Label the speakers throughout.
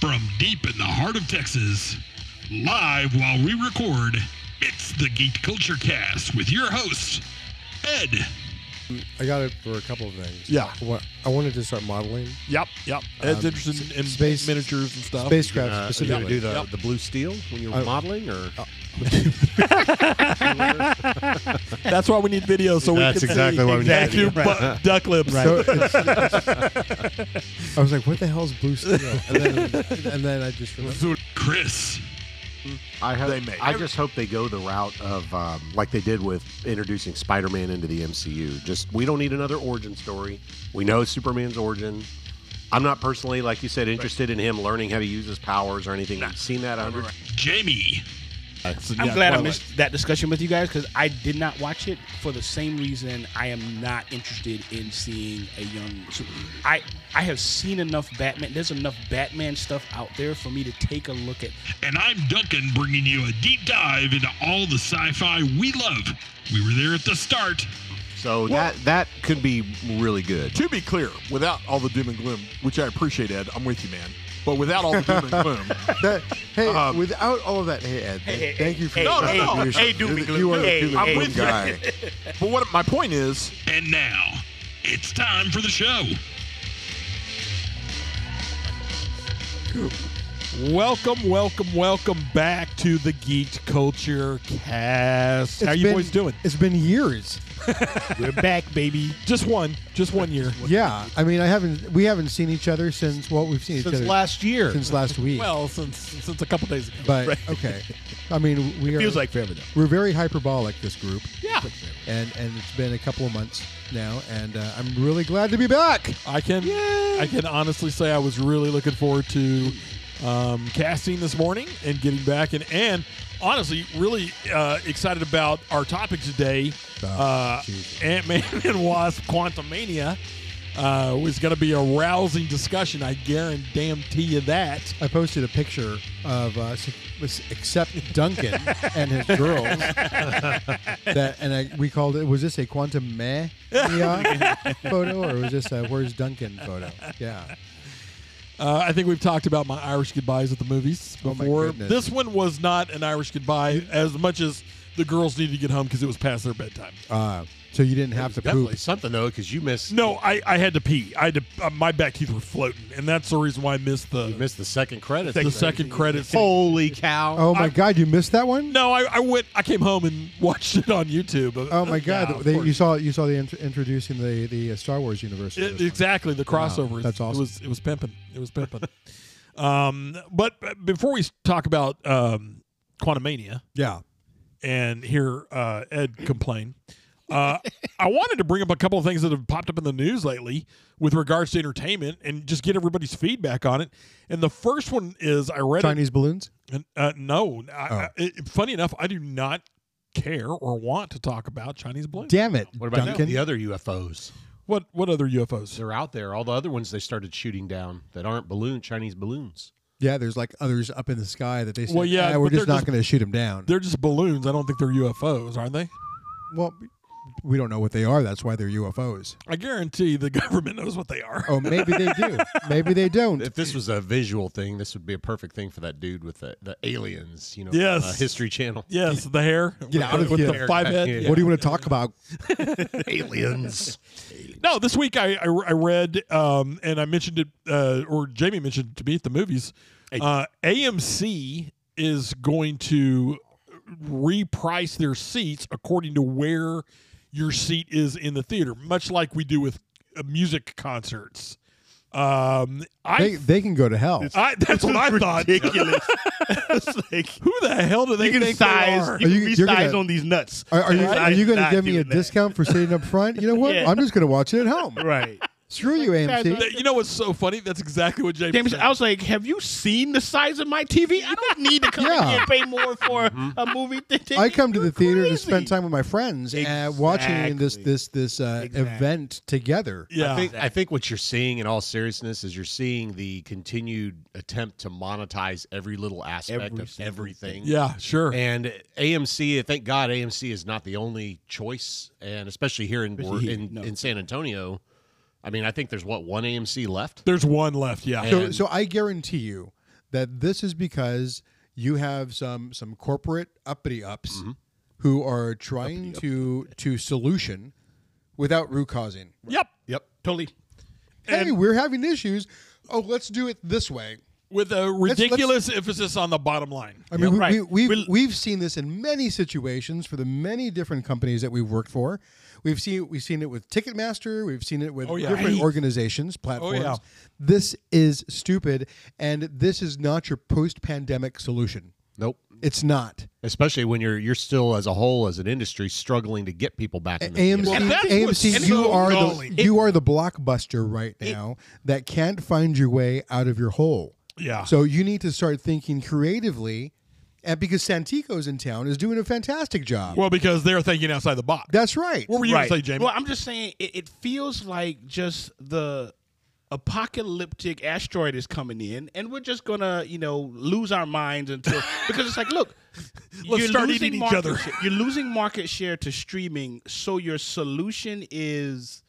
Speaker 1: From deep in the heart of Texas, live while we record, it's the Geek Culture Cast with your host, Ed.
Speaker 2: I got it for a couple of things.
Speaker 3: Yeah.
Speaker 2: What I wanted to start modeling
Speaker 3: Yep, yep. Ed's
Speaker 2: Um,
Speaker 3: interested in, in
Speaker 2: space-
Speaker 3: miniatures and stuff.
Speaker 2: spacecraft
Speaker 4: Uh, you gonna
Speaker 2: specifically.
Speaker 4: do the,
Speaker 3: Yep.
Speaker 4: the blue steel when you're
Speaker 2: I-
Speaker 4: modeling, or
Speaker 3: That's why we need video so we
Speaker 4: That's
Speaker 3: can
Speaker 4: exactly
Speaker 3: see
Speaker 4: why we need
Speaker 3: exactly
Speaker 4: video.
Speaker 3: butt- duck lips.
Speaker 2: So it's- it's- I was like, "What the hell's blue steel?" And then, and then I just remembered.
Speaker 1: Chris.
Speaker 4: I hope,
Speaker 3: They may.
Speaker 4: I just hope they go the route of um, like they did with introducing Spider-Man into the MCU. Just we don't need another origin story. We know Superman's origin. I'm not personally, like you said, interested in him learning how to use his powers or anything. I've seen that a hundred.
Speaker 1: Jamie.
Speaker 3: So,
Speaker 5: I'm
Speaker 3: yeah,
Speaker 5: glad I
Speaker 3: Twilight.
Speaker 5: missed that discussion with you guys because I did not watch it for the same reason I am not interested in seeing a young. Super- I I have seen enough Batman. There's enough Batman stuff out there for me to take a look at.
Speaker 1: And I'm Duncan bringing you a deep dive into all the sci fi we love. We were there at the start.
Speaker 4: So that that could be really good.
Speaker 3: To be clear, without all the doom and gloom, which I appreciate, Ed, I'm with you, man. But without all the doom and gloom,
Speaker 2: That, hey,
Speaker 3: Um,
Speaker 2: without all of that, hey Ed,
Speaker 5: hey,
Speaker 2: thank
Speaker 5: hey,
Speaker 2: you for
Speaker 5: hey,
Speaker 2: the
Speaker 3: No, no, no.
Speaker 2: contribution.
Speaker 3: Hey,
Speaker 2: You're
Speaker 5: Doobie
Speaker 2: the-
Speaker 5: Gloom.
Speaker 2: you are
Speaker 5: Hey,
Speaker 2: the doom
Speaker 3: I'm
Speaker 2: and gloom
Speaker 3: with you.
Speaker 2: guy.
Speaker 3: but what my point is,
Speaker 1: And now, it's time for the show.
Speaker 3: welcome, welcome, welcome back to the Geek Culture Cast. How
Speaker 2: It's
Speaker 3: you
Speaker 2: been-
Speaker 3: boys doing?
Speaker 2: It's been years.
Speaker 5: We're back, baby.
Speaker 3: Just one, just one year.
Speaker 2: Yeah, I mean, I haven't. We haven't seen each other since. Well, we've seen each
Speaker 6: since
Speaker 2: other
Speaker 6: last year.
Speaker 2: since last week.
Speaker 6: well, since since a couple days ago.
Speaker 2: but
Speaker 6: Right.
Speaker 2: okay, I mean, we are
Speaker 6: feels like forever though.
Speaker 2: we're very hyperbolic. This group.
Speaker 6: Yeah.
Speaker 2: and and it's been a couple of months now, and uh, I'm really glad to be back.
Speaker 3: I can I can honestly say I was really looking forward to um, casting this morning and getting back and and honestly really uh, excited about our topic today.
Speaker 2: Oh,
Speaker 3: uh,
Speaker 2: Jesus.
Speaker 3: Ant Man and Wasp: Quantumania uh, was going to be a rousing discussion. I guarantee you that.
Speaker 2: I posted a picture of uh, s- was- except Duncan and his girls. that and I, we called it. Was this a quantum meh photo or was this a where's Duncan photo? Yeah,
Speaker 3: Uh, I think we've talked about my Irish goodbyes at the movies
Speaker 2: Oh, my
Speaker 3: before.
Speaker 2: goodness.
Speaker 3: this one was not an Irish goodbye as much as the girls needed to get home because it was past their bedtime.
Speaker 2: uh, so you didn't have to poop.
Speaker 4: Definitely something though, because you missed
Speaker 3: No, I, I had to pee. I had to. Uh, my back teeth were floating, and that's the reason why I missed the
Speaker 4: you missed the second credit.
Speaker 3: the second credit. scene.
Speaker 4: Holy cow!
Speaker 2: Oh my
Speaker 3: I-
Speaker 2: God, you missed that one.
Speaker 3: No, I, I went. I came home and watched it on YouTube.
Speaker 2: Oh my God!
Speaker 3: Yeah, of
Speaker 2: they,
Speaker 3: course.
Speaker 2: you saw you saw the int- introducing the the uh, Star Wars universe.
Speaker 3: It- E, exactly the crossover. is-
Speaker 2: that's awesome.
Speaker 3: It was it was pimping. It was pimping. um, but b- before we talk about um, Quantumania
Speaker 2: Yeah.
Speaker 3: and hear uh, Ed complain. Uh, I wanted to bring up a couple of things that have popped up in the news lately with regards to entertainment and just get everybody's feedback on it. And the first one is I read an
Speaker 2: Chinese balloons.
Speaker 3: And, uh, no, I, I, it, funny enough, I do not care or want to talk about Chinese balloons.
Speaker 2: Damn it,
Speaker 4: What about
Speaker 2: Duncan.
Speaker 4: the other UFOs?
Speaker 3: What what other UFOs?
Speaker 4: They're out there. All the other ones they started shooting down that aren't balloon Chinese balloons.
Speaker 2: Yeah, there's like others up in the sky that they say,
Speaker 3: Well, yeah,
Speaker 2: "Ah, we're
Speaker 3: but
Speaker 2: just
Speaker 3: they're
Speaker 2: not
Speaker 3: just-
Speaker 2: going to shoot them down.
Speaker 3: They're just balloons. I don't think they're UFOs, aren't they?
Speaker 2: Well, we don't know what they are. That's why they're UFOs.
Speaker 3: I guarantee the government knows what they are.
Speaker 2: Oh, maybe they do. maybe they don't.
Speaker 4: If this was a visual thing, this would be a perfect thing for that dude with the, the aliens, you know,
Speaker 3: Yes.
Speaker 4: uh, History Channel.
Speaker 3: Yes, the hair. with
Speaker 2: out
Speaker 3: the-
Speaker 2: of
Speaker 3: with
Speaker 2: here.
Speaker 3: the five head.
Speaker 4: Yeah.
Speaker 2: What do you want to talk about?
Speaker 4: aliens.
Speaker 3: No, this week I I, I read um, and I mentioned it uh, or Jamie mentioned it to me at the movies. Uh, AMC is going to reprice their seats according to where your seat is in the theater, much like we do with uh, music concerts. Um, I
Speaker 2: They, they can go to hell.
Speaker 3: I, that's what I thought.
Speaker 6: Ridiculous. it's like
Speaker 3: Who the hell do they
Speaker 6: you can
Speaker 3: think
Speaker 6: size,
Speaker 3: they are?
Speaker 6: you can
Speaker 2: Are you-
Speaker 6: be
Speaker 2: you're
Speaker 6: sized
Speaker 2: gonna-
Speaker 6: on these nuts.
Speaker 2: Are, are you,
Speaker 6: Right.
Speaker 2: are you going to
Speaker 6: Not
Speaker 2: give me a
Speaker 6: doing that.
Speaker 2: discount for sitting up front? You know what?
Speaker 6: Yeah.
Speaker 2: I'm just going to watch it at home.
Speaker 6: Right.
Speaker 2: Screw you, AMC.
Speaker 3: That- you know what's so funny? That's exactly what Jamie.
Speaker 5: James,
Speaker 3: said.
Speaker 5: I was like, have you seen the size of my TV? I don't need to come in
Speaker 2: Yeah.
Speaker 5: here and pay more for a movie. than-
Speaker 2: I come to
Speaker 5: You're
Speaker 2: the theater to
Speaker 5: crazy.
Speaker 2: spend time with my friends and watching this
Speaker 6: Exactly.
Speaker 2: this this uh,
Speaker 6: Exactly.
Speaker 2: event together.
Speaker 3: yeah.
Speaker 4: I think, I think what you're seeing in all seriousness is you're seeing the continued attempt to monetize every little aspect
Speaker 6: Every
Speaker 4: of
Speaker 6: single
Speaker 4: everything.
Speaker 3: yeah, sure.
Speaker 4: And AMC, thank God AMC is not the only choice, and especially here in
Speaker 6: Especially here,
Speaker 4: in,
Speaker 6: no.
Speaker 4: in San Antonio. I mean, I think there's what one AMC left.
Speaker 3: There's one left. Yeah.
Speaker 2: So
Speaker 4: And-
Speaker 2: so I guarantee you that this is because you have some some corporate uppity ups who are trying to to solution without root causing.
Speaker 3: Yep.
Speaker 6: Yep. Totally.
Speaker 2: hey, we're having issues. Oh, let's do it this way.
Speaker 3: With a
Speaker 2: let's-
Speaker 3: ridiculous emphasis on the bottom line.
Speaker 2: I mean, we,
Speaker 6: right.
Speaker 2: we, we've,
Speaker 6: We'll-
Speaker 2: we've seen this in many situations for the many different companies that we've worked for. We've seen we've seen it with Ticketmaster. We've seen it with
Speaker 3: Oh, yeah.
Speaker 2: different
Speaker 3: Right. Oh,
Speaker 2: organizations, platforms. This is stupid, and this is not your post-pandemic solution.
Speaker 7: Nope.
Speaker 2: It's not.
Speaker 7: Especially when you're you're still as a whole as an industry struggling to get people back in the
Speaker 2: AMC,
Speaker 7: theater.
Speaker 3: that's
Speaker 2: AMC,
Speaker 3: what's
Speaker 2: you
Speaker 3: so
Speaker 2: are
Speaker 3: galling.
Speaker 2: the you are the blockbuster right now that can't find your way out of your hole.
Speaker 3: Yeah.
Speaker 2: So you need to start thinking creatively, and because Santico's in town is doing a fantastic job.
Speaker 3: Well, because they're thinking outside the box.
Speaker 2: That's right.
Speaker 3: what were you going to say, Jamie?
Speaker 5: Well, I'm just saying it, it feels like just the apocalyptic asteroid is coming in, and we're just gonna, you know, lose our minds until because it's like, look, you're
Speaker 3: start
Speaker 5: losing
Speaker 3: eating each
Speaker 5: market
Speaker 3: other.
Speaker 5: share- You're losing market share to streaming, so your solution is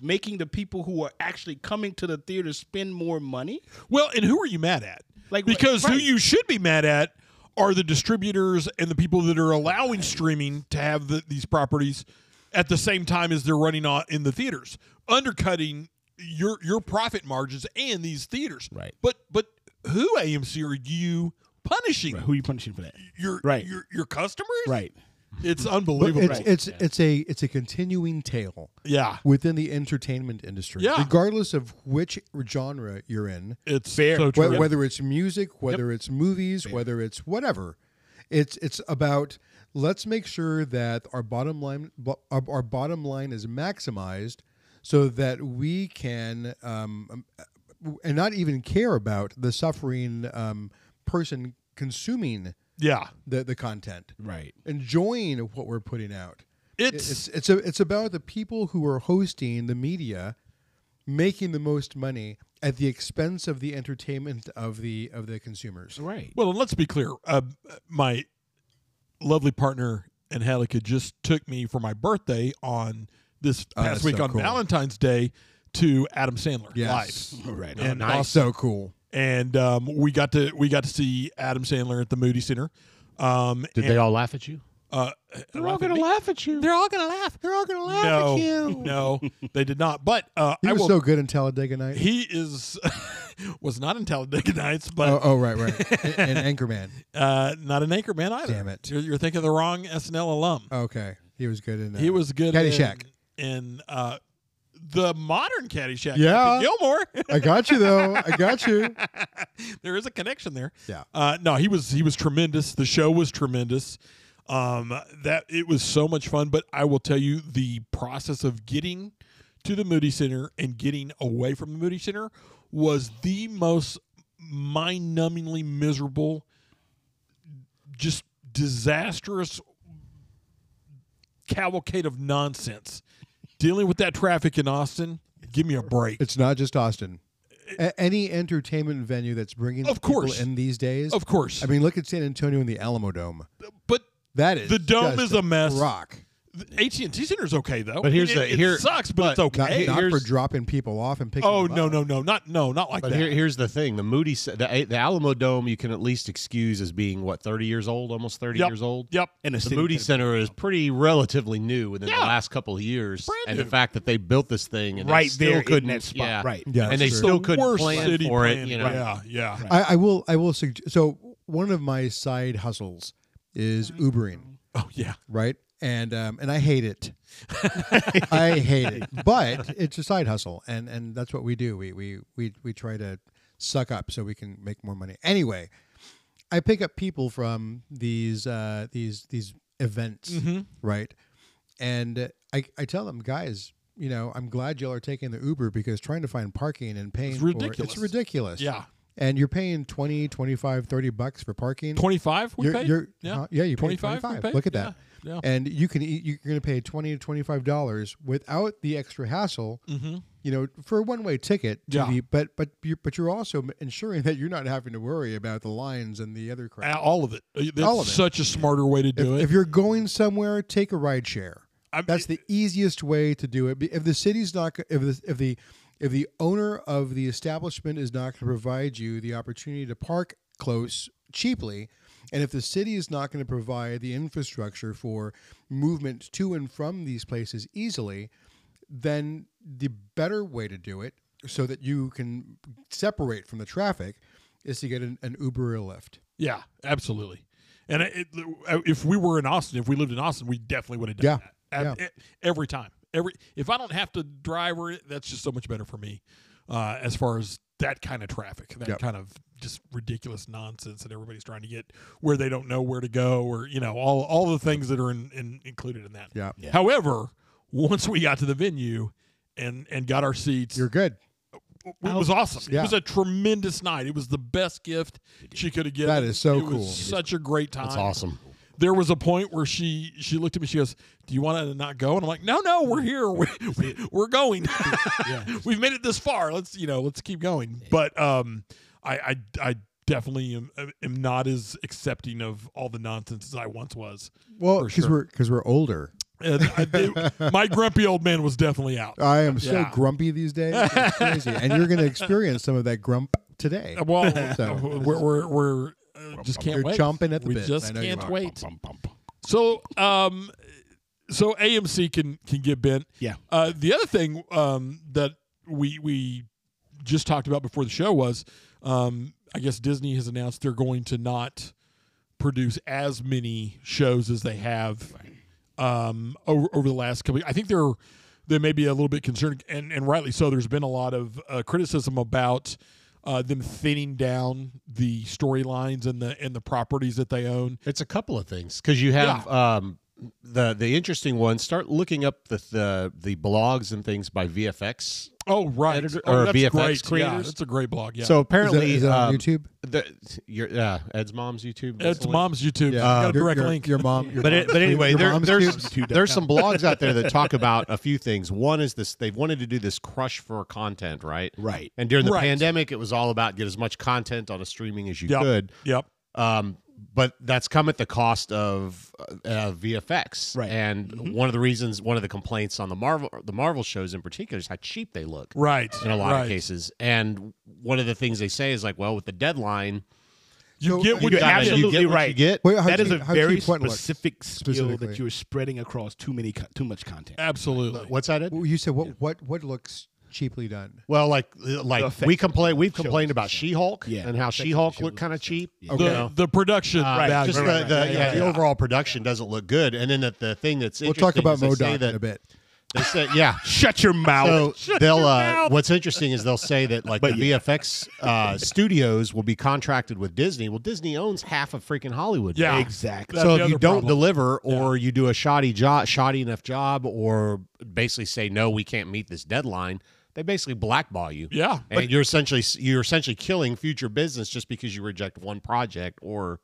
Speaker 5: making the people who are actually coming to the theater spend more money.
Speaker 3: Well, and who are you mad at?
Speaker 5: Like,
Speaker 3: because who
Speaker 5: right.
Speaker 3: you should be mad at are the distributors and the people that are allowing streaming to have the, these properties at the same time as they're running on in the theaters, undercutting your your profit margins and these theaters.
Speaker 6: Right.
Speaker 3: But but who AMC are you punishing?
Speaker 5: Who are you punishing for that?
Speaker 3: Your
Speaker 5: Right.
Speaker 3: your your customers?
Speaker 5: Right.
Speaker 3: It's
Speaker 2: But
Speaker 3: unbelievable.
Speaker 2: it's it's it's a it's a continuing tale
Speaker 3: yeah.
Speaker 2: within the entertainment industry,
Speaker 3: Yeah.
Speaker 2: regardless of which genre you're in.
Speaker 3: It's fair. So true.
Speaker 2: Wh- whether it's music, whether it's movies, whether it's whatever. It's it's about let's make sure that our bottom line bo- our, our bottom line is maximized so that we can um, um, w- and not even care about the suffering um, person consuming
Speaker 3: yeah.
Speaker 2: the, the content
Speaker 5: Right.
Speaker 2: enjoying what we're putting out It-
Speaker 3: It's,
Speaker 2: it's it's a, it's about the people who are hosting the media making the most money at the expense of the entertainment of the of the consumers.
Speaker 5: Right.
Speaker 3: Well, and let's be clear. Uh, my lovely partner and Halika just took me for my birthday on this past
Speaker 2: Oh, that's
Speaker 3: week
Speaker 2: so
Speaker 3: on
Speaker 2: cool.
Speaker 3: Valentine's Day to Adam Sandler
Speaker 2: Yes.
Speaker 3: live.
Speaker 5: All right.
Speaker 3: And
Speaker 2: So cool.
Speaker 3: and um, we got to we got to see Adam Sandler at the Moody Center. Um,
Speaker 7: Did
Speaker 3: and,
Speaker 7: they all laugh at you?
Speaker 3: Uh, they're all gonna
Speaker 6: laugh at you.
Speaker 3: They're all gonna laugh. They're all gonna laugh no, No, they did not. But uh,
Speaker 2: He
Speaker 3: I
Speaker 2: was
Speaker 3: will.
Speaker 2: so good in Talladega Night.
Speaker 3: he is was not in Talladega Nights, but
Speaker 2: oh, oh, right, right. and, and Anchorman.
Speaker 3: uh, not an anchor man either.
Speaker 2: Damn it.
Speaker 3: You're, you're thinking of the wrong SNL alum.
Speaker 2: Okay, he was good in. Uh,
Speaker 3: He was good
Speaker 2: Caddyshack.
Speaker 3: in, in uh, the modern Caddyshack.
Speaker 2: Yeah.
Speaker 3: Happy Gilmore.
Speaker 2: I got you though. I got you.
Speaker 3: there is a connection there.
Speaker 2: Yeah.
Speaker 3: Uh, no, he was he was tremendous. The show was tremendous. Um, that it was so much fun. But I will tell you, the process of getting to the Moody Center and getting away from the Moody Center was the most mind-numbingly miserable, just disastrous cavalcade of nonsense. Dealing with that traffic in Austin, give me a break.
Speaker 2: It's not just Austin. A- any entertainment venue that's bringing
Speaker 3: Of
Speaker 2: people
Speaker 3: course.
Speaker 2: in these days.
Speaker 3: Of course,
Speaker 2: I mean, look at San Antonio and the Alamo Dome.
Speaker 3: but
Speaker 2: That is
Speaker 3: The dome
Speaker 2: just
Speaker 3: is a mess.
Speaker 2: Rock.
Speaker 3: AT and T Center's okay though.
Speaker 7: But here's
Speaker 3: it,
Speaker 7: the-
Speaker 3: it
Speaker 7: here-
Speaker 3: sucks, but, it's
Speaker 2: Not,
Speaker 3: okay.
Speaker 2: not for
Speaker 7: here's-
Speaker 2: dropping people off and picking.
Speaker 3: oh
Speaker 2: them
Speaker 3: no
Speaker 2: up.
Speaker 3: no no not no not like
Speaker 7: But
Speaker 3: that.
Speaker 7: here, here's the thing: the Moody, se- the, A- the Alamo Dome, you can at least excuse as being what 30 years old, almost 30
Speaker 3: Yep.
Speaker 7: years old.
Speaker 3: yep.
Speaker 5: And
Speaker 7: The Moody Center is pretty relatively new within
Speaker 3: Yeah.
Speaker 7: the last couple of years,
Speaker 3: Brand
Speaker 7: and
Speaker 3: new.
Speaker 7: the fact that they built this thing and they
Speaker 5: Right
Speaker 7: still
Speaker 5: there in
Speaker 7: couldn't,
Speaker 5: that spot.
Speaker 7: yeah,
Speaker 5: Right.
Speaker 2: Yeah,
Speaker 7: and they
Speaker 2: that's
Speaker 7: still
Speaker 3: The
Speaker 7: couldn't
Speaker 3: worst
Speaker 7: plan
Speaker 3: city
Speaker 7: for
Speaker 3: plan.
Speaker 7: it. You know,
Speaker 3: Yeah yeah.
Speaker 2: I, I will. I will suggest. So one of my side hustles is Ubering,
Speaker 3: Oh yeah.
Speaker 2: right? And um, and I hate it. I hate it, but it's a side hustle, and and that's what we do. We we we we try to suck up so we can make more money. Anyway, I pick up people from these uh, these these events,
Speaker 3: Mm-hmm.
Speaker 2: right? And I I tell them, guys, you know, I'm glad y'all are taking the Uber because trying to find parking and paying for it-
Speaker 3: ridiculous.
Speaker 2: it's ridiculous.
Speaker 3: Yeah.
Speaker 2: and you're paying 20 25 30 bucks for parking
Speaker 3: Twenty five we
Speaker 2: you're,
Speaker 3: paid.
Speaker 2: you're-
Speaker 3: yeah.
Speaker 2: huh? yeah you paid
Speaker 3: 25, we
Speaker 2: 25,
Speaker 3: paid?
Speaker 2: look at
Speaker 3: Yeah,
Speaker 2: that
Speaker 3: yeah.
Speaker 2: and you can eat, you're going to pay 20 to 25 dollars without the extra hassle you know for a one way ticket to
Speaker 3: Mm-hmm. Yeah.
Speaker 2: the, but but you're, but you're also ensuring that you're not having to worry about the lines and the other crap
Speaker 3: Uh, All of it. Uh, That's
Speaker 2: All of it.
Speaker 3: such a smarter way to do
Speaker 2: if
Speaker 3: it.
Speaker 2: you're going somewhere take a ride share
Speaker 3: I'm-
Speaker 2: that's the easiest way to do it Be- if the city's not go- if the if the If the owner of the establishment is not going to provide you the opportunity to park close cheaply, and if the city is not going to provide the infrastructure for movement to and from these places easily, then the better way to do it so that you can separate from the traffic is to get an, an Uber or Lyft.
Speaker 3: Yeah, absolutely. And it, it- if we were in Austin, if we lived in Austin, we definitely would have done
Speaker 2: Yeah,
Speaker 3: that Ab-
Speaker 2: yeah.
Speaker 3: e- every time. Every if I don't have to drive or that's just so much better for me, uh, as far as that kind of traffic, that
Speaker 2: Yep.
Speaker 3: kind of just ridiculous nonsense that everybody's trying to get where they don't know where to go or you know all all the things that are in, in, included in that.
Speaker 2: Yeah.
Speaker 3: However, once we got to the venue and and got our seats,
Speaker 2: You're good.
Speaker 3: it was awesome. It
Speaker 2: Yeah.
Speaker 3: was a tremendous night. It was the best gift she could have given.
Speaker 2: That is so
Speaker 3: It was
Speaker 2: cool.
Speaker 3: such a great time.
Speaker 7: That's awesome.
Speaker 3: There was a point where she she looked at me. She goes, "Do you want to not go?" And I'm like, "No, no, we're here. We're, we, we're going. We've made it this far. Let's you know, let's keep going." But um, I I, I definitely am, am not as accepting of all the nonsense as I once was.
Speaker 2: Well,
Speaker 3: For
Speaker 2: because
Speaker 3: sure.
Speaker 2: we're because we're older.
Speaker 3: And I, it- my grumpy old man was definitely out.
Speaker 2: I am so
Speaker 3: Yeah.
Speaker 2: grumpy these days. It's crazy. and you're going to experience some of that grump today.
Speaker 3: Uh, Well,
Speaker 2: So-
Speaker 3: we're we're, we're uh, just can't
Speaker 2: You're
Speaker 3: wait.
Speaker 2: chomping at the
Speaker 3: we
Speaker 2: bit. I
Speaker 3: just
Speaker 2: know you
Speaker 3: can't
Speaker 2: are.
Speaker 3: wait. So, um, so AMC can can get bent.
Speaker 5: Yeah.
Speaker 3: Uh, the other thing um, that we we just talked about before the show was, um, I guess Disney has announced they're going to not produce as many shows as they have um, over over the last couple. I think they're they may be a little bit concerned, and and rightly so. There's been a lot of uh, criticism about. Uh, them thinning down the storylines and the and the properties that they own.
Speaker 4: It's a couple of things because you have um, the the interesting one. Start looking up the the, the blogs and things by VFX.
Speaker 3: Oh right,
Speaker 4: Editor-
Speaker 3: oh,
Speaker 4: or
Speaker 3: that's
Speaker 4: VFX
Speaker 3: great. Yeah,
Speaker 4: creators.
Speaker 3: that's a great blog. Yeah.
Speaker 4: So
Speaker 2: Is that,
Speaker 4: apparently,
Speaker 2: is that on
Speaker 4: um,
Speaker 2: YouTube?
Speaker 4: the- your, yeah, Ed's mom's YouTube.
Speaker 3: It's
Speaker 4: the link.
Speaker 3: mom's YouTube. Yeah. got a
Speaker 2: Uh, your,
Speaker 3: direct
Speaker 2: your-
Speaker 3: link.
Speaker 2: Your mom. Your
Speaker 4: But
Speaker 2: mom,
Speaker 4: it, but anyway,
Speaker 2: your
Speaker 4: there,
Speaker 2: mom's
Speaker 4: there's
Speaker 2: tubes?
Speaker 4: there's some blogs out there that talk about a few things. One is this: they've wanted to do this crush for content, right?
Speaker 6: Right.
Speaker 4: And during the
Speaker 3: Right.
Speaker 4: pandemic, it was all about get as much content on a streaming as you
Speaker 3: Yep.
Speaker 4: could.
Speaker 3: Yep.
Speaker 4: Um, but that's come at the cost of uh, uh, VFX,
Speaker 6: Right.
Speaker 4: And one of the reasons, one of the complaints on the Marvel the Marvel shows in particular is how cheap they look
Speaker 3: Right.
Speaker 4: in a lot
Speaker 3: right.
Speaker 4: of cases. And one of the things they say is like, well, with the deadline,
Speaker 3: you
Speaker 2: So-
Speaker 3: get what you,
Speaker 4: you
Speaker 5: You're
Speaker 4: gotta-
Speaker 5: absolutely
Speaker 4: you get what you
Speaker 5: right.
Speaker 4: get.
Speaker 2: Wait, how
Speaker 5: that
Speaker 2: cheap-
Speaker 5: is a
Speaker 2: how
Speaker 5: very
Speaker 2: cheap what look?
Speaker 5: specific skill
Speaker 2: specifically?
Speaker 5: that you're spreading across too many, co- too much content.
Speaker 3: absolutely.
Speaker 4: What's that? Ed?
Speaker 2: Well, You said what? What? What looks cheaply done?
Speaker 4: Well, like uh, like
Speaker 5: effect
Speaker 4: we complain, we've
Speaker 5: shows
Speaker 4: complained
Speaker 5: and
Speaker 4: about
Speaker 5: stuff.
Speaker 4: She Hulk
Speaker 5: Yeah.
Speaker 4: and how
Speaker 5: Effect of
Speaker 4: She Hulk
Speaker 5: shows
Speaker 4: looked kind of
Speaker 5: and stuff.
Speaker 4: cheap.
Speaker 5: Yeah.
Speaker 2: Okay.
Speaker 4: You know?
Speaker 3: The production
Speaker 4: Uh,
Speaker 3: value.
Speaker 4: just the,
Speaker 3: Right,
Speaker 4: the,
Speaker 3: right,
Speaker 4: yeah,
Speaker 3: right,
Speaker 4: the
Speaker 3: right.
Speaker 4: overall production doesn't look good. And then the, the thing that's
Speaker 2: We'll talk
Speaker 4: interesting
Speaker 2: about
Speaker 4: is they say
Speaker 2: Modoc
Speaker 4: that
Speaker 2: in a bit.
Speaker 4: they say yeah.
Speaker 5: Shut your mouth.
Speaker 4: So they'll uh, what's interesting is they'll say that like the VFX uh, studios will be contracted with Disney. Well, Disney owns half of freaking Hollywood.
Speaker 3: Yeah.
Speaker 5: exactly.
Speaker 3: That's
Speaker 4: so
Speaker 3: the
Speaker 4: if you
Speaker 3: other
Speaker 4: don't
Speaker 3: problem.
Speaker 4: deliver or you do a shoddy job, shoddy enough job, or basically say no, we can't meet this deadline, they basically blackball you.
Speaker 3: Yeah.
Speaker 4: and you're essentially you're essentially killing future business just because you reject one project or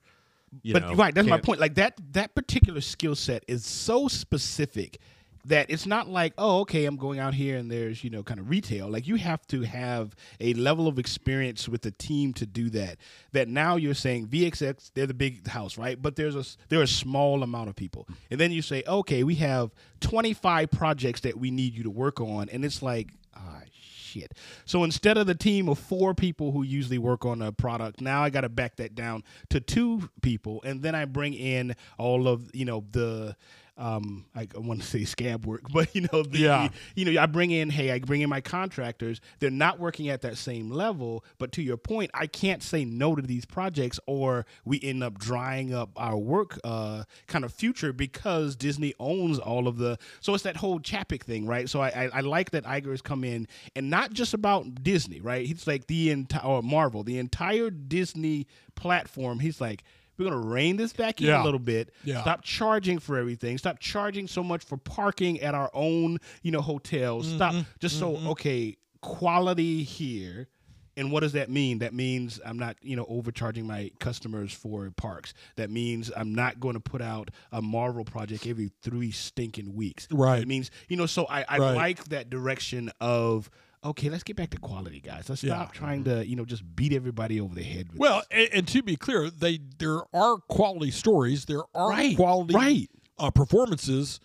Speaker 4: you
Speaker 5: but
Speaker 4: know,
Speaker 5: right, that's my
Speaker 4: can't-
Speaker 5: point. Like that that particular skill set is so specific that it's not like, oh, okay, I'm going out here and there's, you know, kind of retail. Like you have to have a level of experience with the team to do that. That now you're saying VXX, they're the big house, right? But there's a s- there are a small amount of people. And then you say, okay, we have 25 projects that we need you to work on. And it's like, ah, shit. So instead of the team of four people who usually work on a product, now I got to back that down to two people, and then I bring in all of you know the. Um, I want to say scab work, but you know, the,
Speaker 3: Yeah.
Speaker 5: you know, I bring in, hey, I bring in my contractors. They're not working at that same level, but to your point, I can't say no to these projects, or we end up drying up our work uh, kind of future because Disney owns all of the. So it's that whole Chappick thing, right? So I, I, I like that Iger has come in and not just about Disney, right? He's like the entire or Marvel, the entire Disney platform. He's like. We're gonna rein this back in
Speaker 3: Yeah.
Speaker 5: a little bit.
Speaker 3: Yeah.
Speaker 5: Stop charging for everything. Stop charging so much for parking at our own, you know, hotels.
Speaker 3: Mm-hmm,
Speaker 5: Stop just so okay, quality here. And what does that mean? That means I'm not, you know, overcharging my customers for parks. That means I'm not going to put out a Marvel project every three stinking weeks.
Speaker 3: Right.
Speaker 5: It means, you know, so I, I
Speaker 3: Right.
Speaker 5: like that direction of okay, let's get back to quality, guys. Let's
Speaker 3: Yeah.
Speaker 5: stop trying to, you know, just beat everybody over the head. With
Speaker 3: Well, and, and to be clear, they there are quality stories. There are
Speaker 5: Right,
Speaker 3: quality
Speaker 5: right.
Speaker 3: uh, performances.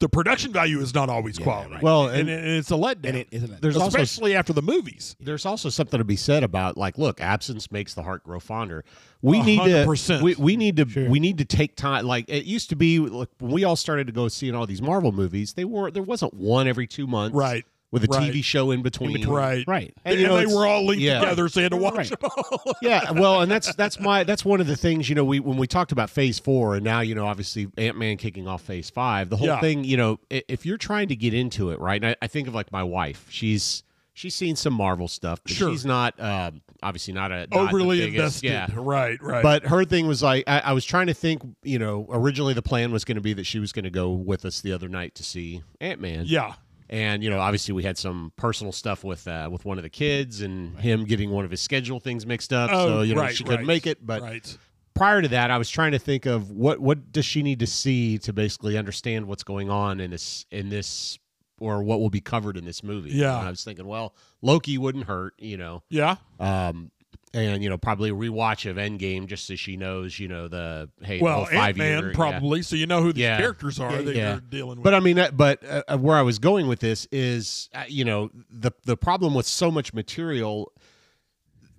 Speaker 3: the production value is not always quality.
Speaker 4: Well,
Speaker 3: and,
Speaker 4: and-
Speaker 3: and it's a letdown.
Speaker 5: and it is a letdown.
Speaker 3: There's
Speaker 4: also-
Speaker 3: especially after the movies.
Speaker 4: There's also something to be said about like, look, absence makes the heart grow fonder. We need to,
Speaker 3: 100%.
Speaker 4: we, we need to, we need to take time. Like it used to be, look, when we all started to go seeing all these Marvel movies, they were there wasn't one every two months,
Speaker 3: Right.
Speaker 4: With a
Speaker 3: Right.
Speaker 4: TV show in between,
Speaker 3: Right.
Speaker 5: Right.
Speaker 3: And,
Speaker 4: And, you know,
Speaker 3: they
Speaker 4: it's-
Speaker 3: were all linked
Speaker 4: yeah.
Speaker 3: together, so you had to watch
Speaker 5: Right.
Speaker 3: them all.
Speaker 4: yeah, well, and that's that's my that's one of the things you know we when we talked about Phase Four, and now you know obviously Ant Man kicking off Phase Five. The whole
Speaker 3: Yeah.
Speaker 4: thing, you know, i- if you're trying to get into it, right? And I, I think of like my wife; she's she's seen some Marvel stuff, but
Speaker 3: Sure.
Speaker 4: she's not um, obviously not a not the
Speaker 3: Overly
Speaker 4: biggest-
Speaker 3: invested.
Speaker 4: yeah.
Speaker 3: Right, right.
Speaker 4: But her thing was like, I, I was trying to think, you know, originally the plan was going to be that she was going to go with us the other night to see Ant Man.
Speaker 3: yeah.
Speaker 4: And you know, obviously, we had some personal stuff with uh, with one of the kids and him getting one of his schedule things mixed up. so you know,
Speaker 3: Oh, right,
Speaker 4: she couldn't
Speaker 3: right,
Speaker 4: make it. But
Speaker 3: right.
Speaker 4: prior to that, I was trying to think of what what does she need to see to basically understand what's going on in this in this or what will be covered in this movie.
Speaker 3: Yeah.
Speaker 4: And I was thinking, well, Loki wouldn't hurt, you know.
Speaker 3: Yeah.
Speaker 4: Um, and you know, probably a rewatch of Endgame just so she knows, you know, the hey, the
Speaker 3: Well,
Speaker 4: whole
Speaker 3: Ant
Speaker 4: five
Speaker 3: Man
Speaker 4: year yeah.
Speaker 3: probably, so you know who these
Speaker 4: Yeah.
Speaker 3: characters are that
Speaker 4: yeah.
Speaker 3: you're dealing with.
Speaker 4: But I mean, that- but uh, uh, where I was going with this is, uh, you know, the the problem with so much material,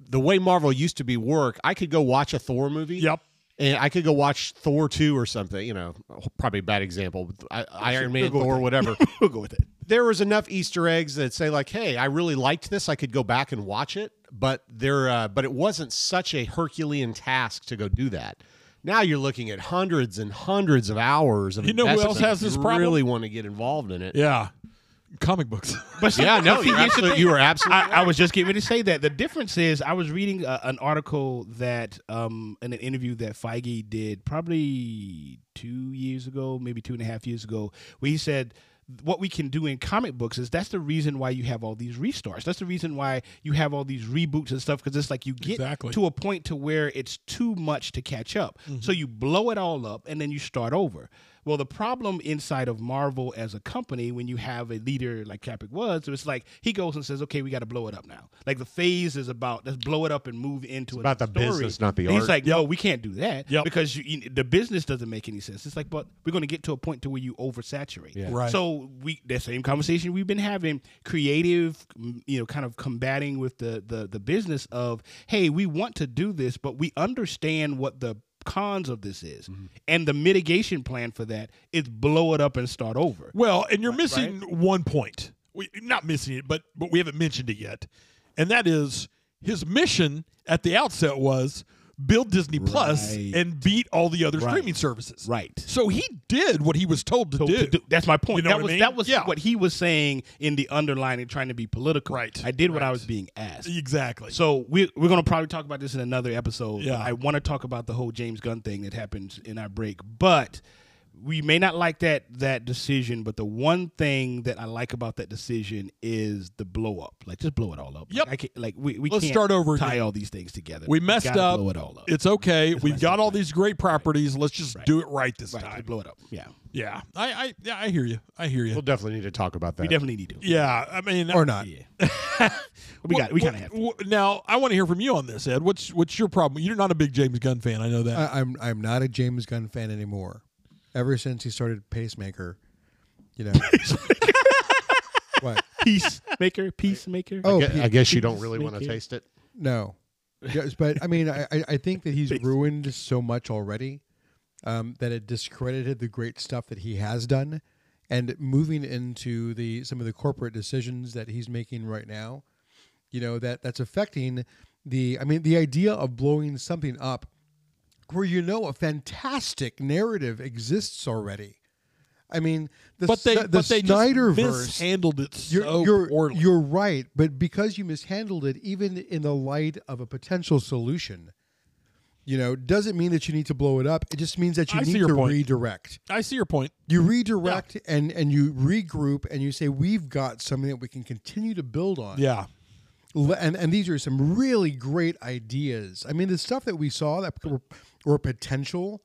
Speaker 4: the way Marvel used to be work, I could go watch a Thor movie.
Speaker 3: yep.
Speaker 4: And I could go watch Thor two or something. You know, probably a bad example. but I, Iron Man, Thor, whatever.
Speaker 6: we'll go with it.
Speaker 4: there was enough Easter eggs that say like, hey, I really liked this. I could go back and watch it, but there, uh, but it wasn't such a Herculean task to go do that. Now you're looking at hundreds and hundreds of hours of
Speaker 3: You know who
Speaker 4: investment
Speaker 3: else has
Speaker 4: if
Speaker 3: this
Speaker 4: you
Speaker 3: problem?
Speaker 4: Really want to get involved in it?
Speaker 3: Yeah. Comic books.
Speaker 5: But
Speaker 4: yeah no, you're absolutely, you were absolutely.
Speaker 5: I, I was just getting ready to say that. The difference is, I was reading uh, an article that, um, in an interview that Feige did probably two years ago, maybe two and a half years ago, where he said, what we can do in comic books is that's the reason why you have all these restarts. That's the reason why you have all these reboots and stuff because it's like you get
Speaker 3: Exactly.
Speaker 5: to a point to where it's too much to catch up.
Speaker 4: Mm-hmm.
Speaker 5: So you blow it all up and then you start over. Well, the problem inside of Marvel as a company, when you have a leader like Chadwick was, it's like he goes and says, "Okay, we got to blow it up now." Like the phase is about let's blow it up and move into
Speaker 4: about the
Speaker 5: another story.
Speaker 4: business, not the
Speaker 5: And He's
Speaker 4: art.
Speaker 5: like, "No, we can't do that
Speaker 3: Yep.
Speaker 5: because you, you, the business doesn't make any sense." It's like, but we're going to get to a point to where you oversaturate.
Speaker 3: Right.
Speaker 5: So we that same conversation we've been having, creative, mm, you know, kind of combating with the the the business of, hey, we want to do this, but we understand what the cons of this is,
Speaker 3: Mm-hmm.
Speaker 5: and the mitigation plan for that is blow it up and start over.
Speaker 3: Well, and you're missing one point. We not missing it, but but we haven't mentioned it yet. And that is his mission at the outset was build Disney Plus
Speaker 5: Right.
Speaker 3: and beat all the other
Speaker 5: Right.
Speaker 3: streaming services.
Speaker 5: Right.
Speaker 3: So he did what he was told to,
Speaker 5: So
Speaker 3: do.
Speaker 5: to do- that's my point.
Speaker 3: You know
Speaker 5: that
Speaker 3: what I
Speaker 5: was
Speaker 3: mean?
Speaker 5: that was
Speaker 3: Yeah.
Speaker 5: what he was saying in the underlining, trying to be political.
Speaker 3: Right.
Speaker 5: I did what I was being asked.
Speaker 3: Exactly.
Speaker 5: So we we're gonna probably talk about this in another episode.
Speaker 3: Yeah.
Speaker 5: I want to talk about the whole James Gunn thing that happened in our break, but we may not like that that decision. But the one thing that I like about that decision is the blow up. Like just blow it all up.
Speaker 3: Yep.
Speaker 5: Like, I can't, like we we
Speaker 3: Let's
Speaker 5: can't
Speaker 3: start over
Speaker 5: Tie
Speaker 3: again.
Speaker 5: all these things together.
Speaker 3: we messed
Speaker 5: gotta
Speaker 3: up.
Speaker 5: Blow it all up.
Speaker 3: It's okay. We've got all these great properties. Let's just do it right this
Speaker 5: right.
Speaker 3: time.
Speaker 5: just blow it up. Yeah.
Speaker 3: Yeah. I, I yeah, I hear you. I hear you.
Speaker 4: We'll definitely need to talk about
Speaker 5: We
Speaker 4: that.
Speaker 5: definitely need to.
Speaker 3: yeah. I mean
Speaker 2: or not.
Speaker 5: Yeah. we got. We
Speaker 3: What-
Speaker 5: kind of have. To.
Speaker 3: what- Now, I want to hear from you on this, Ed. What's what's your problem? You're not a big James Gunn fan. I know that.
Speaker 2: I, I'm I'm not a James Gunn fan anymore. Ever since he started Pacemaker, you know. what?
Speaker 5: Peacemaker. Peacemaker.
Speaker 2: Oh,
Speaker 4: I gue-
Speaker 2: Pete-
Speaker 4: I guess you don't really want to taste it.
Speaker 2: No. Yes, but I mean, I, I- I think that he's ruined so much already um, that it discredited the great stuff that he has done, and moving into the some of the corporate decisions that he's making right now, you know that that's affecting the. I mean, the idea of blowing something up where you know a fantastic narrative exists already. I mean, the,
Speaker 3: but they
Speaker 2: Sn- the
Speaker 3: but they
Speaker 2: Snyderverse
Speaker 3: just mishandled it so
Speaker 2: you're, you're,
Speaker 3: poorly.
Speaker 2: you're right, but because you mishandled it, even in the light of a potential solution, you know, doesn't mean that you need to blow it up. It just means that you
Speaker 3: I see
Speaker 2: need
Speaker 3: your
Speaker 2: to
Speaker 3: point.
Speaker 2: redirect.
Speaker 3: I see your point.
Speaker 2: You redirect and and you regroup and you say we've got something that we can continue to build on.
Speaker 3: Yeah,
Speaker 2: Le- and and these are some really great ideas. I mean, the stuff that we saw that were, were potential.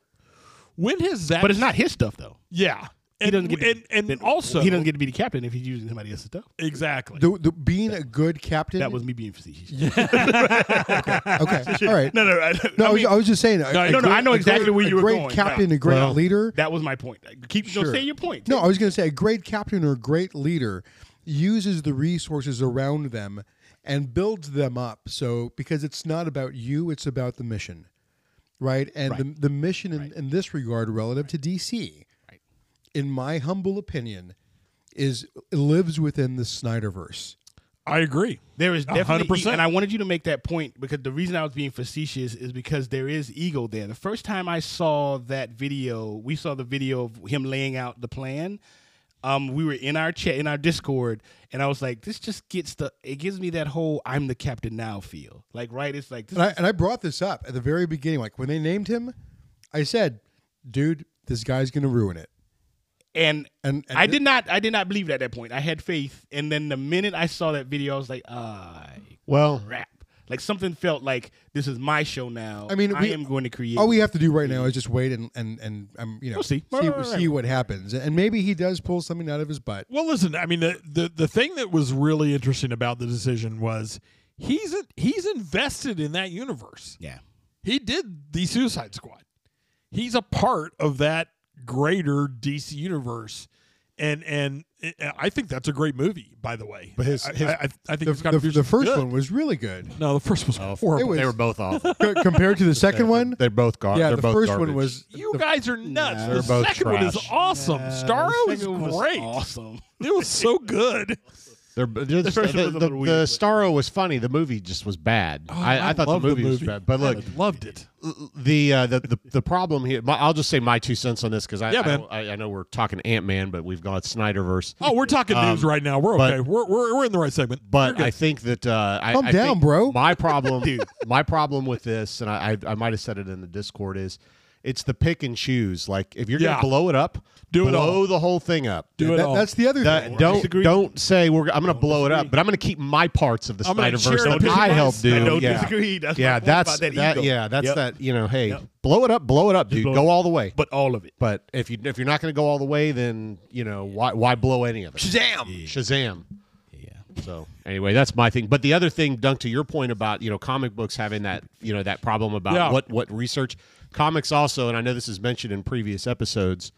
Speaker 3: when has that?
Speaker 5: But it's not his stuff though.
Speaker 3: Yeah, and,
Speaker 5: doesn't get to-
Speaker 3: and, and also
Speaker 5: he doesn't get to be the captain if he's using somebody else's stuff.
Speaker 3: exactly.
Speaker 2: The, the, being a good captain.
Speaker 5: That was me being facetious.
Speaker 2: okay. All right.
Speaker 5: No, no, I,
Speaker 2: No, I,
Speaker 5: I
Speaker 2: was,
Speaker 5: mean,
Speaker 2: I was just saying. a-
Speaker 3: No,
Speaker 2: a
Speaker 3: no,
Speaker 5: no, I know
Speaker 2: a
Speaker 5: exactly where you
Speaker 2: a
Speaker 5: were
Speaker 2: great
Speaker 5: going.
Speaker 2: captain,
Speaker 5: No.
Speaker 2: a great
Speaker 5: Well,
Speaker 2: leader.
Speaker 5: that was my point. Keep no, say your point.
Speaker 2: No, I was going to say a great captain or a great leader uses the resources around them and builds them up. So because it's not about you, it's about the mission, right? And The, the mission in, in this regard, relative to DC, in my humble opinion, is lives within the Snyderverse.
Speaker 3: I agree.
Speaker 5: There is definitely,
Speaker 3: 100%.
Speaker 5: and I wanted you to make that point because the reason I was being facetious is because there is ego there. The first time I saw that video, we saw the video of him laying out the plan. Um, we were in our chat, in our Discord, and I was like, "This just gets the, it gives me that whole I'm the captain now feel." Like, right? It's like, this,
Speaker 2: And I, and I brought this up at the very beginning, like when they named him, I said, "Dude, this guy's going to ruin it."
Speaker 5: and,
Speaker 2: And, and
Speaker 5: I did not, I did not believe it at that point. I had faith, and then the minute I saw that video, I was like, "Ah,
Speaker 4: Well,
Speaker 5: crap!" Like something felt like this is my show now.
Speaker 2: I mean,
Speaker 5: I
Speaker 2: we-
Speaker 5: am going to create.
Speaker 2: All we have to do right now is just wait and and and um, you know
Speaker 5: We'll see. Right,
Speaker 2: see,
Speaker 5: right, right.
Speaker 2: see what happens, and maybe he does pull something out of his butt.
Speaker 3: Well, listen. I mean, the, the the thing that was really interesting about the decision was he's he's invested in that universe.
Speaker 5: yeah.
Speaker 3: He did the Suicide Squad. He's a part of that greater DC universe, and and it, I think that's a great movie. By the way, but
Speaker 4: his-
Speaker 3: I,
Speaker 4: his-
Speaker 3: I, I- I
Speaker 2: The,
Speaker 3: think his
Speaker 2: the-
Speaker 3: contribution
Speaker 2: the
Speaker 3: was
Speaker 2: first
Speaker 3: good.
Speaker 2: one was really good
Speaker 3: No, the first was horrible.
Speaker 2: It was-
Speaker 4: they were both off.
Speaker 2: Co- compared to the second one.
Speaker 4: They're both garbage.
Speaker 2: yeah,
Speaker 4: they're
Speaker 2: the
Speaker 4: both
Speaker 2: first
Speaker 4: garbage.
Speaker 2: one was
Speaker 3: you guys are nuts.
Speaker 4: They're
Speaker 3: the
Speaker 4: both
Speaker 3: second one is
Speaker 4: trash.
Speaker 3: awesome. Starro is
Speaker 5: It was
Speaker 3: great.
Speaker 5: Awesome.
Speaker 3: It was so good.
Speaker 4: They're, just, the
Speaker 5: first
Speaker 4: the,
Speaker 5: one was
Speaker 4: the,
Speaker 5: a little weird, but-
Speaker 4: Starro was funny. The movie just was bad.
Speaker 3: Oh, I
Speaker 4: I, I thought the
Speaker 3: love the
Speaker 4: movie, was
Speaker 3: movie.
Speaker 4: bad. But look,
Speaker 3: Loved it.
Speaker 4: the uh, the, the the problem here. My, I'll just say my two cents on this because I
Speaker 3: Yeah,
Speaker 4: I,
Speaker 3: man.
Speaker 4: don't- I I know we're talking Ant Man, but we've got Snyderverse.
Speaker 3: Oh, we're talking news right now. We're
Speaker 4: Um, but-
Speaker 3: okay. We're, we're, we're in the right segment. You're
Speaker 4: But
Speaker 3: good.
Speaker 4: I think that uh, I,
Speaker 2: Calm
Speaker 4: I
Speaker 2: down,
Speaker 4: think
Speaker 2: bro.
Speaker 4: My problem, My problem with this, and I I, I might have said it in the Discord is. It's the pick and choose. Like if you're
Speaker 3: Yeah.
Speaker 4: gonna blow it up,
Speaker 3: Do it
Speaker 4: blow
Speaker 3: all.
Speaker 4: the whole thing up.
Speaker 3: do it
Speaker 2: that-
Speaker 3: all.
Speaker 2: that's the other
Speaker 4: That-
Speaker 2: thing.
Speaker 4: don't don't say we're. I'm gonna blow it up, but I'm gonna keep my parts of the
Speaker 3: I'm gonna
Speaker 4: Snyderverse
Speaker 3: share
Speaker 4: that
Speaker 3: the
Speaker 4: I
Speaker 3: pictures.
Speaker 4: helped do.
Speaker 5: I don't
Speaker 4: yeah.
Speaker 5: disagree. That's my
Speaker 4: yeah,
Speaker 5: point
Speaker 4: that's
Speaker 5: about that,
Speaker 4: that.
Speaker 5: ego.
Speaker 4: yeah, that's
Speaker 5: Yep.
Speaker 4: that. You know, hey, blow it up, blow it up, dude.
Speaker 5: blow
Speaker 4: Go
Speaker 5: it
Speaker 4: all the way. But
Speaker 5: But all of it.
Speaker 4: but if you if you're not going to go all the way, then you know why why blow any of it? Shazam! Shazam! Yeah. So anyway, that's my thing. But the other thing, Dunk, to your point about you know comic books having that you know that problem about
Speaker 3: Yeah.
Speaker 4: what what research comics also, and I know this is mentioned in previous episodes,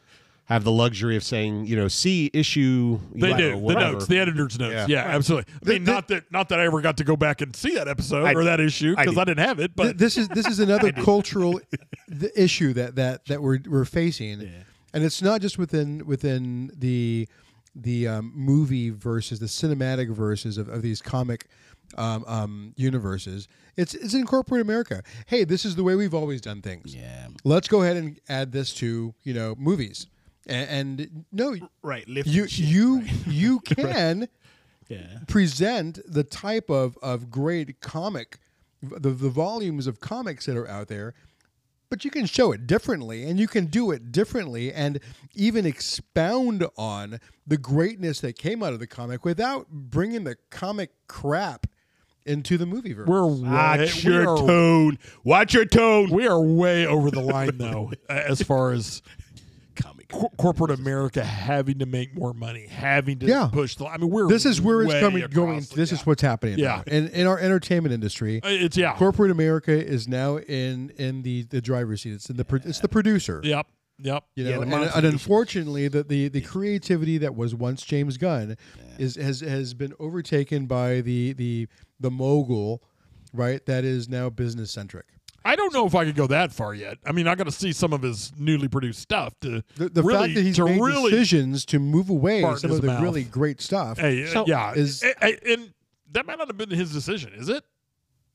Speaker 4: have the luxury of saying you know see issue. you
Speaker 3: They
Speaker 4: know,
Speaker 3: do the
Speaker 4: whatever.
Speaker 3: notes, the editor's notes. Yeah,
Speaker 4: Yeah.
Speaker 3: absolutely. I mean, not that not that I ever got to go back and see that episode or that issue because I, didn't have
Speaker 2: Th-
Speaker 3: it. But
Speaker 2: this is this is another cultural th- issue that that that we're we're facing, and it's not just within within the the um, movie versus the cinematic verses of, of these comic um, um, universes. It's it's in corporate America. Hey, this is the way we've always done things. Yeah. Let's go ahead and add this to you know movies, and, and no,
Speaker 5: Right. Lift
Speaker 2: you
Speaker 5: and shit,
Speaker 2: you
Speaker 5: right.
Speaker 2: you can
Speaker 5: Yeah.
Speaker 2: present the type of, of great comic, the, the volumes of comics that are out there, but you can show it differently and you can do it differently and even expound on the greatness that came out of the comic without bringing the comic crap into the movie version.
Speaker 3: we're way,
Speaker 5: Watch
Speaker 3: we
Speaker 5: your
Speaker 3: are,
Speaker 5: tone. Watch your tone.
Speaker 3: we are way over the line though, as far as
Speaker 5: Comic.
Speaker 3: cor- corporate America having to make more money, having to
Speaker 2: Yeah.
Speaker 3: push the. I mean, we're
Speaker 2: this is where it's
Speaker 3: way
Speaker 2: coming
Speaker 3: across
Speaker 2: going.
Speaker 3: the-
Speaker 2: This is what's happening.
Speaker 3: Yeah.
Speaker 2: now. In, in our entertainment industry,
Speaker 3: Uh, It's yeah,
Speaker 2: corporate America is now in in the, the driver's seat. It's in the pro- it's the producer.
Speaker 3: yep, yep.
Speaker 2: You know,
Speaker 5: the
Speaker 2: and- and,
Speaker 5: monetization.
Speaker 2: unfortunately, the, the, the creativity that was once James Gunn is has has been overtaken by the the the mogul, right? That is now business centric.
Speaker 3: I don't know if I could go that far yet. I mean, I got to see some of his newly produced stuff to
Speaker 2: The, the
Speaker 3: really
Speaker 2: fact that he's
Speaker 3: to
Speaker 2: made
Speaker 3: really
Speaker 2: decisions to move away
Speaker 3: Fart in
Speaker 2: some
Speaker 3: his
Speaker 2: of the
Speaker 3: mouth.
Speaker 2: really great stuff.
Speaker 3: Hey, uh, yeah,
Speaker 2: is-
Speaker 3: A- a- and that might not have been his decision, is it?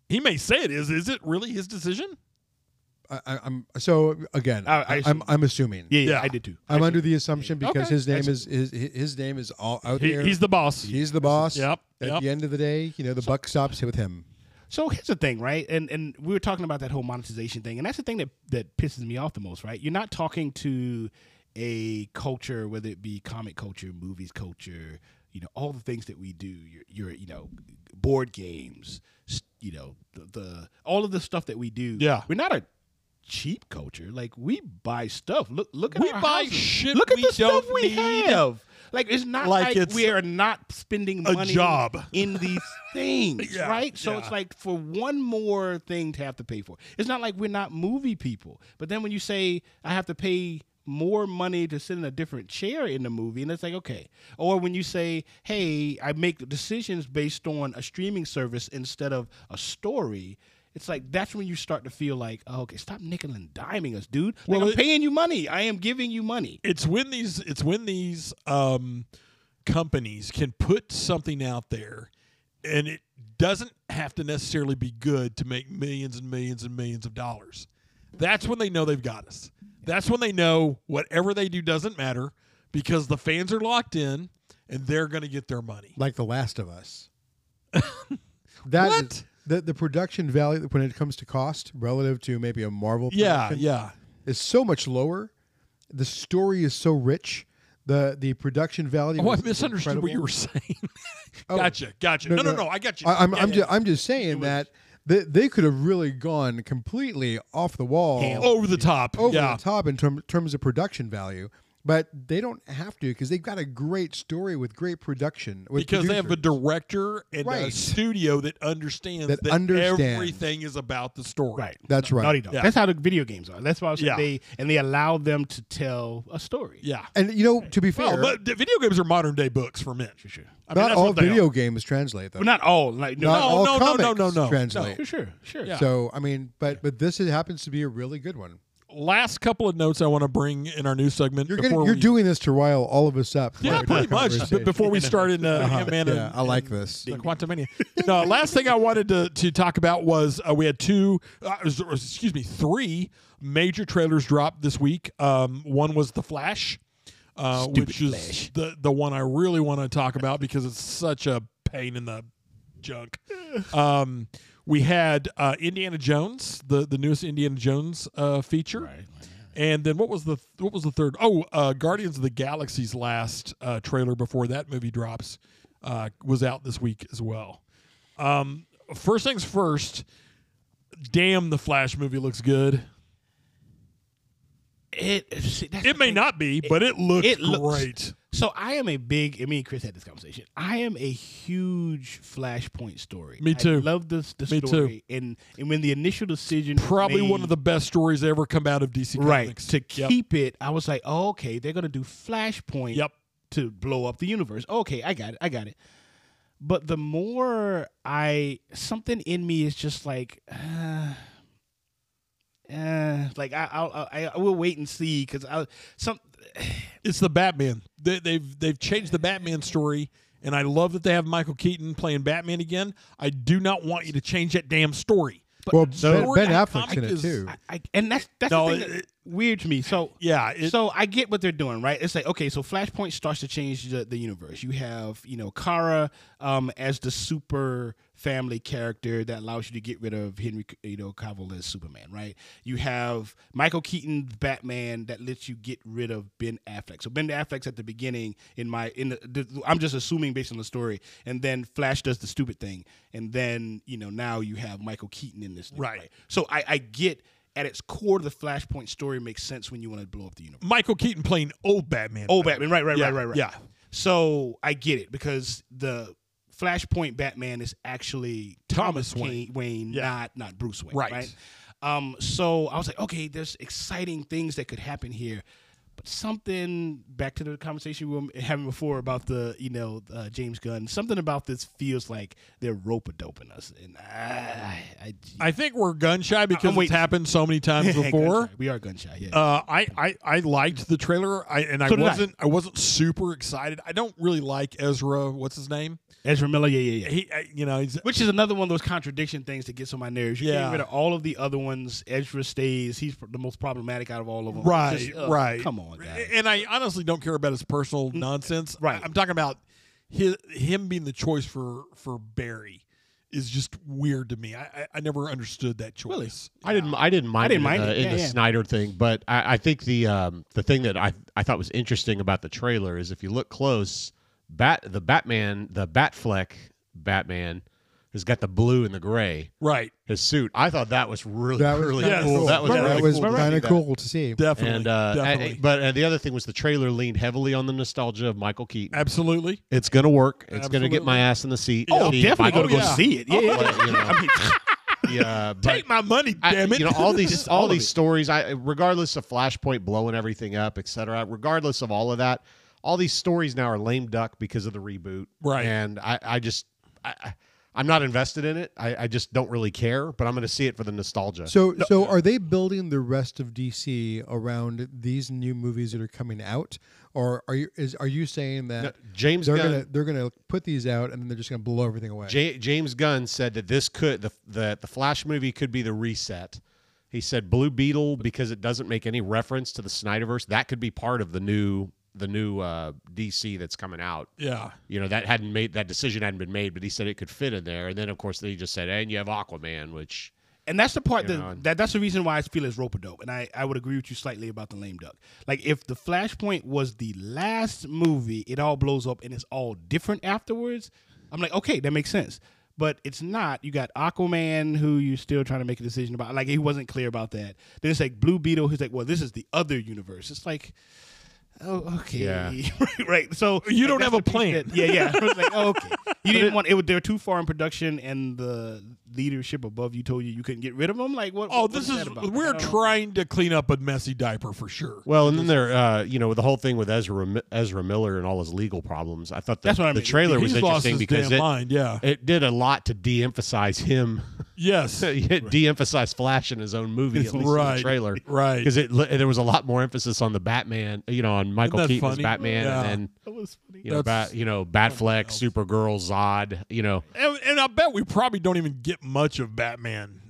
Speaker 3: He may say it is. Is it really his decision?
Speaker 2: I, I, I'm so again,
Speaker 5: I- I
Speaker 2: I,
Speaker 5: assume-
Speaker 2: am I'm assuming.
Speaker 5: Yeah, yeah,
Speaker 3: Yeah.
Speaker 5: I did too.
Speaker 2: I'm under the assumption because
Speaker 3: Okay.
Speaker 2: his name is his, his name is all out
Speaker 3: He,
Speaker 2: there.
Speaker 3: he's the boss.
Speaker 2: He's the boss.
Speaker 3: Yep,
Speaker 2: At
Speaker 3: yep.
Speaker 2: the end of the day, you know, the buck stops with him.
Speaker 5: So here's the thing, right? And and we were talking about that whole monetization thing, and that's the thing that that pisses me off the most, right? You're not talking to a culture, whether it be comic culture, movies culture, you know, all the things that we do. Your your you know, board games, s- you know, the, the all of the stuff that we do.
Speaker 3: Yeah.
Speaker 5: we're not a cheap culture. Like we buy stuff. Look look at
Speaker 3: We
Speaker 5: our
Speaker 3: buy
Speaker 5: houses.
Speaker 3: shit
Speaker 5: Look at
Speaker 3: we
Speaker 5: the stuff
Speaker 3: don't
Speaker 5: we
Speaker 3: need.
Speaker 5: have. Like it's not
Speaker 3: Like
Speaker 5: like,
Speaker 3: it's
Speaker 5: we are not spending
Speaker 3: a
Speaker 5: money
Speaker 3: job.
Speaker 5: in these things,
Speaker 3: Yeah,
Speaker 5: right? So
Speaker 3: yeah.
Speaker 5: it's like for one more thing to have to pay for. It's not like we're not movie people. But then when you say I have to pay more money to sit in a different chair in the movie, and it's like okay. Or when you say, "Hey, I make decisions based on a streaming service instead of a story." It's like that's when you start to feel like, oh, okay, stop nickel and diming us, dude. Like,
Speaker 3: Well,
Speaker 5: I'm
Speaker 3: it-
Speaker 5: paying you money. I am giving you money.
Speaker 3: it's when these it's when these um, companies can put something out there and it doesn't have to necessarily be good to make millions and millions and millions of dollars that's when they know they've got us that's when they know whatever they do doesn't matter because the fans are locked in and they're going to get their money
Speaker 2: like The Last of Us. That
Speaker 3: What?
Speaker 2: is- the the production value when it comes to cost relative to maybe a Marvel
Speaker 3: yeah
Speaker 2: production
Speaker 3: yeah
Speaker 2: is so much lower. The story is so rich. The the production value.
Speaker 3: oh i
Speaker 2: is
Speaker 3: misunderstood what you
Speaker 2: incredible. Oh.
Speaker 3: were saying gotcha gotcha no
Speaker 2: No,
Speaker 3: no no,
Speaker 2: no.
Speaker 3: i got you
Speaker 2: I, I'm
Speaker 3: Yeah,
Speaker 2: I'm,
Speaker 3: yeah.
Speaker 2: Just, I'm just saying that they, they could have really gone completely off the wall,
Speaker 3: over the top
Speaker 2: over
Speaker 3: yeah
Speaker 2: the top in term, terms of production value. But they don't have to because they've got a great story with great production. With
Speaker 3: because they have a
Speaker 2: producers.
Speaker 3: director and a
Speaker 2: Right.
Speaker 3: studio that understands that,
Speaker 2: That understands.
Speaker 3: everything is about the story.
Speaker 2: That's right.
Speaker 5: Naughty Dog.
Speaker 3: Yeah.
Speaker 5: That's how the video games are. That's why I was saying
Speaker 3: Yeah.
Speaker 5: they and they allow them to tell a story.
Speaker 3: Yeah.
Speaker 2: And you know, to be fair,
Speaker 3: Well, but the video games are modern day books for men.
Speaker 5: for sure.
Speaker 3: I mean,
Speaker 2: not
Speaker 3: that's
Speaker 2: all
Speaker 3: what they
Speaker 2: video
Speaker 3: are.
Speaker 2: games translate though.
Speaker 5: But not all. Like no,
Speaker 2: Not
Speaker 3: no,
Speaker 2: all
Speaker 3: no, no, no,
Speaker 2: comics
Speaker 3: no, no, no.
Speaker 2: translate.
Speaker 5: for sure, sure.
Speaker 3: Yeah.
Speaker 2: So I mean, but but this it happens to be a really good one.
Speaker 3: Last couple of notes I want to bring in our news segment.
Speaker 2: You're
Speaker 3: before
Speaker 2: getting, you're
Speaker 3: we,
Speaker 2: doing this to rile all of us up. for
Speaker 3: yeah,
Speaker 2: the
Speaker 3: pretty much. But
Speaker 2: conversation.
Speaker 3: before we start in uh,
Speaker 2: Uh-huh.
Speaker 3: Ant-Man
Speaker 2: yeah,
Speaker 3: and-
Speaker 2: I like
Speaker 3: and-
Speaker 2: this.
Speaker 3: The Quantumania. no, last thing I wanted to, to talk about was uh, we had two, uh, s- or excuse me, three major trailers dropped this week. Um, one was The Flash, uh, which is the the one I really want to talk about because it's such a pain in the junk. Um, we had uh, Indiana Jones, the the newest Indiana Jones uh, feature. And then what was the what was the third? Oh, uh, Guardians of the Galaxy's last uh, trailer before that movie drops uh, was out this week as well. Um, first things first. Damn, the Flash movie looks good.
Speaker 5: It see, that's
Speaker 3: It
Speaker 5: the
Speaker 3: may
Speaker 5: thing.
Speaker 3: not be, but it looks
Speaker 5: it looks-
Speaker 3: great.
Speaker 5: So I am a big. I mean, Chris had this conversation. I am a huge Flashpoint story.
Speaker 3: Me
Speaker 5: I
Speaker 3: too.
Speaker 5: love this the
Speaker 3: Me too.
Speaker 5: story. And and when the initial decision was
Speaker 3: Probably
Speaker 5: made-
Speaker 3: one of the best stories ever come out of DC
Speaker 5: right
Speaker 3: Comics.
Speaker 5: to
Speaker 3: Yep.
Speaker 5: keep it. I was like, oh, okay, they're gonna do Flashpoint.
Speaker 3: Yep.
Speaker 5: to blow up the universe. Okay, I got it. I got it. But the more I, something in me is just like, uh, uh, like I, I'll, I, I will wait and see because I, some,
Speaker 3: It's the Batman. They, they've they've changed the Batman story, and I love that they have Michael Keaton playing Batman again. I do not want you to change that damn story.
Speaker 2: well,
Speaker 3: so-
Speaker 2: Ben, ben
Speaker 3: I-
Speaker 2: Affleck's in it
Speaker 3: is-
Speaker 2: too.
Speaker 5: I, I and that's that's
Speaker 3: No,
Speaker 5: the thing
Speaker 3: it-
Speaker 5: that's weird to me. So
Speaker 3: Yeah, it,
Speaker 5: so I get what they're doing, right? It's like okay, so Flashpoint starts to change the, the universe. You have you know Kara um, as the super family character that allows you to get rid of Henry you know Cavill as Superman, right? You have Michael Keaton's Batman that lets you get rid of Ben Affleck. So Ben Affleck's at the beginning in my in the, the I'm just assuming based on the story, and then Flash does the stupid thing, and then you know now you have Michael Keaton in this, thing,
Speaker 3: Right.
Speaker 5: So I, I get. At its core, the Flashpoint story makes sense when you want to blow up the universe.
Speaker 3: Michael Keaton playing old Batman.
Speaker 5: Oh, Batman. Right, right,
Speaker 3: Yeah,
Speaker 5: right, right, right.
Speaker 3: yeah.
Speaker 5: So I get it because the Flashpoint Batman is actually
Speaker 3: Thomas
Speaker 5: Thomas, Wayne, Wayne
Speaker 3: Yeah.
Speaker 5: not not Bruce Wayne.
Speaker 3: Right.
Speaker 5: Right. Um, so I was like, okay, there's exciting things that could happen here. But something back to the conversation we were having before about the you know uh, James Gunn. Something about this feels like they're rope a doping us, and I, I,
Speaker 3: I think we're gun shy because it's
Speaker 5: waiting.
Speaker 3: happened so many times
Speaker 5: gun
Speaker 3: before.
Speaker 5: shy. we are gun shy. Yeah,
Speaker 3: Uh, I, I I liked the trailer. I and I
Speaker 5: So did I.
Speaker 3: wasn't I. wasn't super excited. I don't really like Ezra. What's his name?
Speaker 5: Ezra Miller. Yeah, yeah, yeah.
Speaker 3: He I, you know he's
Speaker 5: Which is another one of those contradiction things that gets on my nerves. You're
Speaker 3: Yeah.
Speaker 5: getting rid of all of the other ones. Ezra stays. He's the most problematic out of all of them.
Speaker 3: right
Speaker 5: Just, ugh,
Speaker 3: right.
Speaker 5: Come on, guys.
Speaker 3: And I honestly don't care about his personal nonsense.
Speaker 5: right.
Speaker 3: I'm talking about his, him being the choice for for Barry is just weird to me. I I, I never understood that choice.
Speaker 5: Really?
Speaker 4: I didn't. I didn't mind.
Speaker 5: I didn't
Speaker 4: it in
Speaker 5: mind
Speaker 4: the,
Speaker 5: it.
Speaker 4: in
Speaker 5: Yeah,
Speaker 4: the
Speaker 5: yeah.
Speaker 4: Snyder thing, but I, I think the um, the thing that I I thought was interesting about the trailer is if you look close, bat the Batman the Batfleck Batman has got the blue and the gray.
Speaker 3: Right.
Speaker 4: His suit. I thought that was really
Speaker 2: That was
Speaker 4: really
Speaker 2: kinda
Speaker 4: cool.
Speaker 3: cool.
Speaker 4: That was
Speaker 3: That
Speaker 4: really
Speaker 2: that was
Speaker 4: cool to see
Speaker 2: kind of
Speaker 4: that.
Speaker 2: cool to see.
Speaker 3: Definitely.
Speaker 4: And uh,
Speaker 3: definitely.
Speaker 4: and- but uh, the other thing was the trailer leaned heavily on the nostalgia of Michael Keaton.
Speaker 3: Absolutely.
Speaker 4: It's gonna work. It's gonna get
Speaker 3: Absolutely.
Speaker 4: my ass in the seat.
Speaker 6: Oh,
Speaker 4: See
Speaker 6: definitely
Speaker 4: Michael
Speaker 6: gonna go
Speaker 3: yeah.
Speaker 6: see it. Yeah,
Speaker 4: But, you know,
Speaker 6: I mean,
Speaker 4: yeah, but-
Speaker 3: Take my money,
Speaker 4: I-
Speaker 3: damn it.
Speaker 4: You know, all these
Speaker 6: Just
Speaker 4: all,
Speaker 6: all of
Speaker 4: these
Speaker 6: it.
Speaker 4: stories. I regardless of Flashpoint blowing everything up, et cetera. Regardless of all of that, all these stories now are lame duck because of the reboot.
Speaker 3: Right.
Speaker 4: And I, I just, I, I- I'm not invested in it. I, I just don't really care. But I'm going to see it for the nostalgia.
Speaker 2: So, so are they building the rest of DC around these new movies that are coming out, or are you is are you saying that
Speaker 4: Uh, James
Speaker 2: they're
Speaker 4: Gunn.
Speaker 2: gonna they're gonna put these out and then they're just gonna blow everything away?
Speaker 4: Ja- James Gunn said that this could the the the Flash movie could be the reset. He said Blue Beetle because it doesn't make any reference to the Snyderverse. That could be part of the new the new uh, DC that's coming out.
Speaker 3: yeah.
Speaker 4: You know that hadn't made that decision hadn't been made, but he said it could fit in there. And then of course they just said, and you have Aquaman, which
Speaker 5: And that's the part that,
Speaker 4: know, and-
Speaker 5: that that's the reason why I feel it's rope a dope. And I, I would agree with you slightly about the lame duck. Like if the Flashpoint was the last movie, it all blows up and it's all different afterwards. I'm like, okay, that makes sense. But it's not. You got Aquaman, who you're still trying to make a decision about. Like he wasn't clear about that. Then it's like Blue Beetle, who's like, well, this is the other universe. It's like, oh, okay,
Speaker 4: Yeah.
Speaker 5: right, right. So
Speaker 3: You
Speaker 5: like,
Speaker 3: don't
Speaker 5: that's
Speaker 3: have a
Speaker 5: the piece
Speaker 3: plan.
Speaker 5: that- yeah, yeah. I was like, oh, okay. You didn't want it. was- They were too far in production, and the leadership above you told you you couldn't get rid of them. Like what?
Speaker 3: Oh,
Speaker 5: what
Speaker 3: this
Speaker 5: is
Speaker 3: is
Speaker 5: that about? I
Speaker 3: we're
Speaker 5: don't-
Speaker 3: trying to clean up a messy diaper for sure.
Speaker 4: Well, and then there, uh, you know, the whole thing with Ezra Mi- Ezra Miller and all his legal problems. I thought the,
Speaker 5: That's what I
Speaker 4: the
Speaker 5: mean.
Speaker 4: trailer was
Speaker 3: He's lost
Speaker 4: interesting
Speaker 3: his
Speaker 4: because
Speaker 3: damn
Speaker 4: it,
Speaker 3: mind. Yeah.
Speaker 4: it did a lot to de-emphasize him,
Speaker 3: Yes.
Speaker 4: de-emphasize Flash in his own movie,
Speaker 3: It's
Speaker 4: at least in
Speaker 3: right,
Speaker 4: the trailer,
Speaker 3: right.
Speaker 4: Because it li- there was a lot more emphasis on the Batman, you know, on Michael
Speaker 3: that
Speaker 4: Keaton's
Speaker 3: funny?
Speaker 4: Batman,
Speaker 3: Yeah.
Speaker 4: and then
Speaker 5: That was funny.
Speaker 4: you know,
Speaker 3: That's-
Speaker 4: bat, you know, Batfleck, Supergirl, Zod, you know,
Speaker 3: And, and I bet we probably don't even get much of Batman.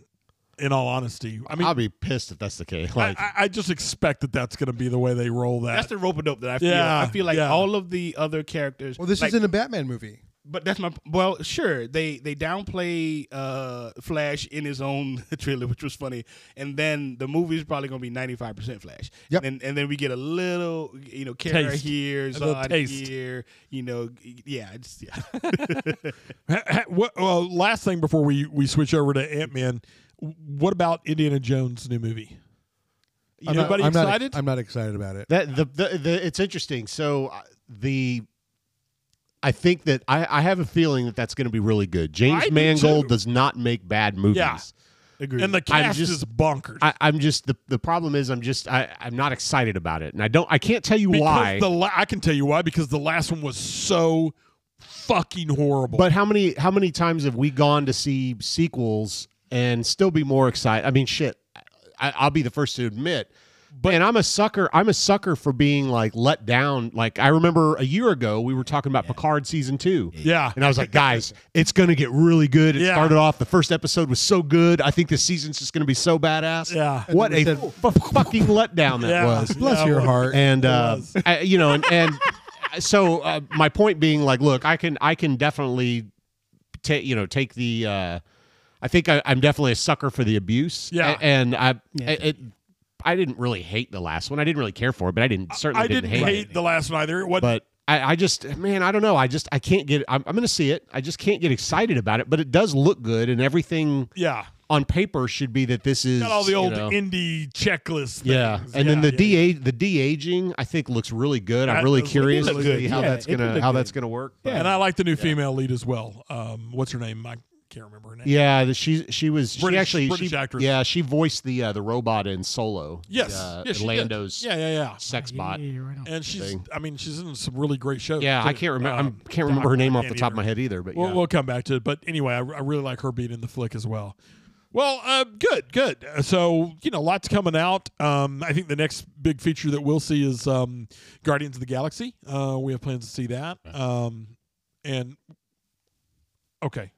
Speaker 3: In all honesty, I
Speaker 4: I
Speaker 3: mean,
Speaker 4: will be pissed if that's the case. Like,
Speaker 3: I, I just expect that that's going to be the way they roll that.
Speaker 5: That's the rope a dope that I feel.
Speaker 3: Yeah,
Speaker 5: I feel like
Speaker 3: yeah.
Speaker 5: all of the other characters.
Speaker 2: Well, this
Speaker 5: like,
Speaker 2: isn't a Batman movie.
Speaker 5: But that's my. Well, sure. They they downplay uh, Flash in his own trailer, which was funny. And then the movie's probably gonna be ninety five percent Flash.
Speaker 2: Yep.
Speaker 5: And and then we get a little, you know, Kara
Speaker 3: Taste.
Speaker 5: here,
Speaker 3: little
Speaker 5: Zod
Speaker 3: taste.
Speaker 5: here. You know, yeah. It's, yeah.
Speaker 3: Ha- ha- what, uh, last thing before we, we switch over to Ant Man, what about Indiana Jones' new movie?
Speaker 4: you
Speaker 2: I'm
Speaker 4: know,
Speaker 2: not-
Speaker 3: Anybody
Speaker 2: I'm not,
Speaker 3: excited?
Speaker 2: I'm not excited about it.
Speaker 4: That the, the, the it's interesting. So uh, the I think that I, I have a feeling that that's going to be really good. James
Speaker 3: I do
Speaker 4: Mangold
Speaker 3: too.
Speaker 4: does not make bad movies.
Speaker 3: Yeah.
Speaker 5: Agreed.
Speaker 3: and the cast
Speaker 4: just-
Speaker 3: is bonkers.
Speaker 4: I, I'm just the, the problem is I'm just I, I'm not excited about it, and I don't I can't tell you
Speaker 3: because
Speaker 4: why.
Speaker 3: The la- I can tell you why because the last one was so fucking horrible.
Speaker 4: But how many how many times have we gone to see sequels and still be more excited? I mean, shit. I, I'll be the first to admit. But and I'm a sucker. I'm a sucker for being like let down. Like I remember a year ago we were talking about Picard season two.
Speaker 3: Yeah.
Speaker 4: And I was like, guys, it's gonna get really good. It
Speaker 3: Yeah.
Speaker 4: started off. The first episode was so good. I think this season's just gonna be so badass.
Speaker 3: Yeah. And
Speaker 4: What a
Speaker 2: then
Speaker 4: fu- fucking letdown that
Speaker 3: Yeah.
Speaker 4: was.
Speaker 2: Bless your heart.
Speaker 4: And uh, I, you know, and, and so uh, my point being, like, look, I can I can definitely take you know take the. Uh, I think I, I'm definitely a sucker for the abuse.
Speaker 3: Yeah.
Speaker 4: A- and I it, it- I didn't really hate the last one. I didn't really care for it, but I didn't certainly
Speaker 3: I didn't hate,
Speaker 4: it.
Speaker 3: the last one either. What?
Speaker 4: But I, I just man, I don't know. I just I can't get. I'm, I'm going to see it. I just can't get excited about it. But it does look good, and everything
Speaker 3: yeah,
Speaker 4: on paper should be that this is
Speaker 3: got all the
Speaker 4: you
Speaker 3: old
Speaker 4: know-
Speaker 3: indie checklist.
Speaker 4: yeah,
Speaker 3: things.
Speaker 4: and then
Speaker 3: Yeah,
Speaker 4: the de age the de aging I think looks really good.
Speaker 3: That
Speaker 4: I'm really
Speaker 3: does look-
Speaker 4: curious
Speaker 3: it did
Speaker 4: to
Speaker 3: look
Speaker 4: see
Speaker 3: good.
Speaker 4: how
Speaker 5: Yeah,
Speaker 4: that's
Speaker 5: it did
Speaker 4: gonna
Speaker 5: look
Speaker 4: how
Speaker 5: good.
Speaker 4: that's gonna work. but-
Speaker 3: and I like the new female lead as well. Um, what's her name? I can't remember her name.
Speaker 4: Yeah, the- she she was
Speaker 3: British-
Speaker 4: she actually
Speaker 3: British
Speaker 4: she,
Speaker 3: actress.
Speaker 4: Yeah, she voiced the uh, the robot in Solo.
Speaker 3: Yes.
Speaker 4: uh,
Speaker 3: yes she did.
Speaker 4: Lando's
Speaker 3: Yeah, yeah, yeah.
Speaker 4: sex bot. Yeah,
Speaker 3: And she's.
Speaker 4: thing.
Speaker 3: I mean, she's in some really great shows.
Speaker 4: I
Speaker 3: too.
Speaker 4: can't remember.
Speaker 3: Um,
Speaker 4: I can't remember her name
Speaker 3: I
Speaker 4: off the
Speaker 3: can't
Speaker 4: top of
Speaker 3: either.
Speaker 4: my head either. But
Speaker 3: We'll,
Speaker 4: yeah.
Speaker 3: we'll come back to it. But anyway, I, I really like her being in the flick as well. Well, uh, good, good. Uh, So you know, lots coming out. Um, I think the next big feature that we'll see is um, Guardians of the Galaxy. Uh, we have plans to see that.
Speaker 4: Uh-huh.
Speaker 3: Um, and okay,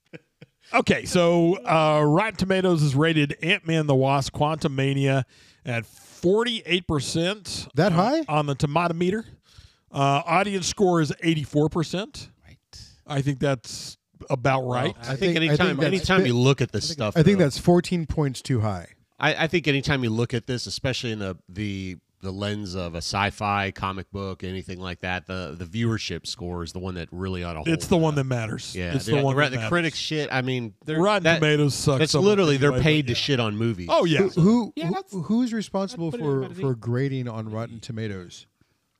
Speaker 3: okay. So uh, Rotten Tomatoes is rated Ant Man the Wasp: Quantum Mania at forty eight percent
Speaker 2: That high?
Speaker 3: on the tomato meter. Uh, audience score is eighty four percent.
Speaker 5: right.
Speaker 3: I think that's about right.
Speaker 4: I think,
Speaker 2: I think
Speaker 4: anytime
Speaker 2: that's-
Speaker 4: anytime you look at this stuff,
Speaker 2: I think
Speaker 4: though,
Speaker 2: that's 14 points too high.
Speaker 4: I, I think anytime you look at this, especially in the the the lens of a sci-fi comic book, anything like that, the the viewership score is the one that really ought to. Hold
Speaker 3: It's the one that matters.
Speaker 4: Yeah,
Speaker 3: it's
Speaker 4: the,
Speaker 3: the, one.
Speaker 4: the,
Speaker 3: that
Speaker 4: the
Speaker 3: matters.
Speaker 4: critics shit. I mean, they're,
Speaker 3: Rotten
Speaker 4: that-
Speaker 3: Tomatoes sucks.
Speaker 4: That's
Speaker 3: so much
Speaker 4: literally they're
Speaker 3: anyway,
Speaker 4: paid
Speaker 3: but
Speaker 4: to shit on movies.
Speaker 3: yeah. Oh yeah.
Speaker 2: Who,
Speaker 5: Yeah,
Speaker 2: who-
Speaker 5: that's-
Speaker 2: who's responsible
Speaker 5: put it
Speaker 2: for,
Speaker 5: everybody-
Speaker 2: for grading on Rotten Tomatoes?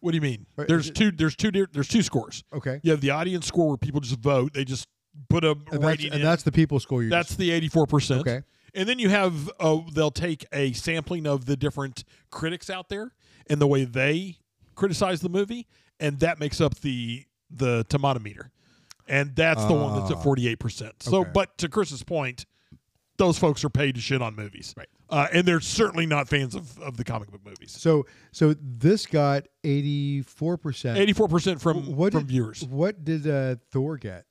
Speaker 3: What do you mean?
Speaker 2: Or is
Speaker 3: There's
Speaker 2: it-
Speaker 3: two. There's two. di- There's two scores.
Speaker 2: Okay,
Speaker 3: You have the audience score where people just vote. They just put a
Speaker 2: and, that's,
Speaker 3: rating.
Speaker 2: and
Speaker 3: in.
Speaker 2: that's the people score. You
Speaker 3: That's the 84%.
Speaker 2: Okay.
Speaker 3: And then you have, uh, they'll take a sampling of the different critics out there and the way they criticize the movie, and that makes up the the tomato meter. And that's the one that's at
Speaker 2: Ah.
Speaker 3: 48%. So,
Speaker 2: Okay.
Speaker 3: but to Chris's point, those folks are paid to shit on movies. Right. Uh, and they're certainly not fans of, of the comic book movies.
Speaker 2: so so this got eighty four percent.
Speaker 3: 84% from,
Speaker 2: What
Speaker 3: from
Speaker 2: did,
Speaker 3: viewers.
Speaker 2: What did uh, Thor get?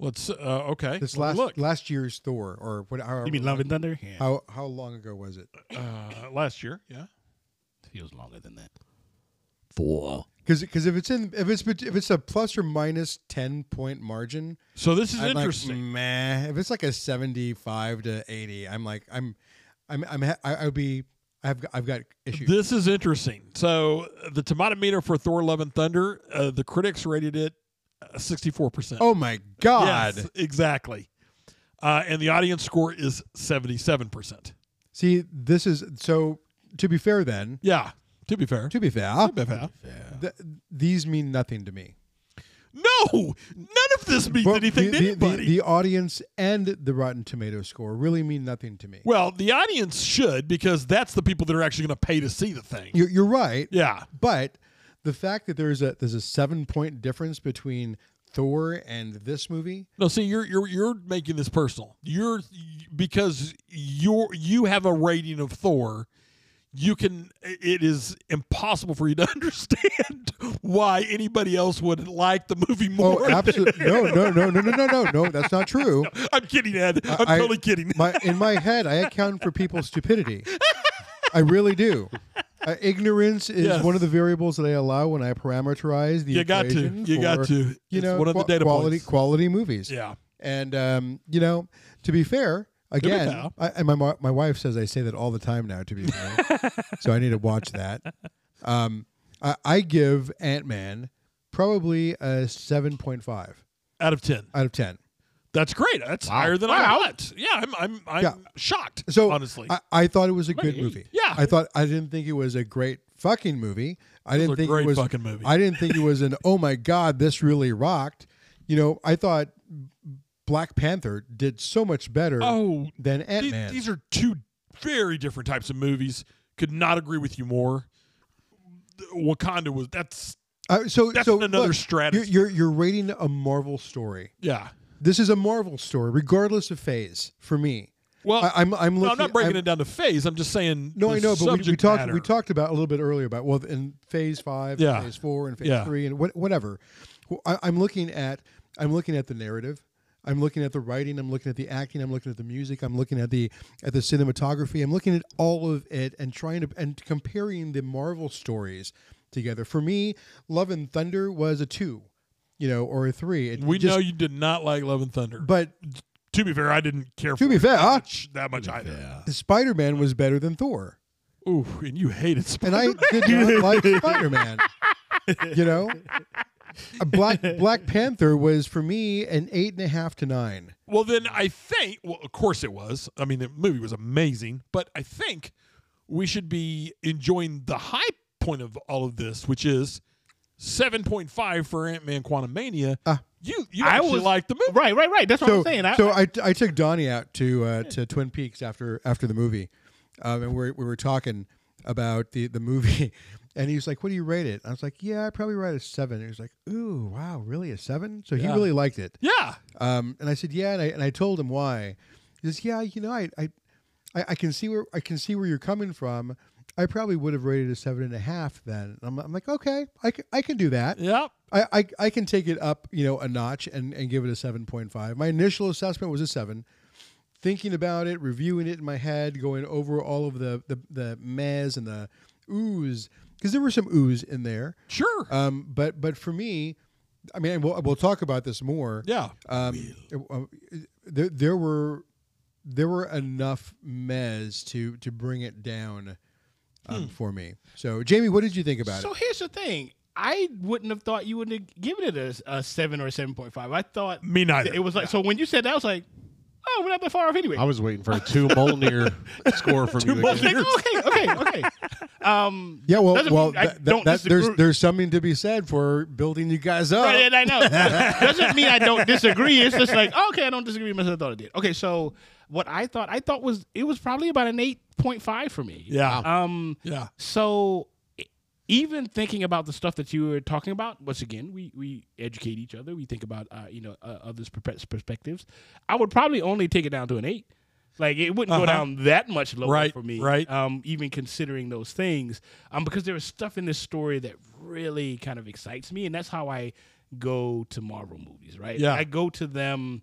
Speaker 3: Let's, uh, okay.
Speaker 2: This
Speaker 3: Let
Speaker 2: last
Speaker 3: me look.
Speaker 2: last year's Thor, or what? How,
Speaker 6: You mean Love and Thunder?
Speaker 5: Yeah,
Speaker 2: how how long ago was it?
Speaker 3: Uh, last year, yeah.
Speaker 5: it feels longer than that.
Speaker 4: Four.
Speaker 2: Because if it's in if it's bet- if it's a plus or minus ten point margin,
Speaker 3: So this is
Speaker 2: I'm like,
Speaker 3: interesting.
Speaker 2: meh. If it's like a seventy five to eighty, I'm like I'm I'm I'm ha- I, I would be I've got, I've got issues.
Speaker 3: This is interesting. So uh, the tomato meter for Thor: Love and Thunder, uh, the critics rated it uh, sixty-four percent.
Speaker 2: oh my god!
Speaker 3: exactly. Uh, and the audience score is seventy-seven percent.
Speaker 2: See, this is so. To be fair, then
Speaker 3: Yeah. To be fair.
Speaker 2: to be fair,
Speaker 3: Yeah.
Speaker 2: th- these mean nothing to me.
Speaker 3: No, none of this means
Speaker 2: But
Speaker 3: anything
Speaker 2: the,
Speaker 3: to
Speaker 2: the- the-
Speaker 3: anybody.
Speaker 2: the audience and the Rotten Tomato score really mean nothing to me.
Speaker 3: well, the audience should because that's the people that are actually going to pay to see the thing.
Speaker 2: You're, you're right.
Speaker 3: yeah.
Speaker 2: But the fact that there's a there's a seven point difference between Thor and this movie,
Speaker 3: No, see, you're you're you're making this personal. You're because you're you have a rating of Thor. You can. It is impossible for you to understand why anybody else would like the movie
Speaker 2: oh,
Speaker 3: more.
Speaker 2: absolutely no, no, no, no, no, no, no, no, that's not true.
Speaker 3: I'm kidding, Ed. I'm
Speaker 2: I-
Speaker 3: totally kidding.
Speaker 2: My in my head, I account for people's stupidity. I really do. Uh, ignorance is
Speaker 3: Yes.
Speaker 2: one of the variables that I allow when I parameterize the
Speaker 3: you got to.
Speaker 2: equation
Speaker 3: You got
Speaker 2: for,
Speaker 3: to.
Speaker 2: You
Speaker 3: It's
Speaker 2: know,
Speaker 3: one of the
Speaker 2: qua-
Speaker 3: data
Speaker 2: quality
Speaker 3: points.
Speaker 2: quality movies.
Speaker 3: Yeah.
Speaker 2: And um, you know, to be fair, again,
Speaker 3: fair.
Speaker 2: I, and my mo- my wife says I say that all the time now. To be fair, so I need to watch that. Um, I, I give Ant Man probably a seven point five
Speaker 3: Out of ten,
Speaker 2: out of ten.
Speaker 3: that's great. That's higher than I want. Yeah, I'm. I'm. I'm
Speaker 2: Yeah.
Speaker 3: shocked.
Speaker 2: So
Speaker 3: honestly,
Speaker 2: I, I thought it was a good movie.
Speaker 3: Yeah.
Speaker 2: I thought I didn't think it was a great fucking movie. I
Speaker 3: a
Speaker 2: didn't think
Speaker 3: great
Speaker 2: it was
Speaker 3: fucking movie.
Speaker 2: I didn't think it was an oh my god this really rocked. You know, I thought Black Panther did so much better
Speaker 3: oh,
Speaker 2: than Ant
Speaker 3: Th-
Speaker 2: Man.
Speaker 3: These are two very different types of movies. Could not agree with you more. Th- Wakanda was that's
Speaker 2: Uh, so
Speaker 3: That's
Speaker 2: so
Speaker 3: another
Speaker 2: look,
Speaker 3: strategy.
Speaker 2: You're, you're you're rating a Marvel story.
Speaker 3: yeah.
Speaker 2: This is a Marvel story, regardless of phase. For me,
Speaker 3: Well,
Speaker 2: I, I'm I'm
Speaker 3: Oh. no,
Speaker 2: looking.
Speaker 3: I'm not breaking
Speaker 2: I'm-
Speaker 3: it down to phase. I'm just saying.
Speaker 2: No,
Speaker 3: the
Speaker 2: I know, but we, we
Speaker 3: subject
Speaker 2: talked
Speaker 3: matter.
Speaker 2: we talked about a little bit earlier about well in phase five,
Speaker 3: Yeah.
Speaker 2: and phase four, and phase
Speaker 3: Yeah.
Speaker 2: three, and what, whatever. Well, I, I'm looking at I'm looking at the narrative. I'm looking at the writing. I'm looking at the acting. I'm looking at the music. I'm looking at the at the cinematography. I'm looking at all of it and trying to and comparing the Marvel stories together. For me, Love and Thunder was a two, you know, or a three. It
Speaker 3: We
Speaker 2: just-
Speaker 3: know you did not like Love and Thunder,
Speaker 2: but
Speaker 3: to be fair, I didn't care
Speaker 2: to
Speaker 3: for
Speaker 2: be
Speaker 3: it
Speaker 2: fair, huh?
Speaker 3: much, that much either.
Speaker 2: Spider Man was better than Thor.
Speaker 3: Ooh, and you hated Spider.
Speaker 2: and I did not like Spider Man. You know, A Black Black Panther was for me an eight and a half to nine.
Speaker 3: Well, then I think, well, of course it was. I mean, the movie was amazing, but I think we should be enjoying the high point of all of this, which is 7.5 for Ant Man Quantum Mania.
Speaker 2: Ah.
Speaker 3: you you
Speaker 6: I
Speaker 3: actually
Speaker 6: was-
Speaker 3: liked the movie.
Speaker 6: Right, right, right. That's what
Speaker 2: So,
Speaker 6: I'm saying. I,
Speaker 2: so I, I took Donnie out to uh, to Twin Peaks after after the movie, um, and we we were talking about the the movie, and he was like, "What do you rate it?" I was like, "Yeah, I probably rate it a seven. He was like, "Ooh, wow, really a seven? So he really liked it.
Speaker 3: Yeah.
Speaker 2: Um, and I said, yeah, and I, and I told him why. He says, yeah, you know, I, I, I I can see where I can see where you're coming from. I probably would have rated a seven and a half then. And I'm, I'm like, okay, I, c- I can do that.
Speaker 3: Yep.
Speaker 2: I, I, I can take it up, you know, a notch and, and give it a 7.5. My initial assessment was a seven. Thinking about it, reviewing it in my head, going over all of the, the, the mehs and the oohs, because there were some oohs in there.
Speaker 3: Sure.
Speaker 2: Um, but, but for me, I mean, and we'll, we'll talk about this more
Speaker 3: yeah.
Speaker 2: um, uh, there, there were there were enough mez to to bring it down um, for me. So, Jamie, what did you think about
Speaker 5: Hmm. So
Speaker 2: it?
Speaker 5: here's the thing. I wouldn't have thought you would have given it a, a seven or a seven point five. I thought
Speaker 3: Me neither.
Speaker 5: It was like so when you said that, I was like, oh, we're not that far off anyway.
Speaker 4: I was waiting for a two Molnir score from you.
Speaker 5: I was like, oh, okay, okay, okay. Um,
Speaker 2: Yeah, well,
Speaker 5: doesn't
Speaker 2: well,
Speaker 5: mean I
Speaker 2: that-
Speaker 5: don't
Speaker 2: that- there's
Speaker 5: disagree.
Speaker 2: there's something to be said for building you guys up.
Speaker 5: Right, and I know. Doesn't mean I don't disagree. It's just like, okay, I don't disagree with what I thought I did. Okay, so what I thought, I thought was, it was probably about an 8.5 for me.
Speaker 3: yeah,
Speaker 5: Um,
Speaker 3: yeah.
Speaker 5: so e- even thinking about the stuff that you were talking about, once again, we, we educate each other. We think about, uh, you know, uh, others' perpe- perspectives. I would probably only take it down to an eight. Like it wouldn't go
Speaker 3: Uh-huh.
Speaker 5: down that much lower
Speaker 3: Right,
Speaker 5: for me,
Speaker 3: right.
Speaker 5: Um, even considering those things, um, because there was stuff in this story that really kind of excites me, and that's how I go to Marvel movies, right?
Speaker 3: Yeah.
Speaker 5: I go to them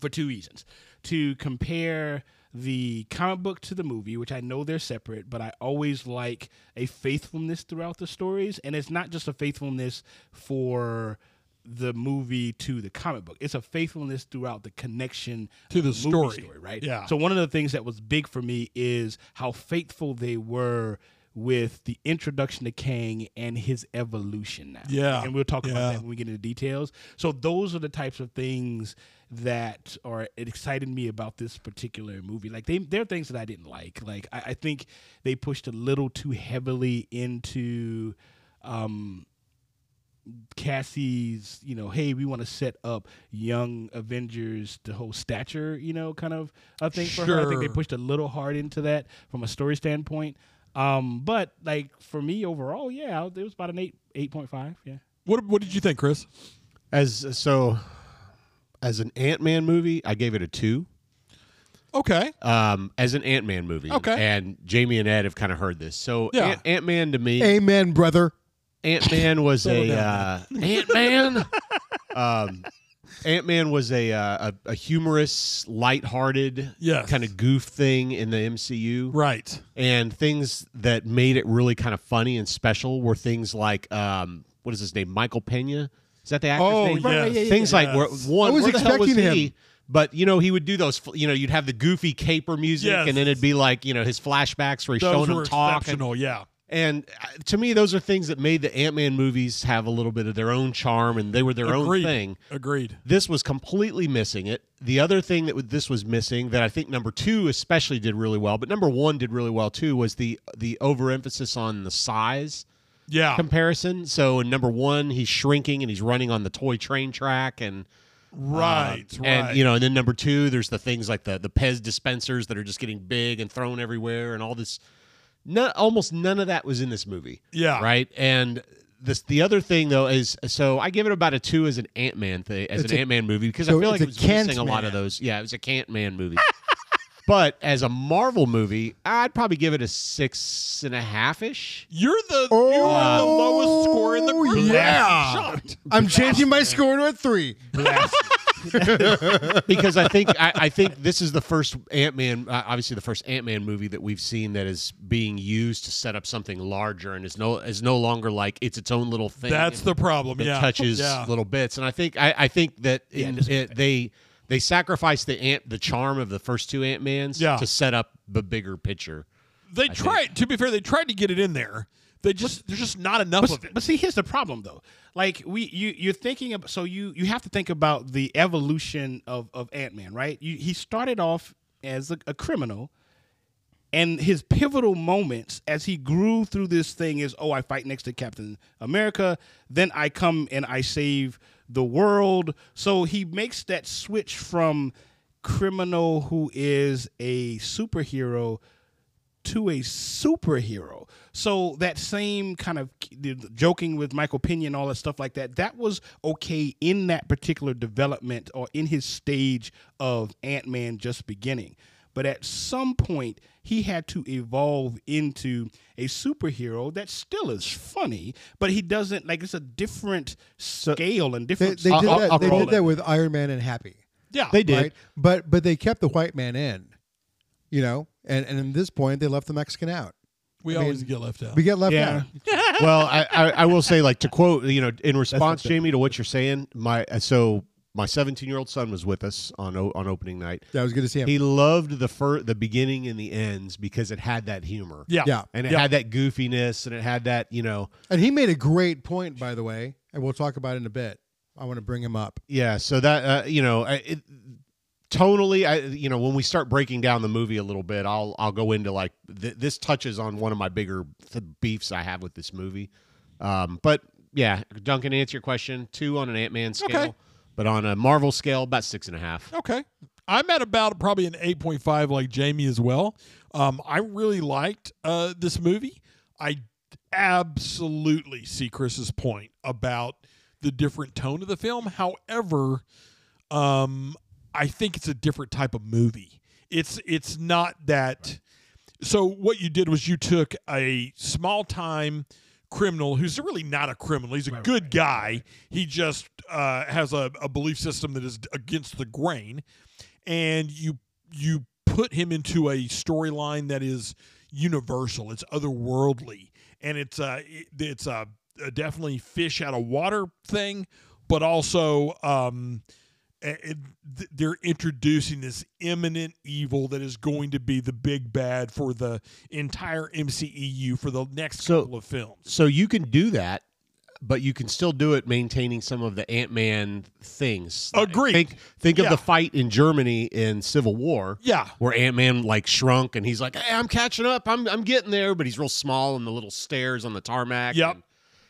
Speaker 5: for two reasons to compare the comic book to the movie which i know they're separate but i always like a faithfulness throughout the stories and it's not just a faithfulness for the movie to the comic book it's a faithfulness throughout the connection
Speaker 3: To the
Speaker 5: of movie
Speaker 3: story.
Speaker 5: right
Speaker 3: Yeah.
Speaker 5: so one of the things that was big for me is how faithful they were with the introduction to Kang and his evolution now.
Speaker 3: Yeah.
Speaker 5: And we'll talk
Speaker 3: Yeah.
Speaker 5: about that when we get into details. So those are the types of things that are it excited me about this particular movie. Like they there are things that I didn't like. Like I, I think they pushed a little too heavily into um Cassie's, you know, hey, we want to set up young Avengers, the whole stature, you know, kind of a thing for her. I think they
Speaker 3: Sure.
Speaker 5: pushed a little hard into that from a story standpoint. Um, but like for me overall, yeah, it was about an eight, eight point five, yeah.
Speaker 3: What What did you think, Chris?
Speaker 4: As so, as an Ant Man movie, I gave it a two.
Speaker 3: Okay.
Speaker 4: Um, as an Ant Man movie,
Speaker 3: Okay.
Speaker 4: And Jamie and Ed have kind of heard this, so
Speaker 3: Yeah.
Speaker 4: Ant Man to me,
Speaker 2: Amen, brother.
Speaker 4: Ant Man was a uh, Ant Man. um, Ant Man was a, uh, a a humorous, lighthearted,
Speaker 3: Yes.
Speaker 4: kind of goof thing in the MCU.
Speaker 3: Right.
Speaker 4: And things that made it really kind of funny and special were things like um, what is his name, Michael Pena? Is that the actor's
Speaker 3: Oh,
Speaker 4: name?
Speaker 3: right, yeah, yeah, yeah,
Speaker 4: things
Speaker 3: yeah.
Speaker 4: like where,
Speaker 3: Yes.
Speaker 4: one.
Speaker 2: I was
Speaker 4: where the hell was
Speaker 2: expecting him.
Speaker 4: he? But you know he would do those. fl- You know you'd have the goofy caper music,
Speaker 3: Yes.
Speaker 4: and then it'd be like you know his flashbacks where he's
Speaker 3: Those
Speaker 4: showing
Speaker 3: were
Speaker 4: him talk. and-
Speaker 3: exceptional. yeah.
Speaker 4: and uh, to me, those are things that made the Ant Man movies have a little bit of their own charm, and they were their
Speaker 3: Agreed.
Speaker 4: own thing.
Speaker 3: Agreed.
Speaker 4: This was completely missing it. The other thing that w- this was missing, that I think number two especially did really well, but number one did really well too, was the the overemphasis on the size
Speaker 3: Yeah.
Speaker 4: comparison. So in number one, he's shrinking and he's running on the toy train track, and
Speaker 3: right. right.
Speaker 4: Uh, and you know, and then number two, there's the things like the the Pez dispensers that are just getting big and thrown everywhere, and all this. No, almost none of that was in this movie.
Speaker 3: Yeah.
Speaker 4: Right. And this the other thing though is so I give it about a two as an Ant Man thing as
Speaker 2: It's
Speaker 4: an
Speaker 2: a-
Speaker 4: Ant Man movie because
Speaker 2: so
Speaker 4: I
Speaker 2: it's
Speaker 4: feel like
Speaker 2: a
Speaker 4: it was missing a
Speaker 2: Cant
Speaker 4: lot of
Speaker 2: Man.
Speaker 4: those. Yeah, it was a Cant Man movie. but as a Marvel movie, I'd probably give it a six and a half ish.
Speaker 3: You're the you're the
Speaker 2: Oh,
Speaker 3: lowest score in the group.
Speaker 2: yeah.
Speaker 3: Shocked.
Speaker 2: I'm changing my score to a three.
Speaker 4: because I think I, I think this is the first Ant Man, uh, obviously the first Ant Man movie that we've seen that is being used to set up something larger and is no is no longer like it's its own little thing.
Speaker 3: That's the problem.
Speaker 4: that
Speaker 3: yeah.
Speaker 4: touches
Speaker 3: Yeah.
Speaker 4: little bits, and I think I, I think that in, it, they they sacrificed the ant the charm of the first two Ant Mans
Speaker 3: Yeah.
Speaker 4: to set up the bigger picture.
Speaker 3: They tried. To be fair, they tried to get it in there. They just there's just not enough of
Speaker 5: But,
Speaker 3: it.
Speaker 5: but see, here's the problem though. Like we, you, you're thinking about. So you, you have to think about the evolution of of Ant Man, right? You, he started off as a, a criminal, and his pivotal moments as he grew through this thing is, oh, I fight next to Captain America, then I come and I save the world. So he makes that switch from criminal who is a superhero to a superhero. So that same kind of the joking with Michael Pena and all that stuff like that, that was okay in that particular development or in his stage of Ant Man just beginning. But at some point, he had to evolve into a superhero that still is funny, but he doesn't like it's a different scale and
Speaker 2: They,
Speaker 5: different.
Speaker 2: they did
Speaker 4: I'll-
Speaker 2: that.
Speaker 4: I'll
Speaker 2: They
Speaker 4: roll
Speaker 2: did
Speaker 4: it.
Speaker 2: that with Iron Man and Happy.
Speaker 3: Yeah.
Speaker 4: They did.
Speaker 2: Right? But but they kept the white man in, you know. And and at this point, they left the Mexican out.
Speaker 3: we
Speaker 2: I mean,
Speaker 3: always get left out.
Speaker 2: We get left
Speaker 5: Yeah.
Speaker 2: out.
Speaker 4: well, I, I, I will say, like to quote, you know, in response, Jamie, to what you're saying, my uh, so my 17 year old son was with us on o- on opening night.
Speaker 2: Yeah, it was good to see him.
Speaker 4: He loved the fir- the beginning and the ends because it had that humor.
Speaker 3: Yeah.
Speaker 2: yeah.
Speaker 4: and it had that goofiness and it had that you know
Speaker 2: And he made a great point, by the way, and we'll talk about it in a bit. I want to bring him up.
Speaker 4: yeah. So that uh, you know I- it, tonally, I you know when we start breaking down the movie a little bit, I'll I'll go into like th- this touches on one of my bigger th- beefs I have with this movie. Um, but yeah, Duncan, to answer your question. Two on an Ant Man scale,
Speaker 3: Okay.
Speaker 4: but on a Marvel scale, about six and a half.
Speaker 3: Okay. I'm at about probably an 8.5 like Jamie as well. Um, I really liked uh, this movie. I absolutely see Chris's point about the different tone of the film. However, um, I think it's a different type of movie. It's it's not that. So what you did was you took a small time criminal who's really not a criminal. He's a good guy. He just uh, has a, a belief system that is against the grain, and you you put him into a storyline that is universal. It's otherworldly, and it's a it's a, a definitely fish out of water thing, but also. Um, a- it, th- they're introducing this imminent evil that is going to be the big bad for the entire MCEU for the next
Speaker 4: So-
Speaker 3: couple of films.
Speaker 4: So you can do that, but you can still do it maintaining some of the Ant Man things.
Speaker 3: Agreed.
Speaker 4: Think, think of
Speaker 3: Yeah.
Speaker 4: the fight in Germany in Civil War.
Speaker 3: Yeah.
Speaker 4: Where Ant Man like shrunk and he's like, Hey, I'm catching up. I'm I'm getting there, but he's real small on the little stairs on the tarmac.
Speaker 3: Yep.
Speaker 4: and,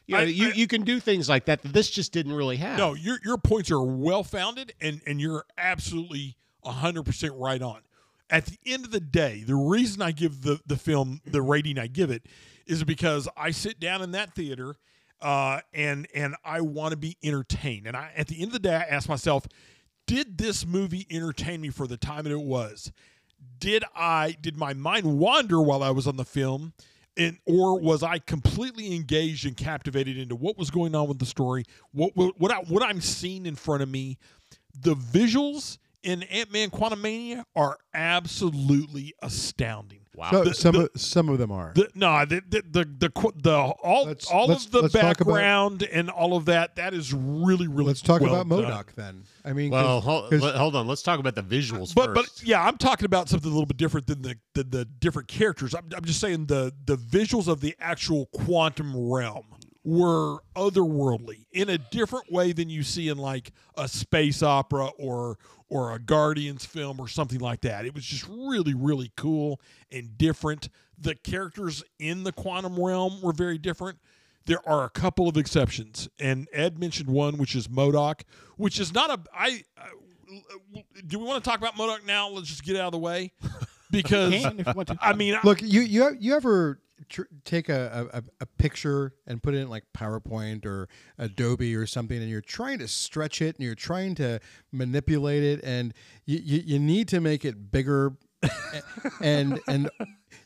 Speaker 4: you know,
Speaker 3: I-
Speaker 4: you,
Speaker 3: I-
Speaker 4: you can do things like that that this just didn't really have.
Speaker 3: No, your your points are well founded, and and you're absolutely hundred percent right on. At the end of the day, the reason I give the the film the rating I give it is because I sit down in that theater, uh, and and I want to be entertained. And I at the end of the day, I ask myself, did this movie entertain me for the time that it was? Did I did my mind wander while I was on the film? and or was I completely engaged and captivated into what was going on with the story, what what what, I, what I'm seeing in front of me? The visuals in Ant Man Quantumania are absolutely astounding.
Speaker 4: Uh,
Speaker 3: Wow.
Speaker 2: So, some of, some of them are.
Speaker 3: The, no, the the the, the, qu- the all
Speaker 2: Let's-
Speaker 3: all
Speaker 2: let's-
Speaker 3: of the
Speaker 2: let's talk about-
Speaker 3: background and all of that that is really really.
Speaker 2: Let's talk
Speaker 3: well
Speaker 2: about
Speaker 3: done.
Speaker 2: Modoc then. I mean, 'cause-
Speaker 4: Well, hold,
Speaker 2: 'cause-
Speaker 4: let- hold on. Let's talk about the visuals
Speaker 3: But
Speaker 4: first.
Speaker 3: but yeah, I'm talking about something a little bit different than the the, the different characters. I'm, I'm just saying the the visuals of the actual quantum realm were otherworldly in a different way than you see in like a space opera or or a Guardians film or something like that. It was just really really cool and different. The characters in the quantum realm were very different. There are a couple of exceptions, and Ed mentioned one, which is Modoc, which is not a. I uh, do we want to talk about Modoc now? Let's just get it out of the way because
Speaker 5: Can, if you want to.
Speaker 3: I mean, I-
Speaker 2: look, you you you ever tr- take a, a a picture and put it in like PowerPoint or Adobe or something, and you're trying to stretch it and you're trying to manipulate it, and you you, you need to make it bigger, and and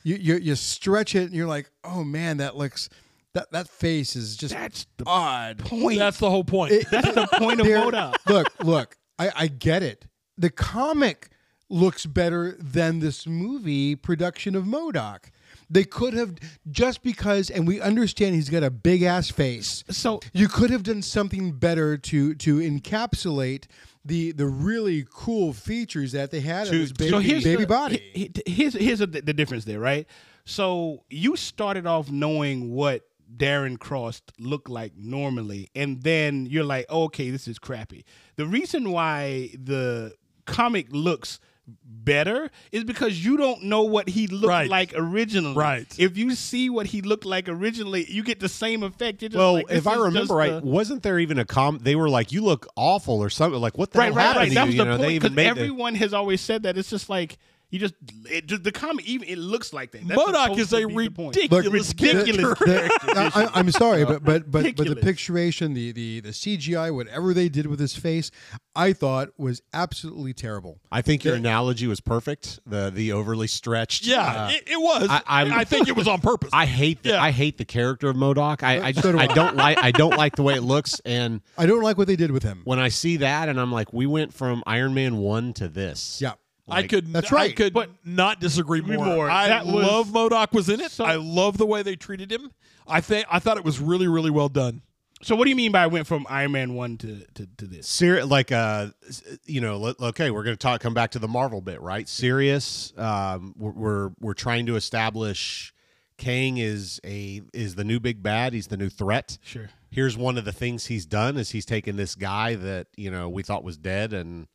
Speaker 2: you, you you stretch it, and you're like, oh man, that looks. That, that face is just
Speaker 5: That's the
Speaker 2: odd.
Speaker 5: point.
Speaker 3: that's the whole point.
Speaker 2: It-
Speaker 5: That's the point of
Speaker 2: there-
Speaker 5: Modoc.
Speaker 2: Look, look, I, I get it. The comic looks better than this movie production of Modoc. They could have just because, and we understand he's got a big ass face.
Speaker 5: So-
Speaker 2: you could have done something better to to encapsulate the the really cool features that they had of his baby, baby
Speaker 5: the,
Speaker 2: body.
Speaker 5: he- he- Here's here's a, the difference there, right? So you started off knowing what Darren Cross looked like normally, and then you're like, oh, okay, this is crappy. The reason why the comic looks better is because you don't know what he looked
Speaker 3: Right.
Speaker 5: like originally.
Speaker 3: Right.
Speaker 5: If you see what he looked like originally, you get the same effect. You're just
Speaker 4: well,
Speaker 5: like, this
Speaker 4: if I
Speaker 5: is just
Speaker 4: remember right,
Speaker 5: the-
Speaker 4: wasn't there even a com? They were like, "You look awful" or something. Like, what the
Speaker 5: right,
Speaker 4: hell
Speaker 5: right,
Speaker 4: happened
Speaker 5: right.
Speaker 4: to
Speaker 5: That
Speaker 4: you?
Speaker 5: was
Speaker 4: you
Speaker 5: the
Speaker 4: know, they
Speaker 5: point
Speaker 4: even
Speaker 5: because
Speaker 4: made the-
Speaker 5: everyone has always said that. It's just like you just it, just- the comic even it looks like that. That's
Speaker 3: Modoc
Speaker 5: supposed
Speaker 3: is
Speaker 5: to
Speaker 3: a
Speaker 5: be the point.
Speaker 3: ridiculous,
Speaker 5: ridiculous
Speaker 3: character.
Speaker 2: I- I, I'm sorry, but but but but the
Speaker 5: Ridiculous.
Speaker 2: picturation, the the the CGI, whatever they did with his face, I thought was absolutely terrible.
Speaker 4: I think your analogy was perfect. The the overly stretched.
Speaker 3: Yeah,
Speaker 4: uh,
Speaker 3: it, it was.
Speaker 4: I- I'm-
Speaker 3: I think it was on purpose.
Speaker 4: I hate the,
Speaker 3: Yeah.
Speaker 4: I hate the character of Modoc. I I,
Speaker 2: So
Speaker 4: just,
Speaker 2: do
Speaker 4: I
Speaker 2: I.
Speaker 4: don't like I don't like the way it looks. And
Speaker 2: I don't like what they did with him.
Speaker 4: when I see that, and I'm like, we went from Iron Man one to this.
Speaker 2: Yeah.
Speaker 3: I could.
Speaker 2: That's
Speaker 3: I
Speaker 2: right.
Speaker 3: could not disagree more.
Speaker 5: more.
Speaker 3: I
Speaker 5: That was-
Speaker 3: love Modoc was in it.
Speaker 5: So-
Speaker 3: I love the way they treated him. I think I thought it was really, really well done.
Speaker 5: So what do you mean by I went from Iron Man one to to, to this?
Speaker 4: Seri- like uh s- you know li- okay we're gonna talk come back to the marvel bit right serious um we're we're, we're trying to establish kang is a is the new big bad he's the new threat
Speaker 5: Sure.
Speaker 4: here's one of the things he's done is he's taken this guy that you know we thought was dead and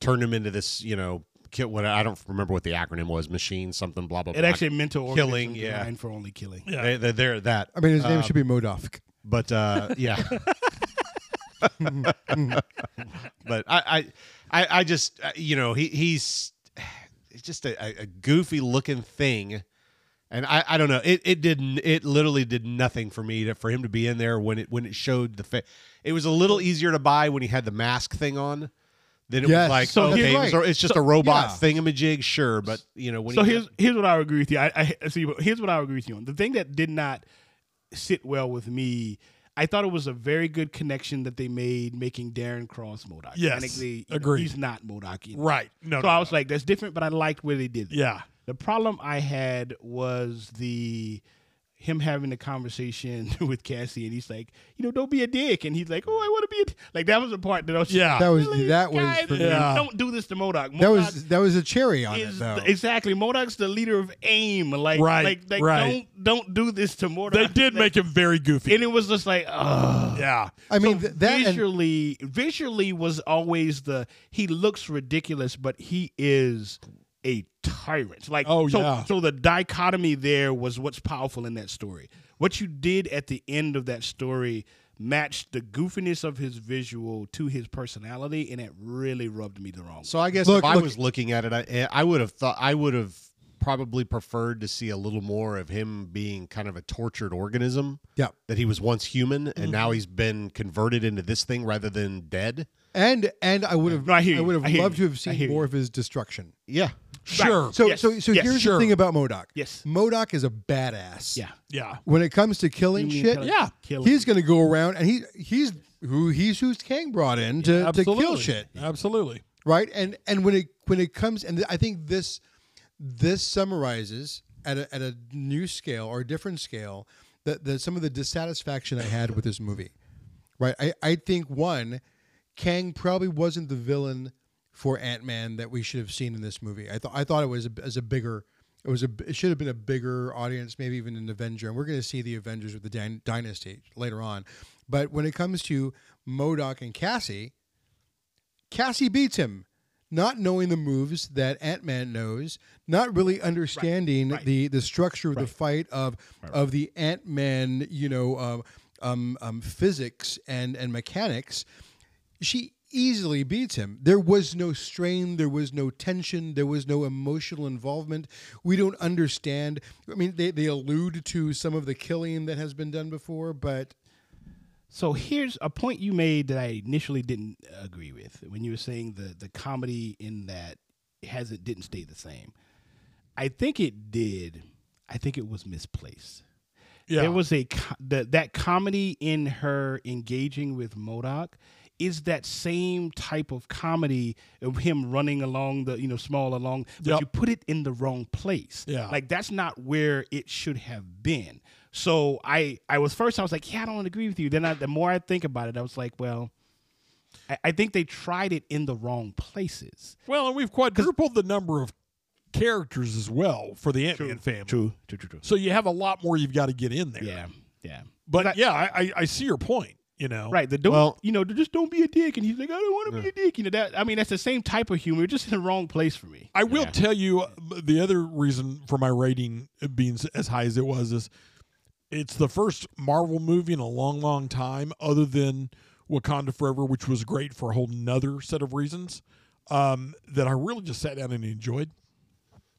Speaker 4: turned him into this you know ki- what i don't remember what the acronym was machine something blah blah
Speaker 5: It
Speaker 4: blah
Speaker 5: actually mental
Speaker 4: Uh, Killing,
Speaker 5: organism
Speaker 4: yeah.
Speaker 5: designed for only killing.
Speaker 3: Yeah.
Speaker 4: they, they, they're that
Speaker 2: I mean, his
Speaker 5: Um,
Speaker 2: name should be Modoc.
Speaker 4: but uh, yeah. but I, I, I, I just uh, you know he he's it's just a, a goofy looking thing, and I, I don't know it it didn't it literally did nothing for me to, for him to be in there when it when it showed the face. It was a little easier to buy when he had the mask thing on. Then it
Speaker 2: Yes,
Speaker 4: was like
Speaker 2: so he's
Speaker 4: okay, it was-
Speaker 2: right.
Speaker 4: it's just a robot
Speaker 2: yeah.
Speaker 4: thingamajig, sure, but you know when
Speaker 5: So
Speaker 4: he
Speaker 5: here's here's what I would agree with you. I, I see. Here's what I would agree with you on. The thing that did not sit well with me, I thought it was a very good connection that they made making Darren Cross Modoc.
Speaker 3: Yes,
Speaker 5: Technically, you know,
Speaker 3: agreed.
Speaker 5: he's not Modoc. Either.
Speaker 3: Right. No.
Speaker 5: So
Speaker 3: no,
Speaker 5: I
Speaker 3: no.
Speaker 5: was like, that's different, but I liked where they did it.
Speaker 3: yeah.
Speaker 5: The problem I had was the him having the conversation with Cassie, and he's like, you know, don't be a dick, and he's like, oh, I want to be a d-. like that was the part that I was just
Speaker 3: Yeah.
Speaker 5: like,
Speaker 2: That was-
Speaker 5: really?
Speaker 2: that was
Speaker 5: Guys,
Speaker 2: for
Speaker 3: me- Yeah.
Speaker 5: don't do this to Modoc.
Speaker 2: That
Speaker 5: Modok
Speaker 2: was that was a cherry on it
Speaker 5: is
Speaker 2: though.
Speaker 5: the- exactly Modoc's the leader of AIM. Like,
Speaker 3: Right,
Speaker 5: like, like
Speaker 3: right.
Speaker 5: don't don't do this to Modoc.
Speaker 3: They did make
Speaker 5: Like,
Speaker 3: him very goofy.
Speaker 5: and it was just like, ugh.
Speaker 3: yeah.
Speaker 2: I mean,
Speaker 5: So
Speaker 2: th- that and-
Speaker 5: visually, visually was always the he looks ridiculous, but he is a tyrant. Like,
Speaker 3: Oh,
Speaker 5: so,
Speaker 3: yeah.
Speaker 5: So the dichotomy there was what's powerful in that story. What you did at the end of that story matched the goofiness of his visual to his personality, and it really rubbed me the wrong way.
Speaker 4: So I guess
Speaker 2: Look,
Speaker 4: if I
Speaker 2: look-
Speaker 4: was looking at it, I, eh, I would have thought I would have probably preferred to see a little more of him being kind of a tortured organism.
Speaker 2: Yeah.
Speaker 4: That he was once human and now he's been converted into this thing rather than dead.
Speaker 2: and and I would have
Speaker 5: No, I hear you.
Speaker 2: would
Speaker 5: I
Speaker 2: have
Speaker 5: hear
Speaker 2: loved
Speaker 5: you.
Speaker 2: to have
Speaker 5: I hear
Speaker 2: seen more of his destruction.
Speaker 4: Yeah.
Speaker 3: Sure.
Speaker 2: So
Speaker 5: Yes.
Speaker 2: so so
Speaker 5: Yes.
Speaker 2: here's
Speaker 3: Sure.
Speaker 2: the thing about Modoc.
Speaker 5: Yes.
Speaker 2: Modoc is a badass.
Speaker 5: Yeah.
Speaker 3: Yeah.
Speaker 2: When it comes to killing
Speaker 5: You mean
Speaker 2: shit,
Speaker 5: killing-
Speaker 3: yeah.
Speaker 5: killing.
Speaker 2: he's gonna go around and he he's who he's who's Kang brought in to, to
Speaker 3: Absolutely.
Speaker 2: kill shit.
Speaker 3: Absolutely.
Speaker 2: right and and when it when it comes and i think this this summarizes at a, at a new scale or a different scale that the, some of the dissatisfaction i had with this movie right i i think one kang probably wasn't the villain for ant-man that we should have seen in this movie i thought i thought it was a, as a bigger it was a it should have been a bigger audience maybe even an avenger and we're going to see the avengers with the dyn- dynasty later on but when it comes to modoc and cassie Cassie beats him, not knowing the moves that Ant Man knows, not really understanding the the structure of the fight of of the Ant Man, you know, um, um, um, physics and and mechanics. She easily beats him. There was no strain, there was no tension, there was no emotional involvement. We don't understand. I mean, they they allude to some of the killing that has been done before, but
Speaker 5: So here's a point you made that I initially didn't uh, agree with when you were saying the the comedy in that hasn't didn't stay the same. I think it did. I think it was misplaced.
Speaker 3: Yeah.
Speaker 5: There was a co- the, that comedy in her engaging with Modoc is that same type of comedy of him running along the you know small along but
Speaker 3: Yep.
Speaker 5: you put it in the wrong place.
Speaker 3: Yeah.
Speaker 5: Like that's not where it should have been. So I I was first I was like, yeah, I don't agree with you. Then I, the more I think about it, I was like, well, I, I think they tried it in the wrong places.
Speaker 3: Well, and we've quadrupled the number of characters as well for the Ant Man family.
Speaker 5: True, true, true, true.
Speaker 3: So you have a lot more you've got to get in there.
Speaker 5: Yeah, yeah.
Speaker 3: But yeah, I, I, I see your point. You know.
Speaker 5: Right. The don't
Speaker 4: Well-
Speaker 5: you know, the just don't be a dick. And he's like, I don't want to be a dick. You know, that I mean that's the same type of humor, just in the wrong place for me.
Speaker 3: I will tell you uh, the other reason for my rating being s- as high as it was is it's the first Marvel movie in a long, long time, other than Wakanda Forever, which was great for a whole nother set of reasons um, that I really just sat down and enjoyed.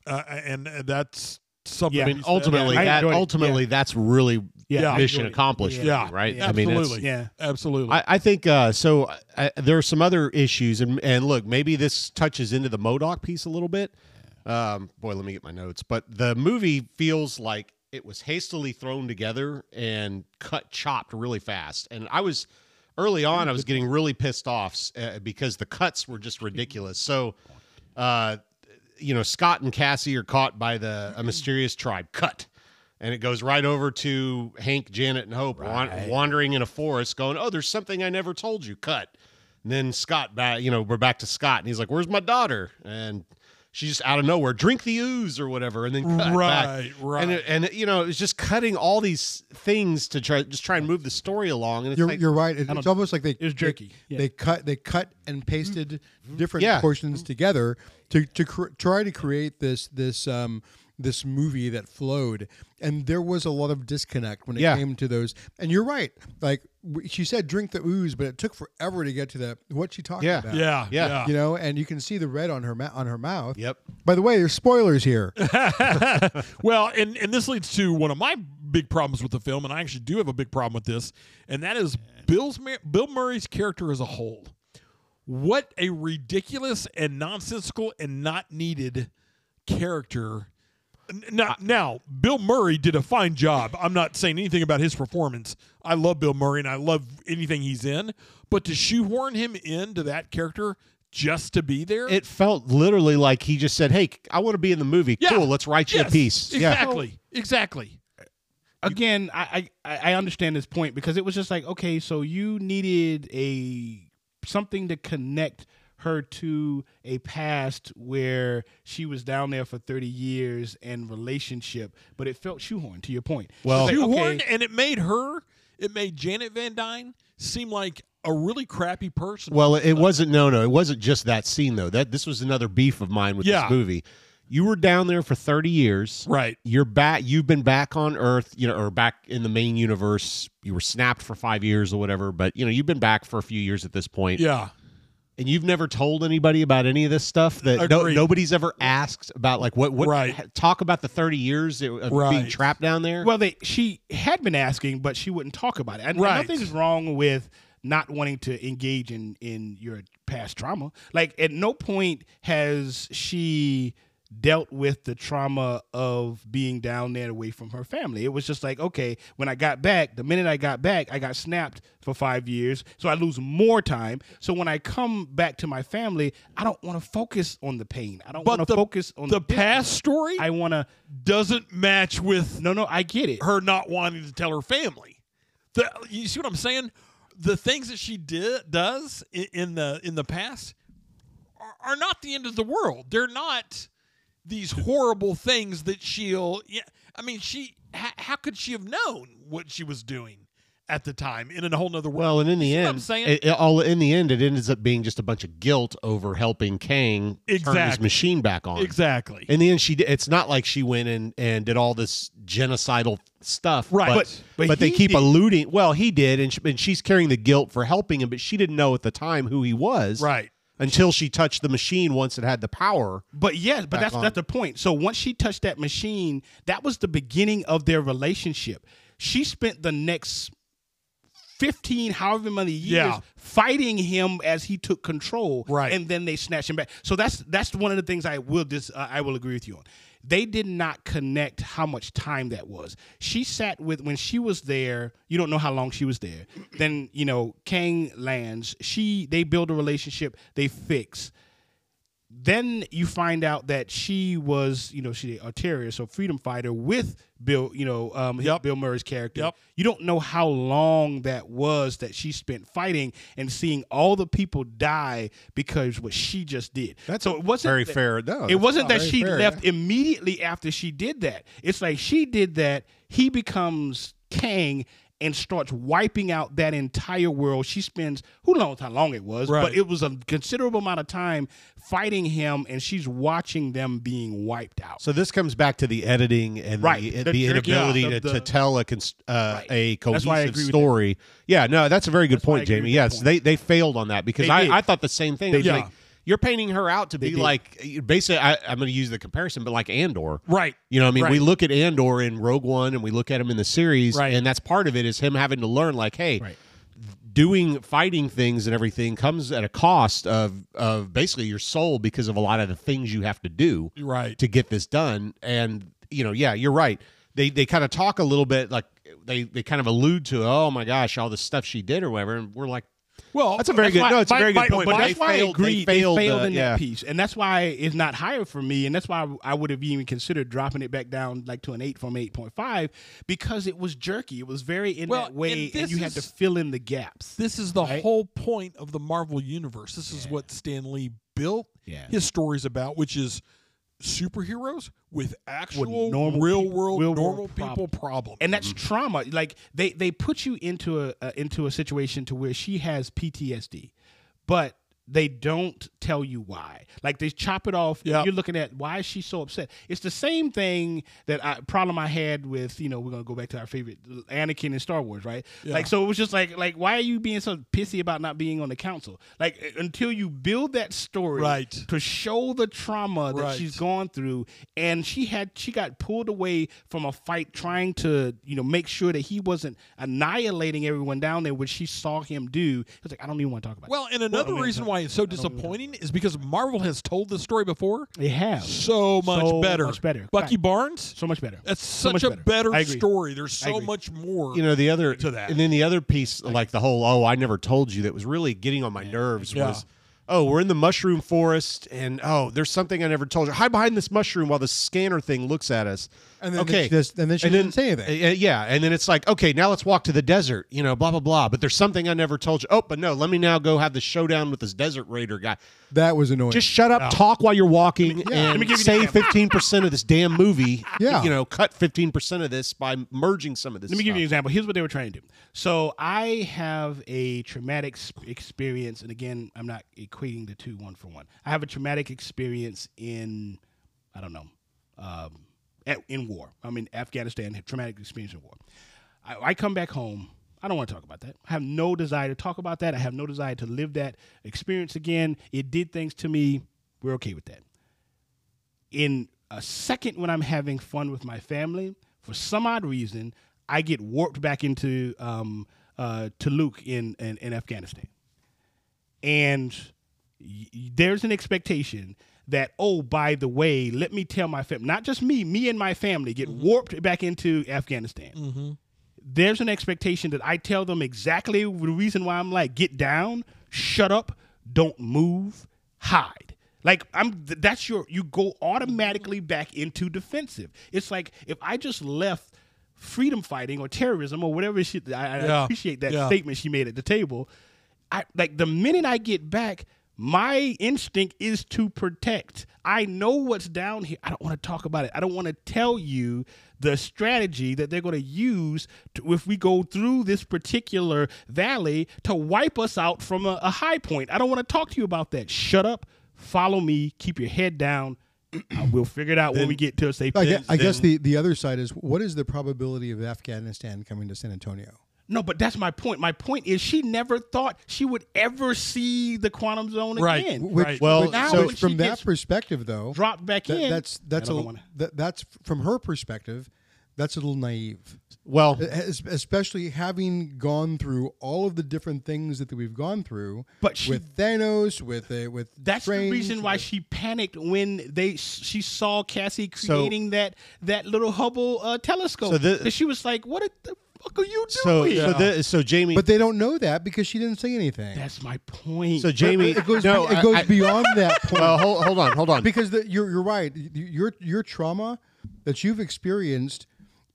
Speaker 3: Uh, and, and that's something.
Speaker 5: Yeah.
Speaker 3: to be
Speaker 4: I
Speaker 5: I
Speaker 4: mean,
Speaker 3: said.
Speaker 4: ultimately,
Speaker 5: I
Speaker 4: that,
Speaker 5: enjoyed it,
Speaker 4: ultimately that's really
Speaker 5: Yeah, I
Speaker 4: mission
Speaker 5: enjoyed it.
Speaker 4: accomplished, for
Speaker 3: Yeah.
Speaker 4: me, right?
Speaker 3: Yeah.
Speaker 4: I mean, it's,
Speaker 3: absolutely.
Speaker 5: Yeah.
Speaker 3: Absolutely.
Speaker 4: I, I think uh, so. I, there are some other issues, and and look, maybe this touches into the Modoc piece a little bit. Um, boy, let me get my notes. But the movie feels like it was hastily thrown together and cut chopped really fast. And I was early on, I was getting really pissed off uh, because the cuts were just ridiculous. So,
Speaker 3: Mm-hmm.
Speaker 4: uh, you know, Scott and Cassie are caught by the a mysterious tribe. Cut. and it goes right over to Hank, Janet, and Hope wan- wandering in a forest, going, "Oh, there's something I never told you." Cut. And then Scott, back, you know, we're back to Scott, and he's like, "Where's my daughter?" And she's just out of nowhere, drink the ooze or whatever, and then cut back.
Speaker 3: Right, right.
Speaker 4: And it, and it, you know, it's just cutting all these things to try, just try and move the story along. And it's
Speaker 2: You're,
Speaker 4: like,
Speaker 2: you're right. It- it's almost like they
Speaker 6: was jerky.
Speaker 2: They,
Speaker 6: Yeah.
Speaker 2: they cut they cut and pasted different
Speaker 4: Mm-hmm. Yeah.
Speaker 2: portions together to to cr- try to create this this um this movie that flowed. And there was a lot of disconnect when it
Speaker 4: Yeah.
Speaker 2: came to those. And you're right. Like w- she said, drink the ooze, but it took forever to get to that. What she talking
Speaker 4: Yeah.
Speaker 2: about?
Speaker 3: Yeah,
Speaker 4: Yeah.
Speaker 3: yeah.
Speaker 2: You know, and you can see the red on her ma- on her mouth.
Speaker 4: Yep.
Speaker 2: By the way, there's spoilers here.
Speaker 3: Well, and, and this leads to one of my big problems with the film, and I actually do have a big problem with this, and that is Bill's Mur- Bill Murray's character as a whole. What a ridiculous and nonsensical and not needed character. N- Now, now, Bill Murray did a fine job. I'm not saying anything about his performance. I love Bill Murray and I love anything he's in, but to shoehorn him into that character just to be there,
Speaker 4: it felt literally like he just said, "Hey, I want to be in the movie.
Speaker 3: Yeah.
Speaker 4: Cool, let's write you a
Speaker 3: Yes,
Speaker 4: piece."
Speaker 3: Exactly. Exactly.
Speaker 5: again, I, I I understand this point because it was just like, okay, so you needed a something to connect her to a past where she was down there for 30 years and relationship, but it felt shoehorned to your point. Well,
Speaker 3: shoehorned, and it made her, it made Janet Van Dyne seem like a really crappy person.
Speaker 4: Well, it wasn't. No, no, it wasn't just that scene though. That this was another beef of mine with
Speaker 3: Yeah.
Speaker 4: this movie. You were down there for thirty years,
Speaker 3: right.
Speaker 4: You're back. You've been back on Earth, you know, or back in the main universe. You were snapped for five years or whatever, but you know, you've been back for a few years at this point,
Speaker 3: Yeah.
Speaker 4: and you've never told anybody about any of this stuff that no,
Speaker 3: Agreed.
Speaker 4: nobody's ever asked about. Like, what? What?
Speaker 3: Right.
Speaker 4: Talk about the thirty years that- of being
Speaker 3: Right.
Speaker 4: trapped down there.
Speaker 5: Well, they she had been asking, but she wouldn't talk about it. And
Speaker 3: Right.
Speaker 5: nothing's wrong with not wanting to engage in in your past trauma. Like at no point has she dealt with the trauma of being down there away from her family. It was just like, okay, when I got back, the minute I got back, I got snapped for 5 years, so I lose more time. So when I come back to my family, I don't want to focus on the pain. I don't want
Speaker 3: But
Speaker 5: to
Speaker 3: the,
Speaker 5: focus on
Speaker 3: the,
Speaker 5: the,
Speaker 3: past
Speaker 5: distance.
Speaker 3: story
Speaker 5: I want to
Speaker 3: doesn't match with
Speaker 5: No, no, I get it.
Speaker 3: her not wanting to tell her family. The, you see what I'm saying? The things that she did does in, in the in the past are, are not the end of the world. They're not these horrible things that she'll. Yeah, I mean, she. How, how could she have known what she was doing at the time in a whole nother world?
Speaker 4: Well, and in the
Speaker 3: See what
Speaker 4: end,
Speaker 3: I'm saying?
Speaker 4: It, it- all in the end, it ends up being just a bunch of guilt over helping Kang turn his
Speaker 3: Exactly.
Speaker 4: machine back on.
Speaker 3: exactly.
Speaker 4: In the end, she d- it's not like she went and and did all this genocidal stuff,
Speaker 3: Right.
Speaker 4: But
Speaker 3: But-
Speaker 4: but,
Speaker 5: but
Speaker 4: they
Speaker 5: he
Speaker 4: keep
Speaker 5: did.
Speaker 4: alluding. Well, he did, and, sh and she's carrying the guilt for helping him, but she didn't know at the time who he was,
Speaker 3: right.
Speaker 4: Until she touched the machine once it had the power.
Speaker 5: But yes, but
Speaker 4: back
Speaker 5: that's
Speaker 4: on.
Speaker 5: that's the point. So once she touched that machine, that was the beginning of their relationship. She spent the next fifteen, however many years,
Speaker 3: Yeah.
Speaker 5: fighting him as he took control.
Speaker 3: Right.
Speaker 5: and then they snatched him back. So that's that's one of the things I will dis, uh, I will agree with you on. They did not connect how much time that was. She sat with when she was there. You don't know how long she was there. Then you know Kang lands. She they build a relationship. They fix then you find out that she was, you know, she a terrorist or freedom fighter with Bill, you know, um,
Speaker 3: Yep.
Speaker 5: Bill Murray's character.
Speaker 3: Yep.
Speaker 5: You don't know how long that was that she spent fighting and seeing all the people die because what she just did. That's so it wasn't
Speaker 4: very
Speaker 5: that-
Speaker 4: fair. No,
Speaker 5: it
Speaker 4: that's
Speaker 5: wasn't
Speaker 4: not
Speaker 5: that
Speaker 4: very
Speaker 5: she
Speaker 4: fair,
Speaker 5: left immediately after she did that. It's like she did that. He becomes Kang and starts wiping out that entire world. She spends who knows how long it was,
Speaker 3: Right.
Speaker 5: but it was a considerable amount of time fighting him, and she's watching them being wiped out.
Speaker 4: So this comes back to the editing and
Speaker 5: Right.
Speaker 4: the,
Speaker 5: The
Speaker 4: the,
Speaker 5: jerky
Speaker 4: inability
Speaker 5: of
Speaker 4: to,
Speaker 5: the-
Speaker 4: to tell a cons- uh,
Speaker 5: Right.
Speaker 4: a
Speaker 5: That's why I
Speaker 4: cohesive
Speaker 5: agree with
Speaker 4: story. Yeah, no, that's a very good
Speaker 5: That's why I
Speaker 4: point,
Speaker 5: agree
Speaker 4: Jamie.
Speaker 5: with that
Speaker 4: Yes,
Speaker 5: point.
Speaker 4: they they failed on that because
Speaker 5: They
Speaker 4: I,
Speaker 5: did.
Speaker 4: I thought the same thing. I was
Speaker 3: did.
Speaker 4: like, you're painting her out to be
Speaker 5: did.
Speaker 4: like basically. I, I'm going to use the comparison, but like Andor.
Speaker 3: Right.
Speaker 4: You know, what I mean, we
Speaker 3: Right.
Speaker 4: look at Andor in Rogue One, and we look at him in the series,
Speaker 3: Right.
Speaker 4: and that's part of it is him having to learn, like, hey,
Speaker 5: Right.
Speaker 4: doing fighting things and everything comes at a cost of of basically your soul because of a lot of the things you have to do
Speaker 3: Right.
Speaker 4: to get this done. And you know, yeah, you're right. They they kind of talk a little bit like they they kind of allude to, oh my gosh, all the stuff she did or whatever, and we're like,
Speaker 3: Well,
Speaker 4: That's a very
Speaker 3: that's
Speaker 4: good.
Speaker 3: why-
Speaker 4: no, it's a
Speaker 3: my-
Speaker 4: very
Speaker 3: my-
Speaker 4: good point.
Speaker 3: but
Speaker 4: They
Speaker 5: that's why
Speaker 4: failed-
Speaker 5: I agree. They failed,
Speaker 4: uh,
Speaker 5: in that
Speaker 4: yeah.
Speaker 5: piece, and that's why it's not higher for me, and that's why I would have even considered dropping it back down like to an eight from eight point five because it was jerky. It was very in
Speaker 3: Well,
Speaker 5: that way,
Speaker 3: and
Speaker 5: and,
Speaker 3: this
Speaker 5: you had to
Speaker 3: is-
Speaker 5: fill in the gaps.
Speaker 3: This is the
Speaker 5: Right?
Speaker 3: whole point of the Marvel universe. This is what Stan Lee built
Speaker 5: Yeah.
Speaker 3: his stories about, which is superheroes with actual
Speaker 5: normal
Speaker 3: real
Speaker 5: peop-
Speaker 3: world
Speaker 5: real world
Speaker 3: normal people
Speaker 5: problem.
Speaker 3: problems.
Speaker 5: and that's trauma. Like they they put you into a uh, into a situation to where she has PTSD, but they don't tell you why. Like they chop it off.
Speaker 3: Yep.
Speaker 5: You're looking at why is she so upset? It's the same thing that I, problem I had with you know we're gonna go back to our favorite Anakin and Star Wars, right? Like so it was just like like why are you being so pissy about not being on the council? Like uh, until you build that story
Speaker 3: Right.
Speaker 5: to show the trauma that
Speaker 3: Right.
Speaker 5: she's gone through and she had she got pulled away from a fight trying to you know make sure that he wasn't annihilating everyone down there which she saw him do it was like i don't even want to talk about
Speaker 3: well, and another reason why it's so disappointing is because Marvel has told this story before
Speaker 5: it they have
Speaker 3: so much
Speaker 5: So
Speaker 3: better.
Speaker 5: much better.
Speaker 3: Bucky Barnes,
Speaker 5: so much better
Speaker 3: that's
Speaker 5: So
Speaker 3: such
Speaker 5: much
Speaker 3: a
Speaker 5: better.
Speaker 3: better,
Speaker 5: I agree.
Speaker 3: story. There's
Speaker 5: I
Speaker 3: so
Speaker 5: agree.
Speaker 3: much more.
Speaker 4: you know the other
Speaker 3: to that.
Speaker 4: and then the other piece like the whole oh i never told you that was really getting on my nerves
Speaker 3: Yeah.
Speaker 4: was oh we're in the mushroom forest and oh there's something i never told you hide behind this mushroom while the scanner thing looks at us
Speaker 2: And then
Speaker 4: okay
Speaker 2: she just- and then she didn't say anything.
Speaker 4: uh, uh, yeah and then it's like okay now let's walk to the desert you know blah blah blah but there's something i never told you oh but no let me now go have the showdown with this desert raider guy
Speaker 2: That was annoying.
Speaker 4: just shut up, talk while you're walking, and save fifteen percent of this damn movie.
Speaker 2: Yeah.
Speaker 4: you know, cut fifteen percent of this by merging some of this.
Speaker 5: Let me give you an
Speaker 4: stuff.
Speaker 5: example. Here's what they were trying to do. So I have a traumatic s- experience, and again, I'm not equating the two one for one. I have a traumatic experience in, I don't know, um, at, in war. I'm in Afghanistan. Had traumatic experience in war. I, I come back home. I don't want to talk about that. I have no desire to talk about that. I have no desire to live that experience again. It did things to me. We're okay with that in a second when I'm having fun with my family, for some odd reason, I get warped back into um, uh, Taluk in, in, in Afghanistan. And y- y- there's an expectation that, oh, by the way, let me tell my family, not just me, me and my family get
Speaker 3: Mm-hmm.
Speaker 5: warped back into Afghanistan. There's an expectation that I tell them exactly the reason why I'm like, get down, shut up, don't move, hide. Like I'm th- that's your you go automatically
Speaker 3: Mm-hmm.
Speaker 5: back into defensive. It's like if I just left freedom fighting or terrorism or whatever shit I, I
Speaker 3: Yeah.
Speaker 5: appreciate that
Speaker 3: Yeah.
Speaker 5: statement she made at the table. I like the minute I get back, my instinct is to protect. I know what's down here. I don't want to talk about it. I don't want to tell you the strategy that they're going to use to, if we go through this particular valley to wipe us out from a, a high point. I don't want to talk to you about that. Shut up. Follow me. Keep your head down. Uh, we'll figure it out when we get to a safe
Speaker 2: I,
Speaker 5: place.
Speaker 2: guess, I guess the, the other side is what is the probability of Afghanistan coming to San Antonio?
Speaker 5: No, but that's my point. My point is she never thought she would ever see the quantum zone
Speaker 3: Right.
Speaker 5: again.
Speaker 2: Which,
Speaker 4: Well,
Speaker 2: which-
Speaker 5: now
Speaker 2: which
Speaker 5: when she
Speaker 2: from that
Speaker 5: gets
Speaker 2: perspective, though,
Speaker 5: dropped back
Speaker 2: that-
Speaker 5: in.
Speaker 2: that's that's
Speaker 5: I
Speaker 2: a
Speaker 5: don't wanna-
Speaker 2: that, that's from her perspective. That's a little naive, E,
Speaker 4: well,
Speaker 2: Es- especially having gone through all of the different things that we've gone through.
Speaker 5: But she-
Speaker 2: with Thanos, with uh, with
Speaker 5: That's the
Speaker 2: Strange,
Speaker 5: reason why
Speaker 2: with-
Speaker 5: she panicked when they she saw Cassie creating that that little Hubble uh, telescope.
Speaker 4: So the-
Speaker 5: and she was like, "What the fuck are you
Speaker 4: so
Speaker 5: doing?"
Speaker 4: so, thi- so Jamie,
Speaker 2: But they don't know that because she didn't say anything.
Speaker 5: that's my point.
Speaker 4: so Jamie,
Speaker 2: it goes
Speaker 4: no,
Speaker 2: it
Speaker 4: I-
Speaker 2: goes
Speaker 4: I-
Speaker 2: beyond that point.
Speaker 4: well, hold, hold on, hold on.
Speaker 2: because the, you're you're right. Y- Your your trauma that you've experienced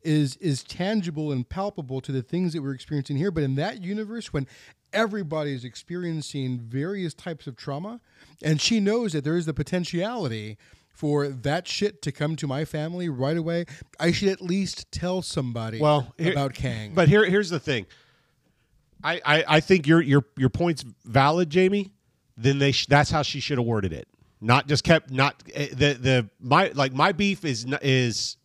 Speaker 2: is is tangible and palpable to the things that we're experiencing here. But in that universe, when everybody is experiencing various types of trauma, and she knows that there is the potentiality for that shit to come to my family right away, I should at least tell somebody
Speaker 4: well, here-
Speaker 2: about Kang.
Speaker 4: But here, here's the thing. I, I, I think your your your point's valid, Jamie. Then they sh- that's how she should have worded it. Not just kept not eh, the the my like my beef is n- is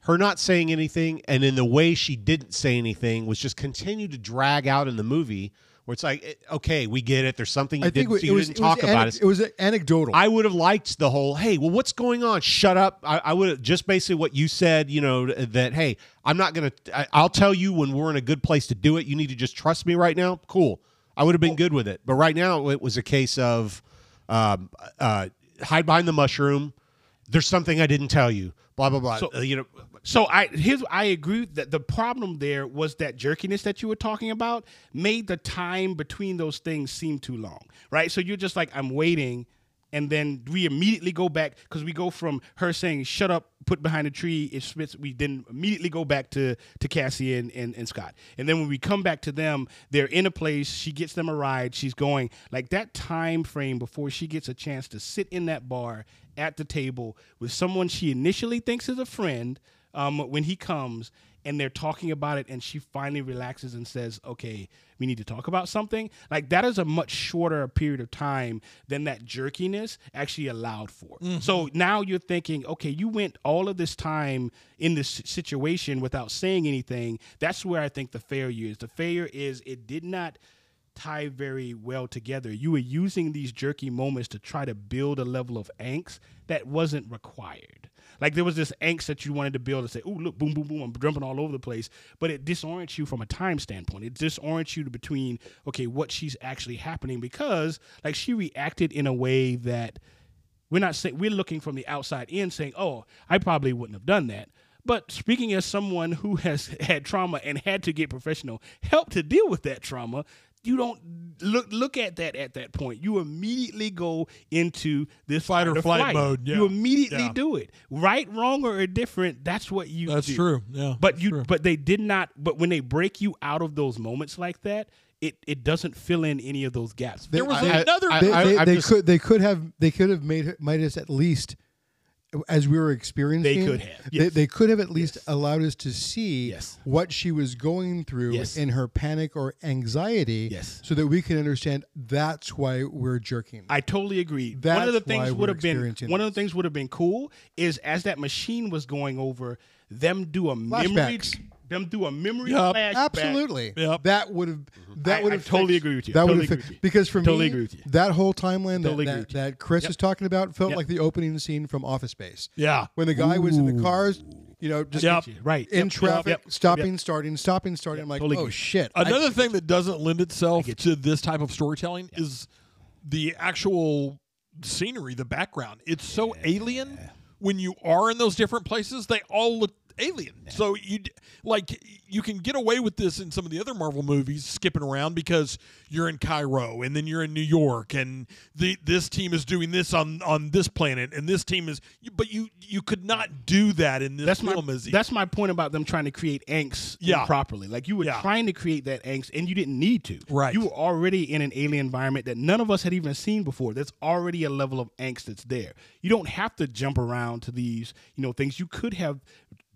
Speaker 4: her not saying anything, and in the way she didn't say anything was just continued to drag out in the movie where it's like eh, okay we get it. There's something you
Speaker 2: I think
Speaker 4: didn't,
Speaker 2: it,
Speaker 4: so
Speaker 2: it
Speaker 4: you
Speaker 2: was
Speaker 4: didn't
Speaker 2: it was
Speaker 4: talk about
Speaker 2: anec-
Speaker 4: it.
Speaker 2: it was anecdotal.
Speaker 4: I would have liked the whole, hey, well, what's going on? Shut up. I, I would have just basically what you said, you know, that, hey, I'm not going to, I'll tell you when we're in a good place to do it. You need to just trust me right now. Cool. I would have been good with it. But right now, it was a case of um, uh, hide behind the mushroom. there's something I didn't tell you. Blah blah blah.
Speaker 5: So-
Speaker 4: Uh, you know,
Speaker 5: So I here's I agree that the problem there was that jerkiness that you were talking about made the time between those things seem too long, right? So you're just like I'm waiting, and then we immediately go back because we go from her saying "shut up," put behind a tree, it spits. We then immediately go back to to Cassie and, and and Scott, and then when we come back to them, they're in a place. She gets them a ride. She's going like that time frame before she gets a chance to sit in that bar at the table with someone she initially thinks is a friend um, when he comes and they're talking about it and she finally relaxes and says okay we need to talk about something like that is a much shorter period of time than that jerkiness actually allowed for so now you're thinking okay you went all of this time in this situation without saying anything that's where i think the failure is the failure is it did not tie very well together. You were using these jerky moments to try to build a level of angst that wasn't required. Like there was this angst that you wanted to build and say, "Ooh, look, boom, boom, boom, I'm jumping all over the place," but it disorients you from a time standpoint. It disorients you between okay, what she's actually happening because like she reacted in a way that we're not saying we're looking from the outside in, saying, "Oh, I probably wouldn't have done that." But speaking as someone who has had trauma and had to get professional help to deal with that trauma, you don't look look at that at that point. You immediately go into this
Speaker 3: Fight or flight mode, yeah.
Speaker 5: You immediately
Speaker 3: Yeah.
Speaker 5: do it, right, wrong, or indifferent. That's what you.
Speaker 3: That's
Speaker 5: do.
Speaker 3: true, yeah,
Speaker 5: But
Speaker 3: that's
Speaker 5: you,
Speaker 3: true.
Speaker 5: but they did not. But when they break you out of those moments like that, it it doesn't fill in any of those gaps.
Speaker 2: There
Speaker 3: was
Speaker 4: I-
Speaker 3: another.
Speaker 4: I-
Speaker 2: they,
Speaker 4: I-
Speaker 2: they,
Speaker 4: I'm
Speaker 2: they
Speaker 4: just-
Speaker 2: could they could have they could have made made us at least as we were experiencing
Speaker 5: could have,
Speaker 2: they,
Speaker 5: yes.
Speaker 2: they could have at least allowed us to see
Speaker 5: Yes.
Speaker 2: what she was going through
Speaker 5: Yes.
Speaker 2: in her panic or anxiety
Speaker 5: Yes.
Speaker 2: so that we could understand that's why we're jerking
Speaker 5: I totally agree. one of the
Speaker 2: That's why
Speaker 5: things
Speaker 2: we're
Speaker 5: would have been
Speaker 2: experiencing
Speaker 5: one of the things would have been cool is as that machine was going over, them do a memory,
Speaker 2: Flashbacks.
Speaker 5: them do a memory
Speaker 3: Yup.
Speaker 5: flashback.
Speaker 2: absolutely
Speaker 3: Yep.
Speaker 2: that would have that
Speaker 5: I-
Speaker 2: would
Speaker 5: Mm-hmm. I
Speaker 2: have
Speaker 5: totally
Speaker 2: fixed-
Speaker 5: agree with you.
Speaker 2: that
Speaker 5: Totally
Speaker 2: would have
Speaker 5: agree
Speaker 2: fixed-
Speaker 5: with you.
Speaker 2: because for
Speaker 5: Totally
Speaker 2: me
Speaker 5: agree with you.
Speaker 2: that whole timeline that
Speaker 5: Totally agree
Speaker 2: that,
Speaker 5: with you.
Speaker 2: that Chris is talking about felt
Speaker 5: Yep.
Speaker 2: like the opening scene from Office Space
Speaker 3: Yeah.
Speaker 2: when the guy was in the cars you know just
Speaker 3: Yep.
Speaker 5: Right.
Speaker 2: in
Speaker 5: Yep.
Speaker 2: traffic,
Speaker 5: Yep.
Speaker 2: stopping, starting, stopping, starting. I'm like,
Speaker 5: totally
Speaker 2: oh
Speaker 5: agree.
Speaker 2: shit. I-
Speaker 3: Another thing that doesn't lend itself to this type of storytelling is the actual scenery, the background. It's so alien when you are in those different places. They all look alien. So you d- like you can get away with this in some of the other Marvel movies, skipping around because you're in Cairo and then you're in New York, and the this team is doing this on on this planet, and this team is. But you you could not do that in this
Speaker 5: That's my
Speaker 3: film. as e-
Speaker 5: that's my point about them trying to create angst
Speaker 3: Yeah.
Speaker 5: improperly. Like you were
Speaker 3: Yeah.
Speaker 5: trying to create that angst and you didn't need to.
Speaker 3: Right.
Speaker 5: You were already in an alien environment that none of us had even seen before. That's already a level of angst that's there. You don't have to jump around to these, you know, things you could have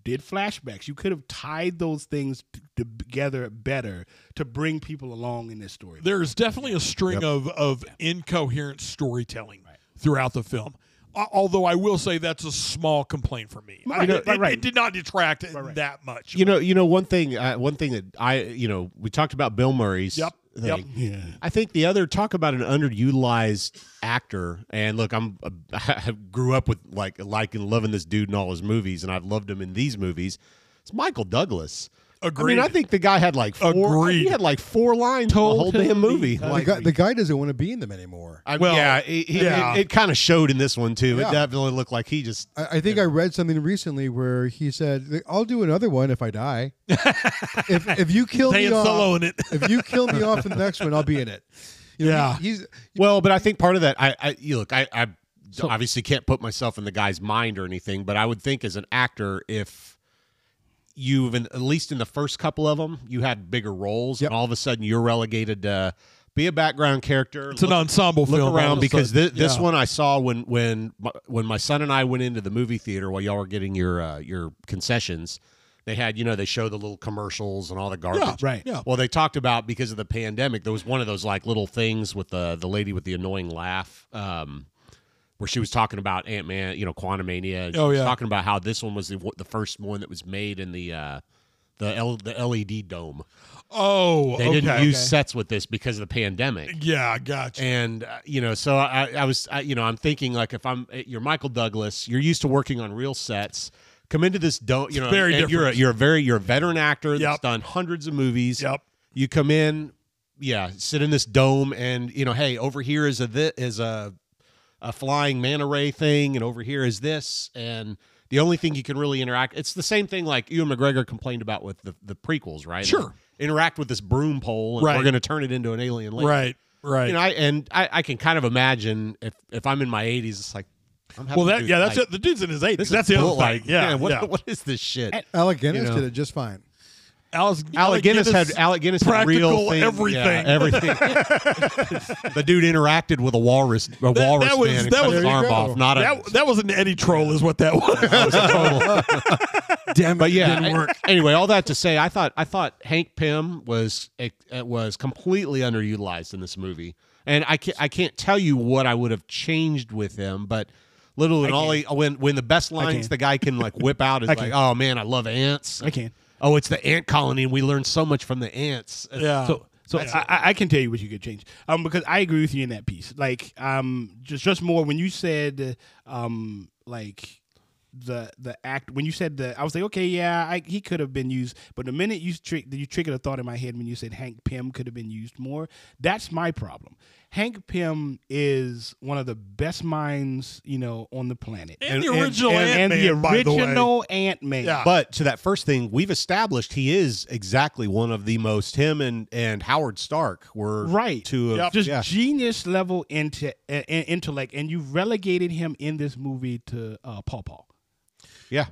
Speaker 5: did flashbacks. You could have tied those things t- together better to bring people along in this story.
Speaker 3: there's definitely a string of of incoherent storytelling throughout the film. Al- Although I will say that's a small complaint for me. I-
Speaker 5: Right,
Speaker 3: it,
Speaker 5: right, right.
Speaker 3: it did not detract that much.
Speaker 4: you know, you know one thing. Uh, one thing that I, you know, we talked about Bill Murray's.
Speaker 3: Yep,
Speaker 4: thing.
Speaker 3: yep.
Speaker 5: Yeah.
Speaker 4: I think the other talk about an underutilized actor, and look, I'm I grew up with like like and loving this dude in all his movies, and I've loved him in these movies. It's Michael Douglas.
Speaker 3: Agreed.
Speaker 4: I mean, I think the guy had like four.
Speaker 3: Agreed.
Speaker 4: He had like four lines the whole damn movie.
Speaker 2: the, guy, the guy doesn't want to be in them anymore.
Speaker 4: I,
Speaker 3: Well,
Speaker 4: yeah, he- he-
Speaker 3: yeah.
Speaker 4: it, kind of showed in this one too.
Speaker 2: Yeah.
Speaker 4: It definitely looked like he just.
Speaker 2: I, I think I read something recently where he said, "I'll do another one if I die. if if you kill me
Speaker 3: Han Solo
Speaker 2: off,
Speaker 3: in it.
Speaker 2: if you kill me off in the next one, I'll be in it." You know,
Speaker 3: Yeah.
Speaker 2: he- he's
Speaker 4: Well, but I think part of that, I, I you look, I, I obviously can't put myself in the guy's mind or anything, but I would think as an actor, if you've in, at least in the first couple of them, you had bigger roles,
Speaker 2: Yep.
Speaker 4: and all of a sudden you're relegated to be a background character.
Speaker 3: it's an ensemble
Speaker 4: look
Speaker 3: film. all of
Speaker 4: around
Speaker 3: a
Speaker 4: because
Speaker 3: sudden.
Speaker 4: thi- this
Speaker 3: Yeah.
Speaker 4: one I saw when when my, when my son and I went into the movie theater while y'all were getting your uh, your concessions. They had, you know, they show the little commercials and all the garbage.
Speaker 5: right, yeah.
Speaker 4: Well, they talked about because of the pandemic, there was one of those like little things with the the lady with the annoying laugh, um, where she was talking about Ant Man, you know, Quantumania. And she
Speaker 3: Oh,
Speaker 4: was
Speaker 3: yeah.
Speaker 4: talking about how this one was the, the first one that was made in the uh, the L, the LED dome.
Speaker 3: Oh,
Speaker 4: They
Speaker 3: okay.
Speaker 4: didn't use sets with this because of the pandemic.
Speaker 3: Yeah, gotcha.
Speaker 4: And uh, you know, so I, I was, I, you know, I'm thinking like if I'm, eh, you're Michael Douglas, you're used to working on real sets. Come into this, don't you know?
Speaker 3: very
Speaker 4: and You're a,
Speaker 3: different.
Speaker 4: you're a very, you're a veteran actor that's
Speaker 3: Yep.
Speaker 4: done hundreds of movies.
Speaker 3: Yep.
Speaker 4: You come in, yeah, sit in this dome, and you know, hey, over here is a thi- is a a flying manta ray thing, and over here is this, and the only thing you can really interact. It's the same thing like Ewan McGregor complained about with the, the prequels, right?
Speaker 3: Sure.
Speaker 4: interact with this broom pole, and
Speaker 3: Right.
Speaker 4: we're going to turn it into an alien. Later.
Speaker 3: Right, right.
Speaker 4: You know, I, and I, I can kind of imagine if if I'm in my 80s, it's like, I'm having
Speaker 3: well,
Speaker 4: to
Speaker 3: that
Speaker 4: do-
Speaker 3: yeah, that's
Speaker 4: like,
Speaker 3: it. The dude's in his eighties.
Speaker 4: This
Speaker 3: That's the
Speaker 4: is
Speaker 3: other
Speaker 4: bull-
Speaker 3: thing.
Speaker 4: like,
Speaker 3: yeah,
Speaker 4: what,
Speaker 3: yeah.
Speaker 4: what is this shit?
Speaker 2: Alec Guinness
Speaker 4: You know.
Speaker 2: did it just fine.
Speaker 3: Alice,
Speaker 4: Alec Guinness, had Alec Guinness had real
Speaker 3: practical
Speaker 4: thing,
Speaker 3: everything.
Speaker 4: yeah, everything. the dude interacted with a walrus, a walrus
Speaker 3: that was-
Speaker 4: man, and
Speaker 3: that
Speaker 4: cut
Speaker 3: was-
Speaker 4: his
Speaker 2: There you
Speaker 4: arm
Speaker 2: go.
Speaker 4: off. Not
Speaker 3: that, that was an Eddie troll, is what that was.
Speaker 4: a total.
Speaker 2: Damn it.
Speaker 4: But yeah,
Speaker 2: didn't
Speaker 4: I-
Speaker 2: work.
Speaker 4: anyway, all that to say, I thought I thought Hank Pym was it, it was completely underutilized in this movie, and I can't I can't tell you what I would have changed with him, but little and all he, when when the best lines
Speaker 5: can.
Speaker 4: the guy can like whip out is
Speaker 5: I
Speaker 4: like,
Speaker 5: can.
Speaker 4: oh man, I love ants.
Speaker 5: I can.
Speaker 4: Oh, it's the ant colony, and we learned so much from the ants.
Speaker 3: yeah.
Speaker 5: So, so I, I, I can tell you what you could change, um, because I agree with you in that piece. Like, um, just just more when you said, um, like the the act when you said the, I was like, okay, yeah, I, he could have been used, but the minute you trick you triggered a thought in my head when you said Hank Pym could have been used more, that's my problem. Hank Pym is one of the best minds, you know, on the planet,
Speaker 3: And the original
Speaker 5: and, the
Speaker 3: Ant-Man, by the way.
Speaker 5: original Ant Man.
Speaker 3: Yeah.
Speaker 4: But to that first thing, we've established he is exactly one of the most. Him and and Howard Stark were
Speaker 5: right
Speaker 4: Two of
Speaker 5: just
Speaker 4: yeah.
Speaker 5: genius level inte- uh, uh, intellect and you relegated him in this movie to uh, Paw Paw.
Speaker 4: yeah.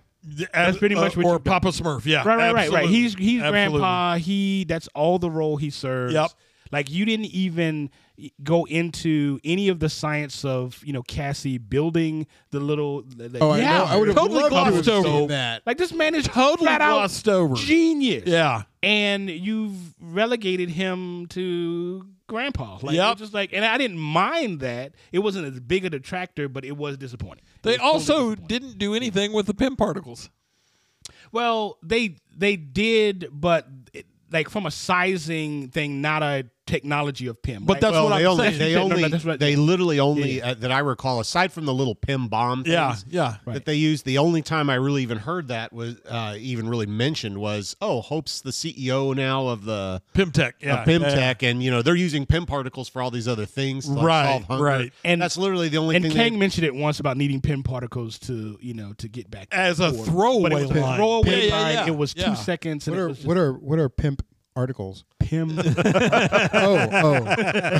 Speaker 3: As-
Speaker 5: pretty
Speaker 3: uh,
Speaker 5: much what
Speaker 3: or
Speaker 5: you've
Speaker 3: Papa Smurf. Yeah,
Speaker 5: Right, right, right, right.
Speaker 3: absolutely.
Speaker 5: He's he's
Speaker 3: Absolutely.
Speaker 5: grandpa. He that's all the role he serves.
Speaker 3: Yep.
Speaker 5: Like you didn't even e, go into any of the science of you know Cassie building the little. the- the-
Speaker 2: Oh, I
Speaker 5: yeah,
Speaker 2: know. I would have
Speaker 3: totally
Speaker 2: loved to have
Speaker 3: glossed over
Speaker 2: seen
Speaker 3: it.
Speaker 2: that.
Speaker 5: like this man is
Speaker 3: totally
Speaker 5: flat out
Speaker 3: glossed over.
Speaker 5: genius.
Speaker 3: Yeah,
Speaker 5: and you've relegated him to grandpa. Like,
Speaker 3: Yep.
Speaker 5: it's just like, and I didn't mind that. It wasn't as big a detractor, but it was disappointing.
Speaker 3: they
Speaker 5: It was totally
Speaker 3: also
Speaker 5: disappointing.
Speaker 3: didn't do anything with the pin particles.
Speaker 5: Well, they they did, but it, like from a sizing thing, not a technology of PIM.
Speaker 3: But
Speaker 5: right?
Speaker 3: that's
Speaker 5: Well,
Speaker 3: what
Speaker 4: they
Speaker 3: I'm saying.
Speaker 4: only, They
Speaker 5: No, no,
Speaker 4: only,
Speaker 5: that's what-
Speaker 4: they literally only Uh, that I recall, aside from the little pim bomb. Things,
Speaker 3: Yeah, yeah.
Speaker 5: Right.
Speaker 4: That they used. The only time I really even heard that was uh, even really mentioned was oh, Hope's the CEO now of the
Speaker 3: Pimtech. Yeah, Uh,
Speaker 4: of PimTech,
Speaker 3: yeah.
Speaker 4: and you know they're using pim particles for all these other things, to, like,
Speaker 3: Right,
Speaker 4: Solve hunger.
Speaker 3: right.
Speaker 4: And that's literally the only
Speaker 5: and
Speaker 4: thing.
Speaker 5: Kang
Speaker 4: they,
Speaker 5: mentioned it once about needing PIM particles to you know to get back
Speaker 3: As a
Speaker 5: forward.
Speaker 3: throwaway
Speaker 5: But it was a
Speaker 3: line.
Speaker 5: throwaway
Speaker 3: Uh, oh, Yeah, yeah,
Speaker 5: line.
Speaker 3: yeah.
Speaker 5: It was
Speaker 3: Yeah.
Speaker 5: two seconds. And
Speaker 2: What
Speaker 5: it
Speaker 2: are
Speaker 5: was just
Speaker 2: what are what are pimp articles?
Speaker 5: PIM?
Speaker 2: Oh, oh,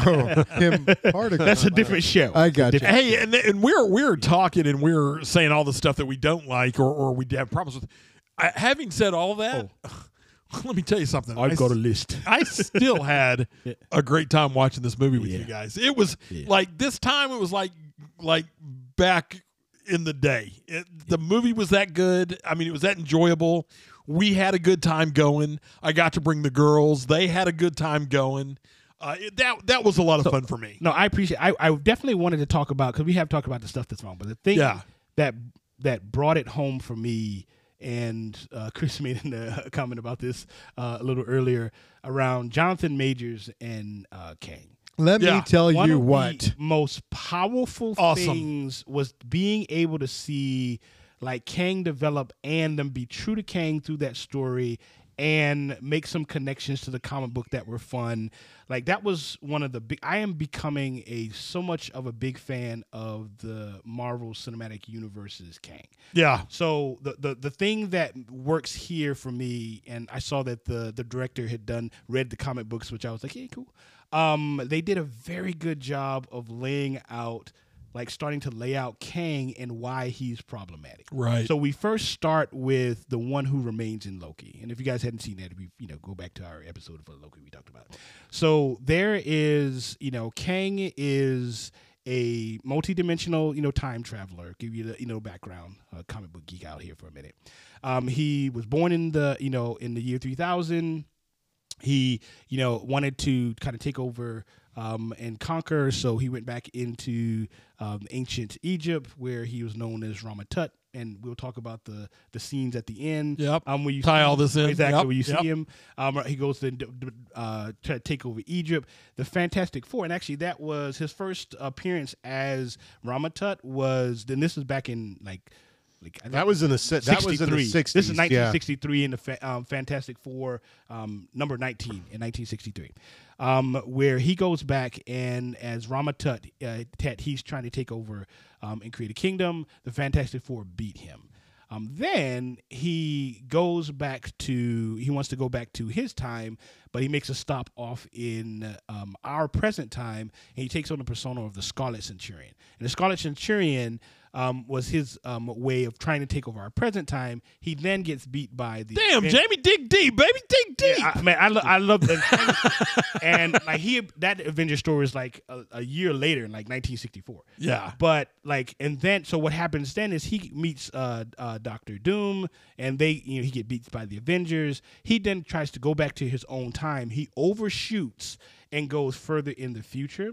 Speaker 2: oh, pimp articles.
Speaker 5: that's a different show.
Speaker 2: I got you.
Speaker 3: Hey, and, and we're we're talking and we're saying all the stuff that we don't like or, or we have problems with. I, having said all that, let me tell you something. I s-
Speaker 5: list.
Speaker 3: I still had a great time watching this movie with you guys. It was like this time it was like like back in the day. It, the movie was that good. I mean, it was that enjoyable. We had a good time going. I got to bring the girls. They had a good time going. Uh, it, that that was a lot of fun for me.
Speaker 5: No, I appreciate. I, I definitely wanted to talk about because we have talked about the stuff that's wrong, but the thing
Speaker 3: Yeah.
Speaker 5: that that brought it home for me, and uh, Chris made a comment about this uh, a little earlier around Jonathan Majors and uh, Kang.
Speaker 2: Let
Speaker 3: Yeah.
Speaker 2: me tell
Speaker 5: One
Speaker 2: you
Speaker 5: of
Speaker 2: what.
Speaker 5: the most powerful
Speaker 3: Awesome.
Speaker 5: things was being able to see like Kang develop and them be true to Kang through that story and make some connections to the comic book that were fun. Like that was one of the big I am becoming a so much of a big fan of the Marvel Cinematic Universe's Kang.
Speaker 3: Yeah,
Speaker 5: So the, the the thing that works here for me, and I saw that the the director had done read the comic books, which I was like, hey, cool. Um, they did a very good job of laying out, like starting to lay out Kang and why he's problematic.
Speaker 3: Right.
Speaker 5: So we first start with the one who remains in Loki, and if you guys hadn't seen that, we you know go back to our episode for Loki we talked about. It. So there is you know Kang is a multi-dimensional you know time traveler give you the you know background uh, comic book geek out here for a minute um, he was born in the you know in the year 3000 he you know wanted to kind of take over um, and conquer so he went back into um, ancient egypt where he was known as ramatut and we'll talk about the the scenes at the end
Speaker 3: Yep.
Speaker 5: um where you
Speaker 3: Tie
Speaker 5: see-
Speaker 3: all this in.
Speaker 5: exactly
Speaker 3: Yep,
Speaker 5: where you
Speaker 3: yep.
Speaker 5: see him um, he goes to d- d- uh, try to take over egypt the fantastic four and actually that was his first appearance as ramatut was then this was back in like Like I
Speaker 4: That was in the si- that was in the
Speaker 5: 63.
Speaker 4: sixties.
Speaker 5: This is
Speaker 4: yeah.
Speaker 5: 1963 in the fa- um, Fantastic Four, um, number 19 in 1963, um, where he goes back and as Rama Tut, uh, Tet, he's trying to take over um, and create a kingdom. The Fantastic Four beat him. Um, then he goes back to he wants to go back to his time, but he makes a stop off in um, our present time, and he takes on the persona of the Scarlet Centurion. And the Scarlet Centurion um, was his um, way of trying to take over our present time. He then gets beat by the
Speaker 3: Damn,
Speaker 5: and-
Speaker 3: Jamie, dig deep, baby, dig deep.
Speaker 5: yeah, I, man, I, lo- I love that. and like he, that Avenger story is like a, a year later in like 1964.
Speaker 3: Yeah.
Speaker 5: But like, and then so what happens then is he meets uh, uh, Doctor Doom, and they, you know, he get beat by the Avengers. He then tries to go back to his own time. He overshoots and goes further in the future.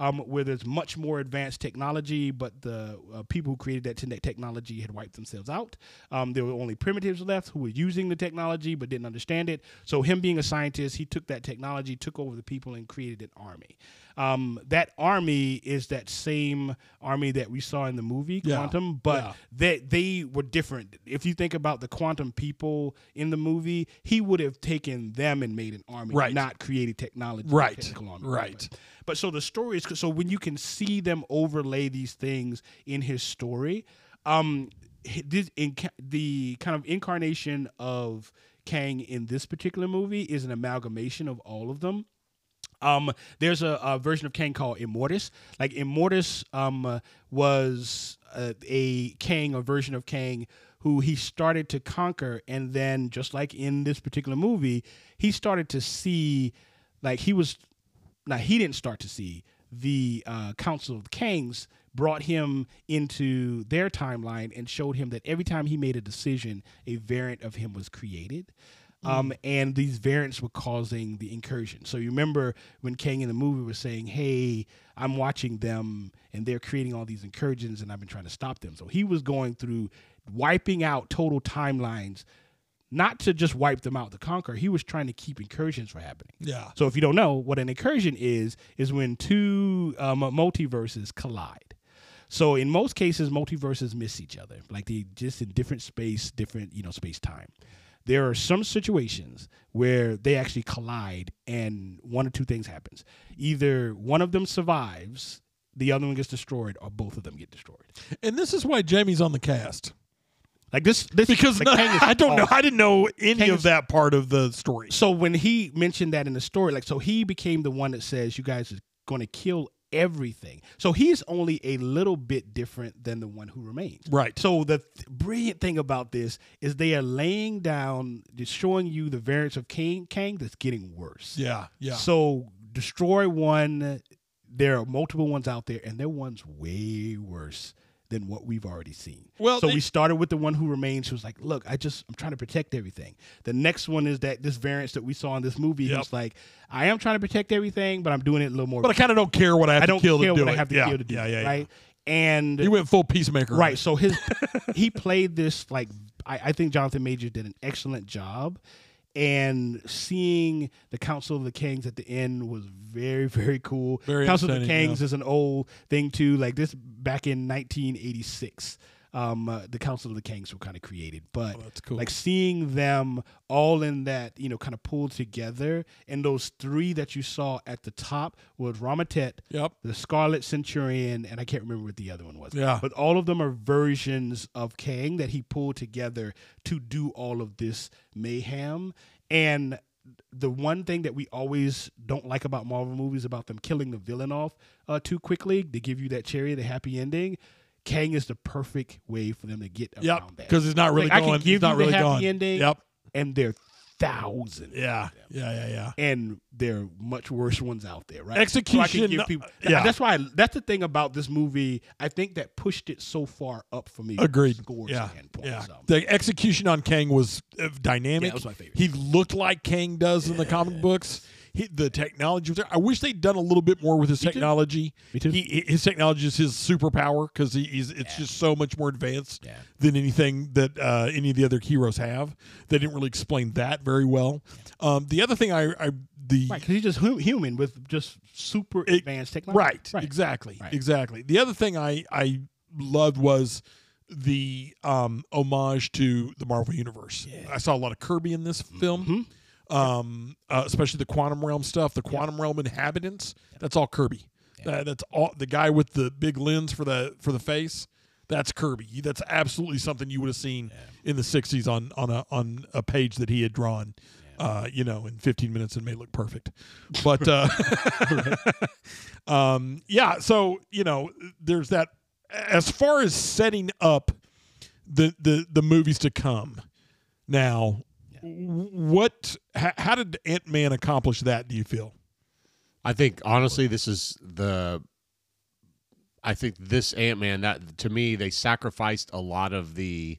Speaker 5: Um, where there's much more advanced technology, but the uh, people who created that te- technology had wiped themselves out. Um, there were only primitives left who were using the technology but didn't understand it. So, him being a scientist, he took that technology, took over the people, and created an army. Um, that army is that same army that we saw in the movie Quantum, but they they were different. If you think about the Quantum people in the movie, he would have taken them and made an army,
Speaker 3: Right.
Speaker 5: not created technology,
Speaker 3: Right.
Speaker 5: technical army,
Speaker 3: Right.
Speaker 5: but so the story is so when you can see them overlay these things in his story, um, hi- this inca- the kind of incarnation of Kang in this particular movie is an amalgamation of all of them. Um, there's a, a version of Kang called Immortus. Like Immortus um, uh, was uh, a Kang, a version of Kang who he started to conquer, and then just like in this particular movie, he started to see, like he was, now he didn't start to see the uh, Council of the Kangs brought him into their timeline and showed him that every time he made a decision, a variant of him was created. Um, And these variants were causing the incursion. So you remember when Kang in the movie was saying, Hey, I'm watching them and they're creating all these incursions and I've been trying to stop them. So he was going through wiping out total timelines, not to just wipe them out to conquer. He was trying to keep incursions from happening.
Speaker 3: Yeah.
Speaker 5: So if you don't know what an incursion is, is when two um, multiverses collide. So in most cases, multiverses miss each other, like they just in different space, different you know space time. There are some situations where they actually collide, and one or two things happens. Either one of them survives, the other one gets destroyed, or both of them get destroyed.
Speaker 3: And this is why Jamie's on the cast
Speaker 5: Like this, this
Speaker 3: because
Speaker 5: like,
Speaker 3: no-
Speaker 5: Kang is
Speaker 3: I don't know.
Speaker 5: awesome.
Speaker 3: I didn't know any
Speaker 5: Kang
Speaker 3: of
Speaker 5: is-
Speaker 3: that part of the story.
Speaker 5: So when he mentioned that in the story, like, so he became the one that says, "You guys are going to kill everything." So he's only a little bit different than the one who remains.
Speaker 3: Right.
Speaker 5: So the th- brilliant thing about this is they are laying down, just showing you the variants of Kang, Kang that's getting worse.
Speaker 3: Yeah. Yeah.
Speaker 5: So destroy one. There are multiple ones out there, and their one's way worse than what we've already seen.
Speaker 3: Well,
Speaker 5: so
Speaker 3: they-
Speaker 5: we started with the one who remains, who's like, "Look, I just I'm trying to protect everything." The next one is that this variance that we saw in this movie,
Speaker 3: Yep.
Speaker 5: who's like, "I am trying to protect everything, but I'm doing it a little more.
Speaker 3: but I kind of don't care what I have
Speaker 5: I
Speaker 3: to
Speaker 5: don't
Speaker 3: kill
Speaker 5: care
Speaker 3: to do
Speaker 5: what
Speaker 3: it.
Speaker 5: I have to
Speaker 3: yeah.
Speaker 5: kill to do
Speaker 3: yeah.
Speaker 5: it,
Speaker 3: Yeah. Yeah.
Speaker 5: right." And
Speaker 3: You went full peacemaker. on
Speaker 5: Right.
Speaker 3: it.
Speaker 5: So his he played this like I, I think Jonathan Majors did an excellent job, and seeing the Council of the Kings at the end was very very cool.
Speaker 3: Very
Speaker 5: Council of the
Speaker 3: entertaining,
Speaker 5: Kings is an old thing too. Like this back in 1986. Um, uh, the Council of the Kings were kind of created, but
Speaker 3: Oh, that's cool.
Speaker 5: like seeing them all in that, you know, kind of pulled together, and those three that you saw at the top was Ramatet,
Speaker 3: Yep.
Speaker 5: the Scarlet Centurion, and I can't remember what the other one was.
Speaker 3: Yeah.
Speaker 5: But all of them are versions of Kang that he pulled together to do all of this mayhem. And the one thing that we always don't like about Marvel movies about them killing the villain off uh, too quickly, they give you that cherry, the happy ending. Kang is the perfect way for them to get around
Speaker 3: Yep.
Speaker 5: that.
Speaker 3: Because he's not really
Speaker 5: Like, I
Speaker 3: going.
Speaker 5: can
Speaker 3: he's
Speaker 5: give
Speaker 3: not
Speaker 5: you
Speaker 3: really
Speaker 5: the happy
Speaker 3: going.
Speaker 5: ending.
Speaker 3: Yep.
Speaker 5: And there are thousands.
Speaker 3: Yeah. Yeah. Yeah. Yeah.
Speaker 5: And there are much worse ones out there, right? So I
Speaker 3: Execution,
Speaker 5: can give people,
Speaker 3: yeah.
Speaker 5: That's why. that's the thing about this movie. I think that pushed it so far up for me. from a
Speaker 3: Agreed.
Speaker 5: Score
Speaker 3: yeah.
Speaker 5: standpoint.
Speaker 3: yeah.
Speaker 5: So.
Speaker 3: The execution on Kang was uh, dynamic.
Speaker 5: Yeah, that was my favorite.
Speaker 3: He looked like Kang does in the comic books. He, the technology was there. I wish they'd done a little bit more with his technology.
Speaker 5: Me too.
Speaker 3: He, his technology is his superpower because he, he's it's just so much more advanced
Speaker 5: Yeah.
Speaker 3: than anything that uh, any of the other heroes have. They didn't really explain that very well. Um, the other thing I, I the
Speaker 5: Right, because he's just hu- human with just super
Speaker 3: It-
Speaker 5: advanced technology.
Speaker 3: Right. Exactly.
Speaker 5: Right.
Speaker 3: Exactly. The other thing I I loved was the um, homage to the Marvel Universe. I saw a lot of Kirby in this film. Um, uh, especially the quantum realm stuff, the quantum realm inhabitants. That's all Kirby. That- that's all the guy with the big lens for the for the face. That's Kirby. You- That's absolutely something you would have seen in the '60s on on a on a page that he had drawn, uh, you know, in 15 minutes and made look perfect. But uh, um, yeah, so you know, there's that. As far as setting up the the the movies to come, now, w- what? How, how did Ant Man accomplish that? Do you feel?
Speaker 4: I think honestly, this is the. I think this Ant Man that to me they sacrificed a lot of the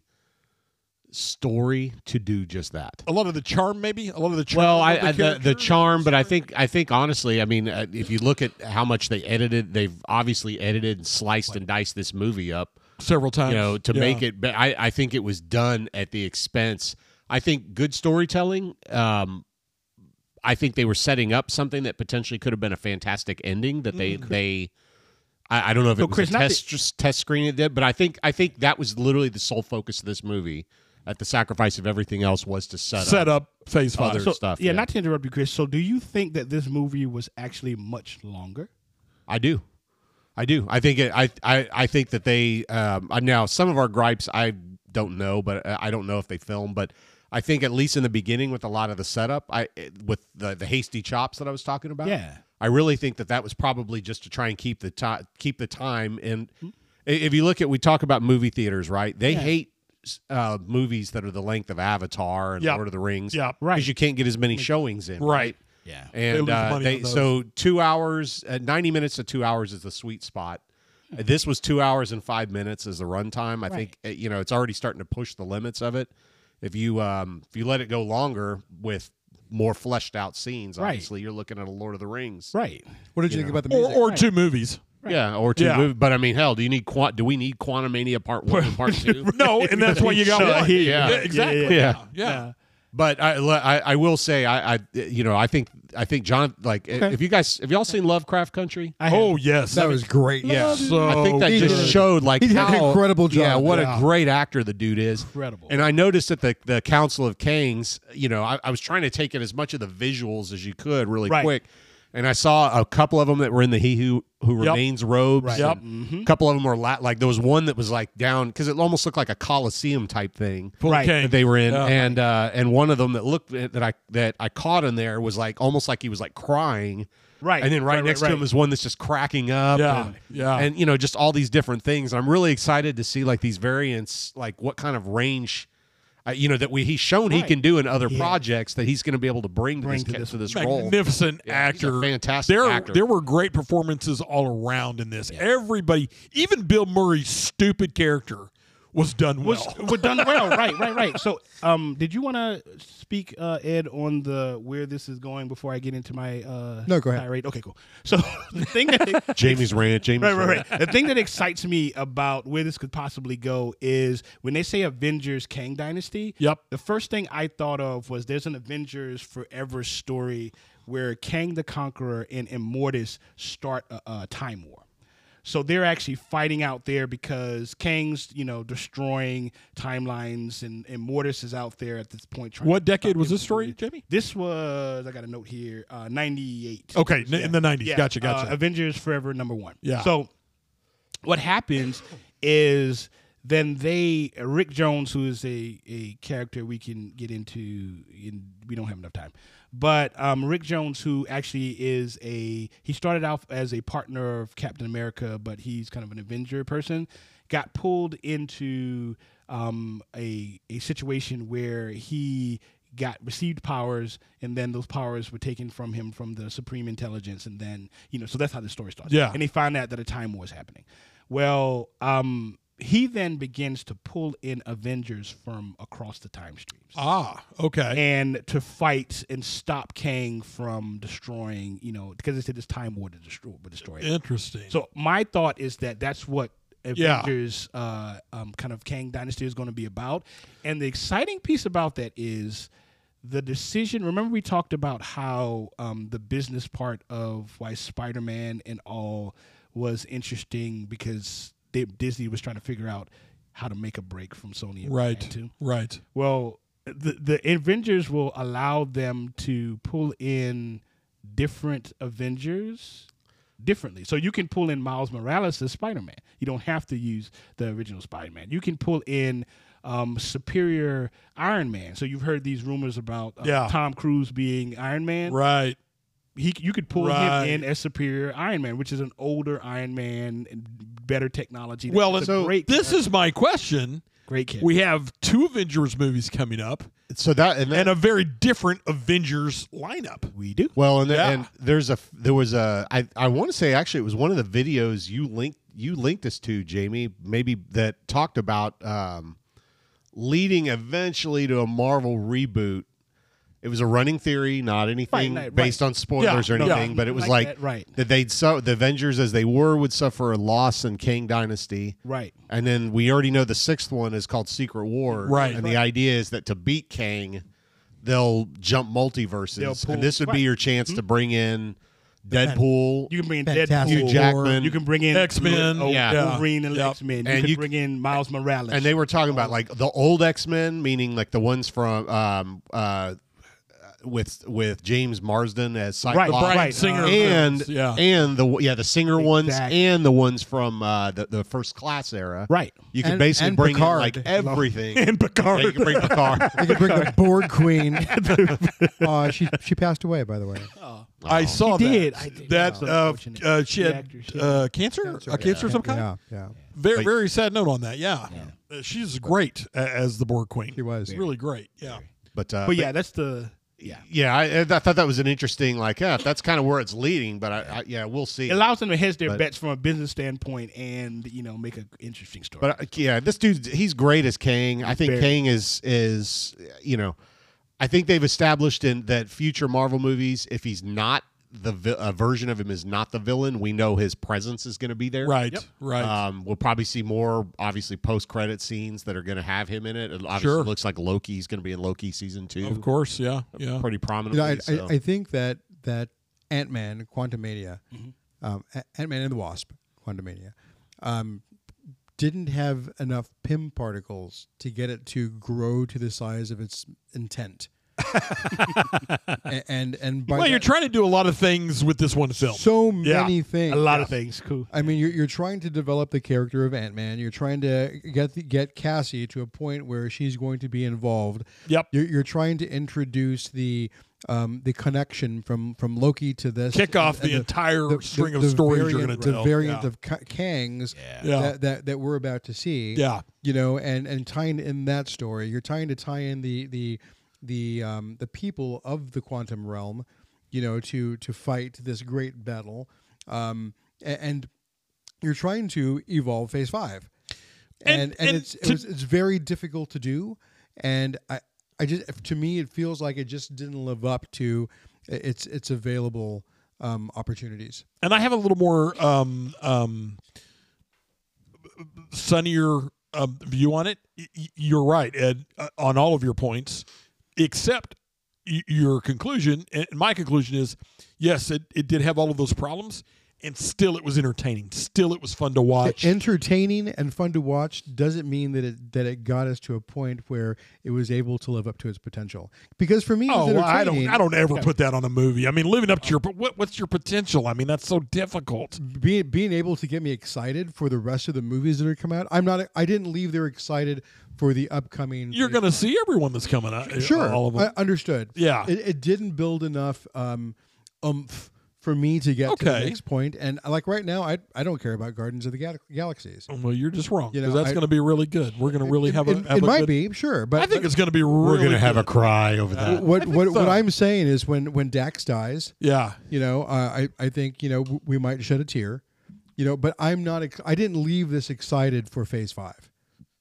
Speaker 4: story to do just that.
Speaker 3: A lot of the charm, maybe. A lot of the charm.
Speaker 4: Well,
Speaker 3: of
Speaker 4: I, I the, the
Speaker 3: character?
Speaker 4: charm, but I think I think honestly, I mean, uh, if you look at how much they edited, they've obviously edited and sliced and diced this movie up,
Speaker 3: several times.
Speaker 4: you know, to
Speaker 3: Yeah.
Speaker 4: make it. But I I think it was done at the expense. I think good storytelling. Um, I think they were setting up something that potentially could have been a fantastic ending that they they. I, I don't know if it was
Speaker 5: Mm. Chris,
Speaker 4: a
Speaker 5: not
Speaker 4: test just test screen it did, but I think I think that was literally the sole focus of this movie. At the sacrifice of everything else was to set,
Speaker 3: set
Speaker 4: up.
Speaker 3: up Phase Five.
Speaker 4: Other
Speaker 5: Uh, So,
Speaker 4: stuff,
Speaker 5: yeah,
Speaker 4: yeah.
Speaker 5: not to interrupt you, Chris. So, do you think that this movie was actually much longer?
Speaker 4: I do. I do. I think it, I, I I think that they um, uh, now some of our gripes I don't know, but uh, I I don't know if they film, but I think at least in the beginning with a lot of the setup, I it- with the the hasty chops that I was talking about.
Speaker 5: Yeah.
Speaker 4: I really think that that was probably just to try and keep the ti keep the time and i- if you look at we talk about movie theaters, right? They hate uh, movies that are the length of Avatar and
Speaker 3: Yeah.
Speaker 4: Lord of the Rings.
Speaker 3: Yeah.
Speaker 4: Because you can't get as many showings in.
Speaker 3: Right.
Speaker 5: Yeah.
Speaker 4: And
Speaker 3: lose
Speaker 4: uh,
Speaker 3: money
Speaker 4: they,
Speaker 3: on those.
Speaker 4: so two hours, uh, 90 minutes to two hours is the sweet spot. Uh, This was two hours and five minutes as the runtime. I think, uh, you know, it's already starting to push the limits of it. If you, um, if you let it go longer with more fleshed out scenes,
Speaker 5: Right.
Speaker 4: obviously you're looking at a Lord of the Rings.
Speaker 5: Right.
Speaker 2: What did you, think about the
Speaker 3: Or
Speaker 2: music?
Speaker 3: or two movies.
Speaker 4: Yeah. Or two.
Speaker 3: Yeah.
Speaker 4: movies. But I mean, hell, do you need, quant- do we need Quantumania part one and part two?
Speaker 3: No, Oh, and that's why you got
Speaker 4: So,
Speaker 3: one.
Speaker 4: yeah.
Speaker 3: exactly.
Speaker 4: Yeah. Yeah.
Speaker 3: yeah.
Speaker 4: But I, le- I, I will say, I, I, you know, I think, I think John, like, if you guys, have y'all seen Lovecraft Country?
Speaker 5: I
Speaker 3: Oh yes,
Speaker 2: that was great.
Speaker 4: Yeah,
Speaker 3: So
Speaker 4: Oh, I think that
Speaker 2: good.
Speaker 4: just showed like
Speaker 2: He did an
Speaker 4: how,
Speaker 2: incredible job.
Speaker 4: Yeah, what
Speaker 2: Yeah.
Speaker 4: a great actor the dude is.
Speaker 5: Incredible.
Speaker 4: And I noticed at the the Council of Kings, you know, I, I was trying to take in as much of the visuals as you could really
Speaker 5: Right.
Speaker 4: quick. And I saw a couple of them that were in the He Who Who
Speaker 3: Yep.
Speaker 4: Remains robes.
Speaker 3: Yep.
Speaker 4: and A couple of them were la- like there was one that was like down because it almost looked like a coliseum type thing
Speaker 5: Right.
Speaker 3: Okay.
Speaker 4: that they were in,
Speaker 3: Yeah.
Speaker 4: and uh, and one of them that looked that I that I caught in there was like almost like he was like crying,
Speaker 5: Right.
Speaker 4: And then right,
Speaker 5: Right, right,
Speaker 4: next to
Speaker 5: right.
Speaker 4: him is one that's just cracking up,
Speaker 3: Yeah.
Speaker 4: and,
Speaker 3: Yeah.
Speaker 4: and you know just all these different things. I'm really excited to see like these variants, like what kind of range. Uh, you know that we he's shown he
Speaker 5: Right.
Speaker 4: can do in other projects that he's going to be able to bring to
Speaker 5: Bring
Speaker 4: this
Speaker 5: to
Speaker 4: ca-
Speaker 5: this-
Speaker 4: to this role.
Speaker 3: magnificent
Speaker 4: Yeah, he's a
Speaker 3: actor,
Speaker 4: fantastic
Speaker 3: there,
Speaker 4: actor.
Speaker 3: There were great performances all around in this. Everybody, even Bill Murray's stupid character, was done
Speaker 5: was
Speaker 3: well.
Speaker 5: was done well. Right, right, right. So, um, did you want to speak, uh, Ed, on the where this is going before I get into my uh,
Speaker 2: No, go ahead.
Speaker 5: Tirade? Okay, cool. So the thing that
Speaker 4: Jamie's rant, Jamie's
Speaker 5: right, right,
Speaker 4: rant.
Speaker 5: right. The thing that excites me about where this could possibly go is when they say Avengers Kang Dynasty.
Speaker 3: Yep.
Speaker 5: The first thing I thought of was there's an Avengers Forever story where Kang the Conqueror and Immortus start a, a time war. So they're actually fighting out there because Kang's, you know, destroying timelines and, and Mortis is out there at this point. Trying
Speaker 3: what
Speaker 5: to
Speaker 3: decade was
Speaker 5: stop
Speaker 3: this story, Jamie?
Speaker 5: This was, I got a note here, uh, 98.
Speaker 3: Okay, n- in the nineties.
Speaker 5: Yeah,
Speaker 3: Gotcha,
Speaker 5: uh,
Speaker 3: gotcha.
Speaker 5: Avengers Forever number one.
Speaker 3: Yeah.
Speaker 5: So what happens is then they Rick Jones, who is a, a character we can get into in we don't have enough time. But um, Rick Jones, who actually is a he started out as a partner of Captain America, but he's kind of an Avenger person, got pulled into um, a a situation where he got received powers and then those powers were taken from him from the supreme intelligence and then you know so that's how the story starts
Speaker 3: Yeah.
Speaker 5: And and they find out that a time war is happening. Well, um, he then begins to pull in Avengers from across the time streams
Speaker 3: ah, okay.
Speaker 5: and to fight and stop Kang from destroying, you know, because they said this time war to destroy, would destroy. it.
Speaker 3: Interesting.
Speaker 5: So my thought is that that's what
Speaker 3: Yeah.
Speaker 5: Avengers uh, um, kind of Kang Dynasty is going to be about. And the exciting piece about that is the decision. Remember, we talked about how um, the business part of why Spider Man and all was interesting because they, Disney was trying to figure out. how to make a break from Sony. and Ryan
Speaker 3: Right.
Speaker 5: too.
Speaker 3: Right.
Speaker 5: Well, the the Avengers will allow them to pull in different Avengers differently. So you can pull in Miles Morales as Spider Man. You don't have to use the original Spider Man. You can pull in um, Superior Iron Man. So you've heard these rumors about uh,
Speaker 3: Yeah.
Speaker 5: Tom Cruise being Iron Man.
Speaker 3: Right.
Speaker 5: He you could pull
Speaker 3: Right.
Speaker 5: him in as Superior Iron Man, which is an older Iron Man, and better technology.
Speaker 3: Well,
Speaker 5: It's
Speaker 3: and
Speaker 5: a great
Speaker 3: this is my question.
Speaker 5: great kid.
Speaker 3: We have two Avengers movies coming up
Speaker 4: So that and then
Speaker 3: and a very different Avengers lineup.
Speaker 5: we do.
Speaker 4: well and, the-
Speaker 3: Yeah.
Speaker 4: and there's a there was a I I want to say actually it was one of the videos you linked you linked us to Jamie maybe that talked about um, leading eventually to a Marvel reboot. It was a running theory, not anything
Speaker 5: right, right.
Speaker 4: based on spoilers
Speaker 3: Yeah,
Speaker 4: or
Speaker 3: no,
Speaker 4: anything, but it was like,
Speaker 5: that, right.
Speaker 4: that they'd su- the Avengers as they were would suffer a loss in Kang Dynasty.
Speaker 5: Right.
Speaker 4: And then we already know the sixth one is called Secret War.
Speaker 3: Right.
Speaker 4: And the idea is that to beat Kang, they'll jump multiverses.
Speaker 5: They'll pull-
Speaker 4: and this would
Speaker 5: right. Hmm?
Speaker 4: be your chance to bring in Deadpool,
Speaker 5: You can bring in
Speaker 2: Fantastic
Speaker 5: Deadpool.
Speaker 4: Hugh Jackman.
Speaker 5: You can bring in
Speaker 3: X-Men.
Speaker 5: Wolverine
Speaker 4: Yeah.
Speaker 5: Wolverine and
Speaker 3: Yep.
Speaker 5: X Men. You
Speaker 4: And
Speaker 5: can
Speaker 4: you
Speaker 5: bring in Miles Morales.
Speaker 4: and they were talking about like the old X Men, meaning like the ones from um, uh, with with James Marsden as Cyclops,
Speaker 5: Brian Right.
Speaker 3: Singer.
Speaker 4: and
Speaker 3: films, yeah.
Speaker 4: and the yeah the singer ones
Speaker 5: Exactly.
Speaker 4: and the ones from uh, the the first class era.
Speaker 5: right.
Speaker 4: You can
Speaker 2: And-
Speaker 4: basically
Speaker 2: and
Speaker 4: bring in,
Speaker 2: Picard.
Speaker 4: like everything.
Speaker 5: And
Speaker 4: Yeah, you
Speaker 5: Picard.
Speaker 4: can bring Picard.
Speaker 2: They could bring the board queen. uh, she she passed away, by the way.
Speaker 3: I saw
Speaker 5: He
Speaker 3: that.
Speaker 5: did. I did.
Speaker 3: That
Speaker 5: That's
Speaker 3: uh,
Speaker 5: unfortunate.
Speaker 3: uh, she
Speaker 5: The
Speaker 3: had
Speaker 5: actor, she
Speaker 3: uh, cancer, a cancer of some kind.
Speaker 2: Yeah, yeah.
Speaker 3: Very very sad note on that. Yeah, Uh, she's great a- as the board queen.
Speaker 2: She was.
Speaker 3: It's really great. Yeah,
Speaker 4: But, uh,
Speaker 5: But yeah, that's the yeah.
Speaker 4: yeah, I, I thought that was an interesting like. Yeah, that's kind of where it's leading. But I, I yeah, we'll see.
Speaker 5: It allows them to hedge their
Speaker 4: But-
Speaker 5: bets from a business standpoint and you know make an interesting story.
Speaker 4: But uh, yeah, this dude, he's great as Kang. I think
Speaker 5: Very.
Speaker 4: Kang is is you know, I think they've established in that future Marvel movies, if he's not the vi- a version of him is not the villain, we know his presence is going to be there.
Speaker 3: right, right.
Speaker 4: Um, we'll probably see more, obviously, post-credit scenes that are going to have him in it. It obviously
Speaker 3: Sure.
Speaker 4: looks like Loki's going to be in Loki season two,
Speaker 3: of course. Yeah, yeah.
Speaker 4: pretty
Speaker 2: You
Speaker 4: prominently.
Speaker 2: know, I,
Speaker 4: so.
Speaker 2: I, I think that that Ant Man, Quantumania, um, Ant Man and the Wasp, Quantumania, um, didn't have enough PIM particles to get it to grow to the size of its intent. A- and and by
Speaker 3: Well, you're
Speaker 2: that-
Speaker 3: trying to do a lot of things with this one film.
Speaker 2: so
Speaker 3: Yeah.
Speaker 2: many things.
Speaker 5: a lot of things. Cool.
Speaker 2: I mean, you're, you're trying to develop the character of Ant Man. You're trying to get the, get Cassie to a point where she's going to be involved.
Speaker 3: Yep.
Speaker 2: You're, you're trying to introduce the um, the connection from from Loki to this.
Speaker 3: Kick off the entire string of stories you're
Speaker 2: variant-
Speaker 3: gonna
Speaker 2: The
Speaker 3: tell.
Speaker 2: variant
Speaker 3: Yeah.
Speaker 2: of Ka- Kangs
Speaker 3: Yeah.
Speaker 2: That, that that we're about to see.
Speaker 3: Yeah.
Speaker 2: You know, and and tying in that story, you're trying to tie in the the the um, the people of the quantum realm, you know, to to fight this great battle. Um, a- and you're trying to evolve phase five and and,
Speaker 3: and
Speaker 2: it's it
Speaker 3: to-
Speaker 2: was, it's very difficult to do and i i just to me it feels like it just didn't live up to its its available um opportunities
Speaker 3: and I have a little more um, um, sunnier uh, view on it. Y- y- You're right, Ed, uh, on all of your points, except y- your conclusion. And my conclusion is, yes, it, it did have all of those problems, and still it was entertaining. Still, it was fun to watch.
Speaker 2: entertaining and fun to watch doesn't mean that it that it got us to a point where it was able to live up to its potential because for me it was
Speaker 3: Oh, well, I don't.
Speaker 2: entertaining
Speaker 3: I don't ever put that on a movie. I mean, living up to your what, what's your potential? I mean, that's so difficult.
Speaker 2: being being able to get me excited for the rest of the movies that are come out i'm not i didn't leave there excited for the upcoming
Speaker 3: You're going to see everyone that's coming up. uh,
Speaker 2: Sure,
Speaker 3: all of them.
Speaker 2: I understood.
Speaker 3: Yeah.
Speaker 2: it, it didn't build enough um, umph for me to get to the
Speaker 3: Okay.
Speaker 2: next point. And like right now, I I don't care about Gardens of the Gal- Galaxies.
Speaker 3: well, you're just wrong
Speaker 2: You
Speaker 3: because
Speaker 2: know,
Speaker 3: that's
Speaker 2: I-
Speaker 3: going to be really good. We're going to really have a.
Speaker 2: it
Speaker 3: have
Speaker 2: it
Speaker 3: a
Speaker 2: might
Speaker 3: good-
Speaker 2: be sure, but
Speaker 3: I think it's going to be. Really
Speaker 4: We're going to have
Speaker 3: good.
Speaker 4: a cry over that.
Speaker 2: what what,
Speaker 3: so.
Speaker 2: what I'm saying is when when Dax dies,
Speaker 3: Yeah.
Speaker 2: you know, uh, I I think you know w- we might shed a tear, you know, but I'm not. Ex- I didn't leave this excited for Phase Five.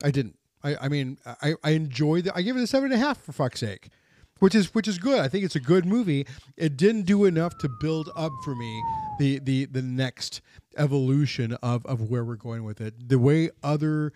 Speaker 2: I didn't. I, I mean, I I enjoyed it. I give it a seven and a half for fuck's sake, which is which is good. I think it's a good movie. It didn't do enough to build up for me the the the next evolution of of where we're going with it. The way other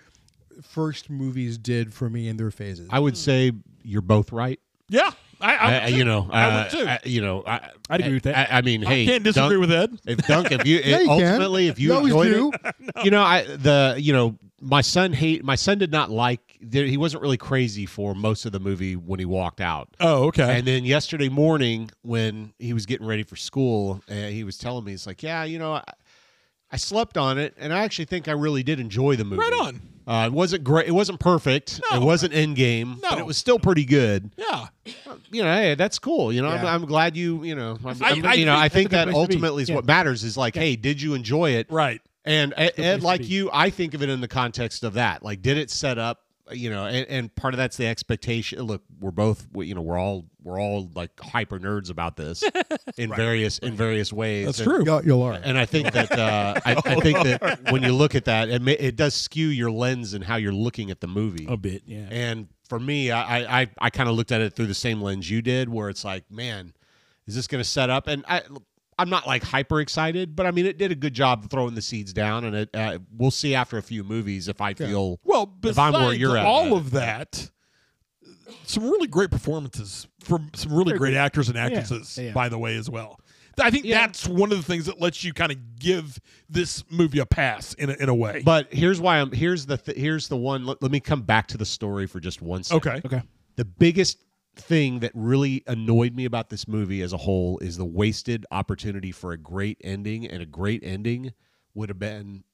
Speaker 2: first movies did for me in their phases.
Speaker 4: I would say you're both right.
Speaker 3: Yeah. I, I,
Speaker 8: I- I- you know,
Speaker 3: I
Speaker 8: uh,
Speaker 3: would too.
Speaker 8: I- you know, I,
Speaker 3: I'd agree with that.
Speaker 8: I, I mean, hey,
Speaker 3: can't disagree
Speaker 8: Dunk-
Speaker 3: with Ed.
Speaker 8: If Dunk, if you,
Speaker 2: Yeah, you can.
Speaker 8: ultimately, if you,
Speaker 2: You always
Speaker 8: enjoyed it,
Speaker 2: do.
Speaker 4: you know i the you know my son hate my son did not like there, he wasn't really crazy for most of the movie when he walked out
Speaker 3: Oh, okay.
Speaker 4: and then yesterday morning when he was getting ready for school uh, he was telling me he's like yeah you know I, I slept on it and i actually think i really did enjoy the movie
Speaker 3: Right on.
Speaker 4: uh, it wasn't great it wasn't perfect it wasn't endgame but
Speaker 3: No.
Speaker 4: it was still pretty good
Speaker 3: yeah.
Speaker 4: you know, hey, that's cool. You know, I'm, I'm glad you, you know, I'm,
Speaker 3: I-
Speaker 4: I'm-
Speaker 3: I
Speaker 4: you
Speaker 3: think
Speaker 4: know, I
Speaker 3: that's a good
Speaker 4: think
Speaker 3: place
Speaker 4: that
Speaker 3: to be.
Speaker 4: ultimately is what matters. Is like, hey, did you enjoy it?
Speaker 3: Right.
Speaker 4: And Ed,
Speaker 3: place
Speaker 4: Ed
Speaker 3: to
Speaker 4: like
Speaker 3: be.
Speaker 4: you, I think of it in the context of that. Like, did it set up? You know, and, and part of that's the expectation. Look, we're both, we- you know, we're all we're all like hyper nerds about this in various in various ways.
Speaker 3: That's
Speaker 4: And-
Speaker 3: true.
Speaker 2: Y'all, y'all are.
Speaker 4: And I think that uh, I, I think
Speaker 6: Oh,
Speaker 4: that when you look at that, it, may, it does skew your lens and how you're looking at the movie.
Speaker 6: a bit. Yeah.
Speaker 4: And for me, I I, I kind of looked at it through the same lens you did, where it's like, man, is this going to set up? And I I'm not like hyper excited, but I mean, it did a good job throwing the seeds down, and it uh, we'll see after a few movies if I feel
Speaker 3: Well,
Speaker 4: If I'm
Speaker 3: besides
Speaker 4: where you're at,
Speaker 3: all
Speaker 4: uh,
Speaker 3: of that, some really great performances from some really great actors and actresses,
Speaker 6: Yeah.
Speaker 3: by the way, as well. I think
Speaker 4: Yeah.
Speaker 3: that's one of the things that lets you kind of give this movie a pass in a, in a way.
Speaker 4: But here's why I'm here's the th- here's the one. Let, let me come back to the story for just one second.
Speaker 3: okay. Okay.
Speaker 4: The biggest thing that really annoyed me about this movie as a whole is the wasted opportunity for a great ending, and a great ending would have been.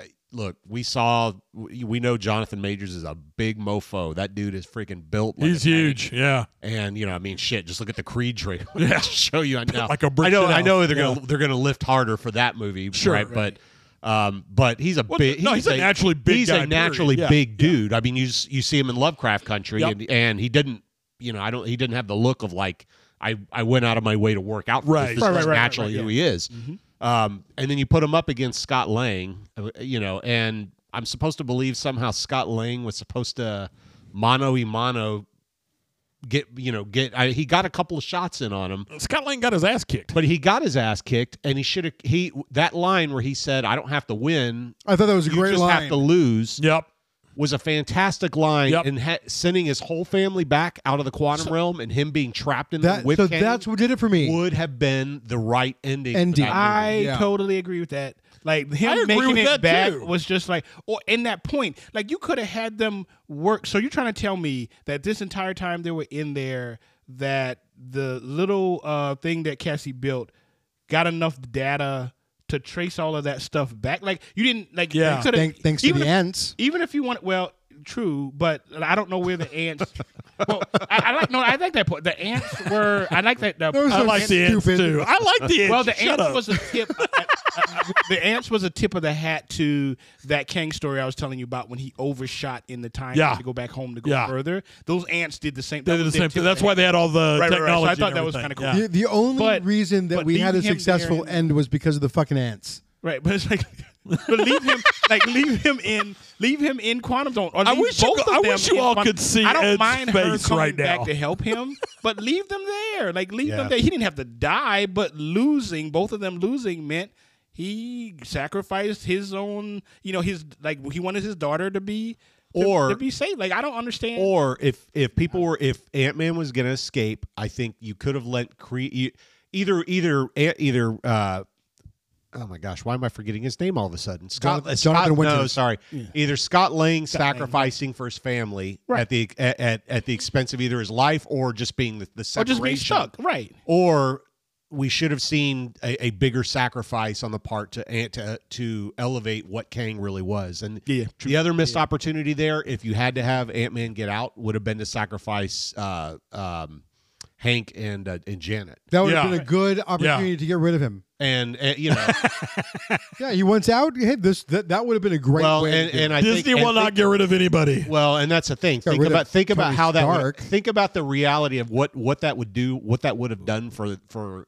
Speaker 4: eh, Look, we saw, we know Jonathan Majors is a big mofo. That dude is freaking built. Like
Speaker 3: He's
Speaker 4: a tank.
Speaker 3: huge. Yeah.
Speaker 4: And you know, I mean, shit. Just look at the Creed trailer. Yeah, show you. I know.
Speaker 3: Like a brick
Speaker 4: I know.
Speaker 3: shit
Speaker 4: I
Speaker 3: house.
Speaker 4: know they're
Speaker 3: Yeah.
Speaker 4: gonna they're gonna lift harder for that movie.
Speaker 3: Sure,
Speaker 4: right? But, um, but he's a big.
Speaker 3: no, he's a naturally big
Speaker 4: He's
Speaker 3: guy,
Speaker 4: a
Speaker 3: period.
Speaker 4: naturally
Speaker 3: Yeah,
Speaker 4: big dude. I mean, you s- you see him in Lovecraft Country,
Speaker 3: Yep.
Speaker 4: and and he didn't. You know, I don't. He didn't have the look of like I I went out of my way to work out. For
Speaker 3: Right.
Speaker 4: This, this
Speaker 3: Right,
Speaker 4: is
Speaker 3: right, right, right,
Speaker 4: naturally
Speaker 3: right, Mm-hmm.
Speaker 4: who he is. Um, and then you put him up against Scott Lang. uh, You know, and I'm supposed to believe somehow Scott Lang was supposed to mano y mano get you know get I, he got a couple of shots in on him
Speaker 3: Scott Lang got his ass kicked.
Speaker 4: but he got his ass kicked and he should have he that line where he said i don't have to win
Speaker 2: I thought that was a
Speaker 4: you
Speaker 2: great
Speaker 4: just
Speaker 2: line.
Speaker 4: have to lose
Speaker 3: Yep.
Speaker 4: was a fantastic line
Speaker 3: Yep.
Speaker 4: and ha- sending his whole family back out of the quantum realm and him being trapped in
Speaker 2: that,
Speaker 4: the whip
Speaker 2: so
Speaker 4: cannon
Speaker 2: that's what did it for me.
Speaker 4: would have been the right ending for
Speaker 2: Ending.
Speaker 4: that movie.
Speaker 5: I
Speaker 2: Yeah.
Speaker 5: totally agree with that. Like
Speaker 3: I agree with
Speaker 5: him making
Speaker 3: that,
Speaker 5: it back
Speaker 3: too.
Speaker 5: was just like, or in that point, like you could have had them work. So you're trying to tell me that this entire time they were in there, that the little uh, thing that Cassie built got enough data to trace all of that stuff back. Like you didn't like.
Speaker 3: Yeah.
Speaker 5: You coulda-
Speaker 2: Thank, thanks to
Speaker 5: even
Speaker 2: the
Speaker 5: if-
Speaker 2: ants.
Speaker 5: even if you want well true but i don't know where the ants well I, I like no i like that point the ants were i like that the,
Speaker 2: Those
Speaker 5: I
Speaker 2: are
Speaker 5: like
Speaker 2: stupid.
Speaker 3: Dude, I like the itch.
Speaker 5: well the
Speaker 3: Shut
Speaker 5: ants
Speaker 3: up.
Speaker 5: was a tip uh, the ants was a tip of the hat to that king story i was telling you about when he overshot in the time
Speaker 3: Yeah.
Speaker 5: to go back home to go
Speaker 3: Yeah.
Speaker 5: further those ants did the same
Speaker 3: They did the
Speaker 5: was
Speaker 3: same
Speaker 5: their
Speaker 3: thing.
Speaker 5: tip of
Speaker 3: That's
Speaker 5: the
Speaker 3: why
Speaker 5: hat.
Speaker 3: they had all the
Speaker 5: Right, right, right. So I
Speaker 3: technology.
Speaker 5: thought
Speaker 3: and
Speaker 5: that was
Speaker 3: everything.
Speaker 5: kinda cool.
Speaker 3: Yeah.
Speaker 2: The, the only
Speaker 5: But-
Speaker 2: reason that
Speaker 5: but
Speaker 2: we had a
Speaker 5: leave him
Speaker 2: successful
Speaker 5: there and-
Speaker 2: end was because of the fucking ants.
Speaker 5: right but it's like but leave him like leave him in leave him in quantum zone or
Speaker 3: I
Speaker 5: leave
Speaker 3: wish you
Speaker 5: both
Speaker 3: could-
Speaker 5: of
Speaker 3: I
Speaker 5: them
Speaker 3: wish you
Speaker 5: in
Speaker 3: all
Speaker 5: Quantum-
Speaker 3: could see
Speaker 5: I don't
Speaker 3: Ed's
Speaker 5: mind her
Speaker 3: face
Speaker 5: coming
Speaker 3: right now.
Speaker 5: back to help him but leave them there like leave them there he didn't have to die but losing both of them losing meant he sacrificed his own you know his like he wanted his daughter to be to-
Speaker 4: Or-
Speaker 5: to be safe like I don't understand
Speaker 4: Or if if people were if Ant Man was gonna escape, I think you could have let Cre- e- either either Ant- either. uh Oh my gosh! Why am I forgetting his name all of a sudden? Scott.
Speaker 2: Jonathan-
Speaker 4: uh, Scott
Speaker 2: Jonathan
Speaker 4: no,
Speaker 2: Winters.
Speaker 4: sorry. Either Scott Lang sacrificing for his family at the at, at, at the expense of either his life or just being the, the
Speaker 5: or
Speaker 4: separation,
Speaker 5: just being stuck right
Speaker 4: Or we should have seen a, a bigger sacrifice on the part to Ant to to elevate what Kang really was. And
Speaker 5: yeah
Speaker 4: the other missed opportunity there, if you had to have Ant Man get out, would have been to sacrifice uh, um, Hank and uh, and Janet,
Speaker 2: That would
Speaker 3: Yeah.
Speaker 2: have been a good opportunity to get rid of him.
Speaker 4: and, and, you know,
Speaker 2: Yeah, he wants out. Hey, this that, that would have been a great
Speaker 4: well,
Speaker 2: way. to
Speaker 4: and,
Speaker 2: do it.
Speaker 4: and I
Speaker 3: Disney
Speaker 4: think, and
Speaker 3: will not
Speaker 4: think-
Speaker 3: get rid of anybody.
Speaker 4: Well, and that's the thing.
Speaker 2: Got
Speaker 4: Think
Speaker 2: rid of
Speaker 4: about think about
Speaker 2: Tony
Speaker 4: how that would,
Speaker 2: Stark.
Speaker 4: think about the reality of what what that would do, what that would have done for for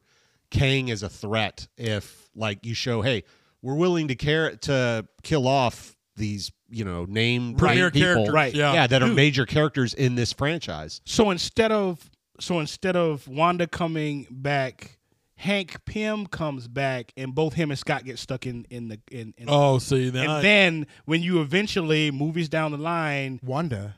Speaker 4: Kang as a threat if like you show, hey, we're willing to care to kill off these you know named
Speaker 3: Premier
Speaker 4: named people,
Speaker 3: characters, Right. yeah.
Speaker 4: yeah, that are major characters in this franchise.
Speaker 5: So instead of so instead of Wanda coming back, Hank Pym comes back, and both him and Scott get stuck in in the in. in
Speaker 3: Oh, see, then
Speaker 5: and
Speaker 3: I-
Speaker 5: then when you eventually movies down the line,
Speaker 2: Wanda.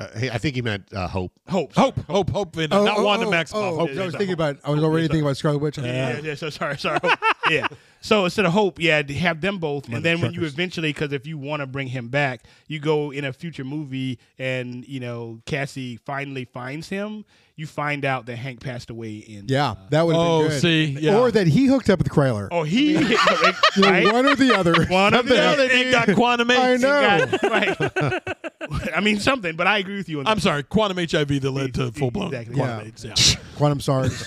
Speaker 4: Uh, hey, I think he meant uh, Hope.
Speaker 6: Hope.
Speaker 3: Hope, hope, hope, Vin Diesel, not Wanda Maximoff.
Speaker 2: Oh,
Speaker 3: Hope.
Speaker 2: I was thinking about. I was already thinking about Scarlet Witch. I'm like,
Speaker 6: Yeah,
Speaker 2: oh,
Speaker 6: yeah, so sorry, sorry. Hope. yeah.
Speaker 5: So instead of hope, yeah, to have them both, and then when you eventually, because if you want to bring him back, you go in a future movie, and you know Cassie finally finds him. You find out that Hank passed away in.
Speaker 2: Yeah, that would.
Speaker 3: Oh,
Speaker 2: been good.
Speaker 3: see, yeah.
Speaker 2: or that he hooked up with Kryler.
Speaker 5: Oh, he right?
Speaker 2: One or the other.
Speaker 5: One of the other.
Speaker 3: It got Quantum
Speaker 2: I
Speaker 3: H.
Speaker 2: know.
Speaker 5: right. I mean something, but I agree with you on that.
Speaker 3: I'm sorry, Quantum HIV that led to full blown
Speaker 5: Exactly.
Speaker 3: Quantum
Speaker 2: Yeah.
Speaker 3: AIDS. Yeah.
Speaker 2: Quantum SARS.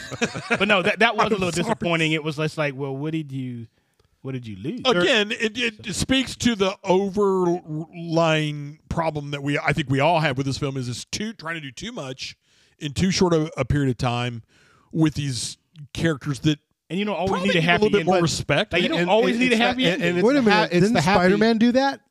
Speaker 5: but no, that, that was a little disappointing. It was less like, well, what did you, what did you lose?
Speaker 3: Again, it, it speaks to the overlying problem that we I think we all have with this film is it's too trying to do too much in too short a, a period of time with these characters that
Speaker 5: and you don't always
Speaker 3: probably
Speaker 5: need a happy
Speaker 3: a little bit
Speaker 5: ending.
Speaker 3: more respect.
Speaker 5: Like, you don't
Speaker 4: And-
Speaker 5: always
Speaker 4: and
Speaker 5: need a
Speaker 4: it's the-
Speaker 5: happy
Speaker 4: and- and
Speaker 5: ending.
Speaker 4: it's
Speaker 2: Wait a
Speaker 4: the ha-
Speaker 2: minute.
Speaker 4: it's
Speaker 2: Didn't
Speaker 4: the happy-
Speaker 2: Spider-Man do that?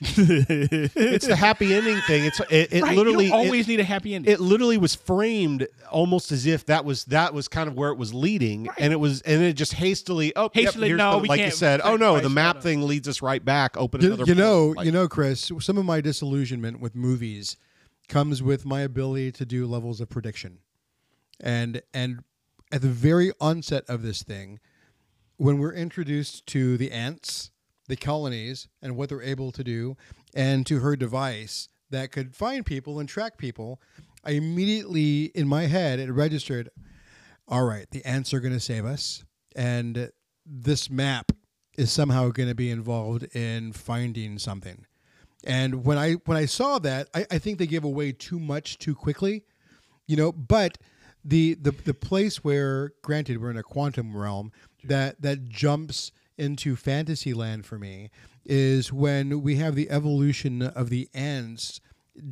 Speaker 4: It's the happy ending thing. It's it, it
Speaker 5: Right,
Speaker 4: literally it-
Speaker 5: you don't always need a happy ending.
Speaker 4: it literally was framed almost as if that was that was kind of where it was leading and it was and it just hastily oh yep,
Speaker 5: Hastily,
Speaker 4: here's
Speaker 5: no,
Speaker 4: the-
Speaker 5: we
Speaker 4: like you
Speaker 5: can't
Speaker 4: said oh no the
Speaker 5: sacrifice
Speaker 4: map
Speaker 5: that.
Speaker 4: thing leads us right back open
Speaker 2: You,
Speaker 4: another
Speaker 2: you know,
Speaker 4: portal. Like,
Speaker 2: you know, Chris. Some of my disillusionment with movies comes with my ability to do levels of prediction, and and at the very onset of this thing, when we're introduced to the ants, the colonies, and what they're able to do, and to her device that could find people and track people, I immediately in my head it registered. All right, the ants are going to save us, and this map is somehow going to be involved in finding something. And when I when I saw that, I, I think they gave away too much too quickly, you know. But the the the place where, granted, we're in a quantum realm that that jumps into fantasy land for me is when we have the evolution of the ants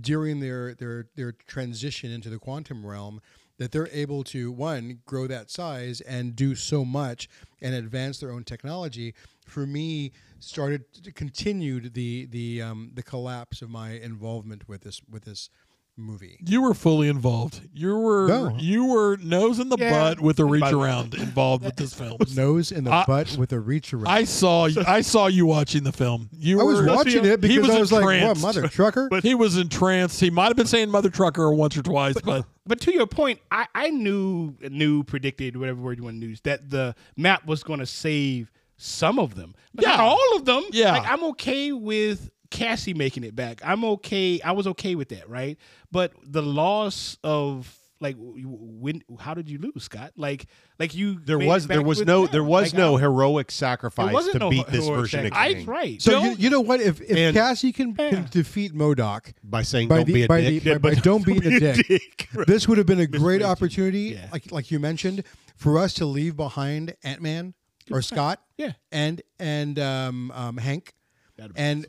Speaker 2: during their their their transition into the quantum realm that they're able to one grow that size and do so much and advance their own technology for me started continued the the um, the collapse of my involvement with this with this movie
Speaker 3: You were fully involved. You were
Speaker 2: No.
Speaker 3: you were nose in the butt with a reach around involved with this film.
Speaker 2: nose in the
Speaker 3: I-
Speaker 2: butt with a reach around
Speaker 3: I saw I saw you watching the film. You
Speaker 2: I was
Speaker 3: were,
Speaker 2: watching it
Speaker 3: he
Speaker 2: because
Speaker 3: was
Speaker 2: I was like, "What
Speaker 3: entranced.
Speaker 2: mother trucker?"
Speaker 3: he was entranced. He might have been saying "mother trucker" once or twice, but
Speaker 5: but to your point, I, I knew, knew, predicted, whatever word you want to use, that the map was going to save some of them. But not
Speaker 3: Yeah.
Speaker 5: all of them.
Speaker 3: Yeah.
Speaker 5: Like, I'm okay with Cassie making it back. I'm okay. I was okay with that, right? But the loss of like w- w- when how did you lose scott like like you
Speaker 4: there
Speaker 5: made
Speaker 4: was
Speaker 5: it back
Speaker 4: there was
Speaker 5: with
Speaker 4: no
Speaker 5: them.
Speaker 4: there was
Speaker 5: Like,
Speaker 4: no
Speaker 5: I-
Speaker 4: heroic
Speaker 5: there
Speaker 4: sacrifice
Speaker 5: wasn't
Speaker 4: to
Speaker 5: no
Speaker 4: beat this
Speaker 5: heroic
Speaker 4: version of
Speaker 5: sacrifice.
Speaker 4: King
Speaker 5: I, right
Speaker 2: so you,
Speaker 5: Don't-
Speaker 2: you know what if, if
Speaker 4: And-
Speaker 2: cassie can, can
Speaker 5: Yeah.
Speaker 2: defeat modoc
Speaker 4: by saying
Speaker 2: by
Speaker 4: don't be
Speaker 2: the
Speaker 4: a
Speaker 2: by
Speaker 4: dick
Speaker 2: the by, by don't being a dick, this would have been a great opportunity
Speaker 5: Yeah.
Speaker 2: like like you mentioned for us to leave behind ant-man or scott
Speaker 5: Yeah.
Speaker 2: and and um, um hank
Speaker 5: That'd be
Speaker 2: and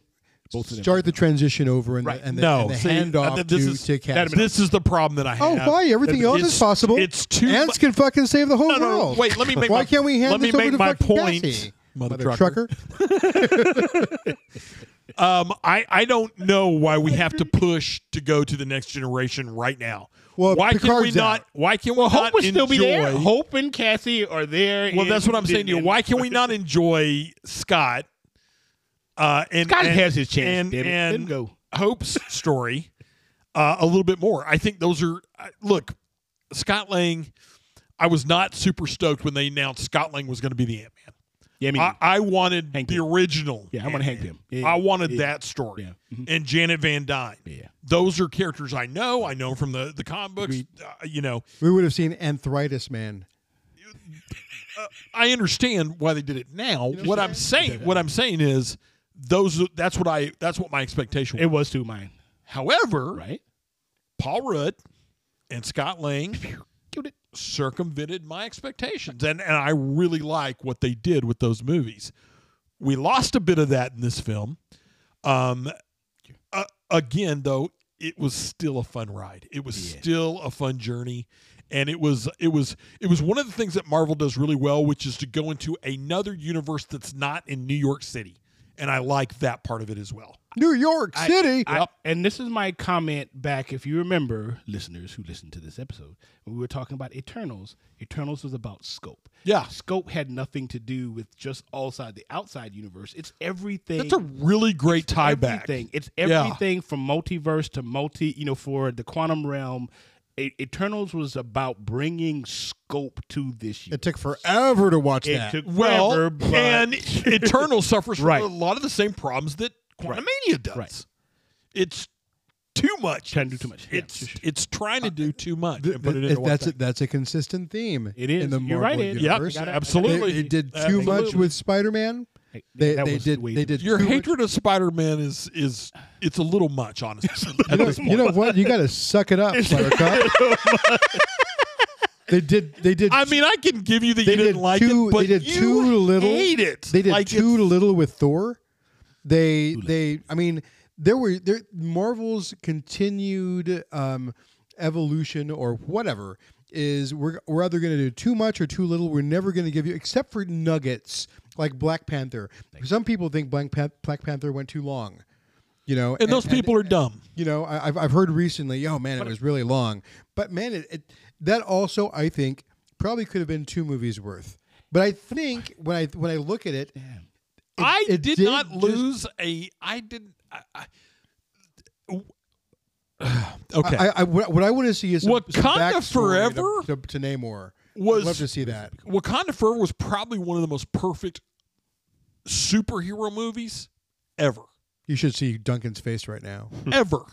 Speaker 5: Both of them.
Speaker 2: start the transition over and
Speaker 5: Right.
Speaker 2: the, and the,
Speaker 3: no.
Speaker 2: and the
Speaker 3: See,
Speaker 2: handoff
Speaker 3: uh, this
Speaker 2: to,
Speaker 3: is
Speaker 2: to Cass.
Speaker 3: this is the problem that I
Speaker 2: Oh,
Speaker 3: have.
Speaker 2: why? Everything else
Speaker 3: uh, It's-
Speaker 2: is possible.
Speaker 3: It's too.
Speaker 2: Ants
Speaker 3: mu-
Speaker 2: can fucking save the whole
Speaker 3: no, no,
Speaker 2: world.
Speaker 3: Wait, let me make.
Speaker 2: Why
Speaker 3: my,
Speaker 2: can't we hand
Speaker 3: Let
Speaker 2: this
Speaker 3: me
Speaker 2: over
Speaker 3: make
Speaker 2: to
Speaker 3: my
Speaker 2: fucking
Speaker 3: point,
Speaker 2: Cassie?
Speaker 3: mother,
Speaker 2: Mother
Speaker 3: trucker.
Speaker 2: trucker.
Speaker 3: Um, I I don't know why we have to push to go to the next generation right now.
Speaker 2: Well,
Speaker 3: why can we
Speaker 2: Picard's
Speaker 3: not?
Speaker 2: out.
Speaker 3: Why can we
Speaker 5: hope
Speaker 3: not
Speaker 5: would still
Speaker 3: enjoy?
Speaker 5: be there hope and cassie are there
Speaker 3: Well,
Speaker 5: and
Speaker 3: that's what I'm saying to you.
Speaker 5: didn't-
Speaker 3: Why can we not enjoy Scott? Uh, and
Speaker 5: Scott
Speaker 3: and-
Speaker 5: has his
Speaker 3: and,
Speaker 5: chance. damn it. Let him
Speaker 3: and
Speaker 5: go.
Speaker 3: Hope's story uh, a little bit more. I think those are I- look Scott Lang. I was not super stoked when they announced Scott Lang was going to be the Ant Man.
Speaker 5: Yeah, I mean,
Speaker 3: I, I wanted
Speaker 5: Hank
Speaker 3: the
Speaker 5: Pym.
Speaker 3: original.
Speaker 5: Yeah, I want
Speaker 3: Ant-Man.
Speaker 5: Hank Pym. Yeah,
Speaker 3: I wanted
Speaker 5: yeah,
Speaker 3: that story.
Speaker 5: yeah. Mhm.
Speaker 3: And Janet Van Dyne.
Speaker 5: Yeah.
Speaker 3: Those are characters I know. I know from the the comic books. Uh, you know,
Speaker 2: We would have seen Anthritis Man.
Speaker 3: I understand why they did it now. what I'm saying, what I'm saying is, those. That's what I. That's what my expectation
Speaker 5: it
Speaker 3: was.
Speaker 5: was too mine,
Speaker 3: However,
Speaker 5: right?
Speaker 3: Paul Rudd and Scott Lang
Speaker 5: Give it-
Speaker 3: circumvented my expectations, and and I really like what they did with those movies. We lost a bit of that in this film. Um, uh, again, though, it was still a fun ride. It was still a fun journey, and it was it was it was one of the things that Marvel does really well, which is to go into another universe that's not in New York City, and I like that part of it as well.
Speaker 2: New York
Speaker 5: I-
Speaker 2: City.
Speaker 5: I- and this is my comment back, if you remember, listeners who listened to this episode, when we were talking about Eternals, Eternals was about scope.
Speaker 3: Yeah.
Speaker 5: Scope had nothing to do with just outside the outside universe. It's everything.
Speaker 3: That's a really great tie back.
Speaker 5: everything. It's
Speaker 3: Yeah.
Speaker 5: everything from multiverse to multi, you know, for the quantum realm. E- Eternals was about bringing scope to this year.
Speaker 2: it took forever to watch
Speaker 5: It
Speaker 2: that.
Speaker 5: took
Speaker 3: Well,
Speaker 5: forever, but
Speaker 3: and Eternal suffers
Speaker 5: Right.
Speaker 3: from a lot of the same problems that Quantumania does.
Speaker 5: Right.
Speaker 3: It's too much. Uh,
Speaker 5: trying to do too much. Yeah,
Speaker 3: It's
Speaker 5: sure, sure.
Speaker 3: it's trying to do too much. and put
Speaker 2: Th-
Speaker 3: it
Speaker 2: it-
Speaker 3: into one
Speaker 2: that's a,
Speaker 3: thing.
Speaker 2: that's a consistent theme.
Speaker 5: It is.
Speaker 2: in the
Speaker 5: You're
Speaker 2: Marvel
Speaker 5: right, Ed.
Speaker 3: Yeah,
Speaker 2: universe. They,
Speaker 3: absolutely.
Speaker 2: they did too
Speaker 3: Absolutely.
Speaker 2: much with Spider-Man.
Speaker 5: Hey,
Speaker 2: They,
Speaker 5: that
Speaker 2: they
Speaker 5: was
Speaker 2: did
Speaker 5: way
Speaker 2: they
Speaker 5: too-
Speaker 2: did
Speaker 3: Your
Speaker 2: too much-
Speaker 3: hatred of Spider Man is is it's a little much, honestly. at
Speaker 2: You know,
Speaker 3: this point.
Speaker 2: you know what? You got to suck it up, Buttercup. they did they did
Speaker 3: I mean, I can give you that
Speaker 2: they
Speaker 3: you
Speaker 2: did
Speaker 3: didn't like
Speaker 2: too
Speaker 3: it, but
Speaker 2: they did
Speaker 3: you
Speaker 2: too little.
Speaker 3: hate it.
Speaker 2: They did
Speaker 3: Like,
Speaker 2: too little with Thor. They they I mean there were there Marvel's continued um evolution or whatever is we're we're either going to do too much or too little. We're never going to give you except for nuggets like Black Panther. Some people think Black, Pan- Black Panther went too long. You know,
Speaker 3: and those people are dumb.
Speaker 2: you know, I, I've I've heard recently, oh man, it was really long. But man, it, it that also I think probably could have been two movies worth. But I think when I when I look at it, it-
Speaker 3: I
Speaker 2: it
Speaker 3: did, not
Speaker 2: just-
Speaker 3: lose a. I didn't. I, I, okay.
Speaker 2: I, I what what I want to see is some, some
Speaker 3: Wakanda
Speaker 2: backstory to-
Speaker 3: Forever
Speaker 2: to, to Namor.
Speaker 3: was-
Speaker 2: I'd love to see that.
Speaker 3: Wakanda Forever was probably one of the most perfect superhero movies ever.
Speaker 2: You should see Duncan's face right now.
Speaker 5: Hmm.
Speaker 3: ever.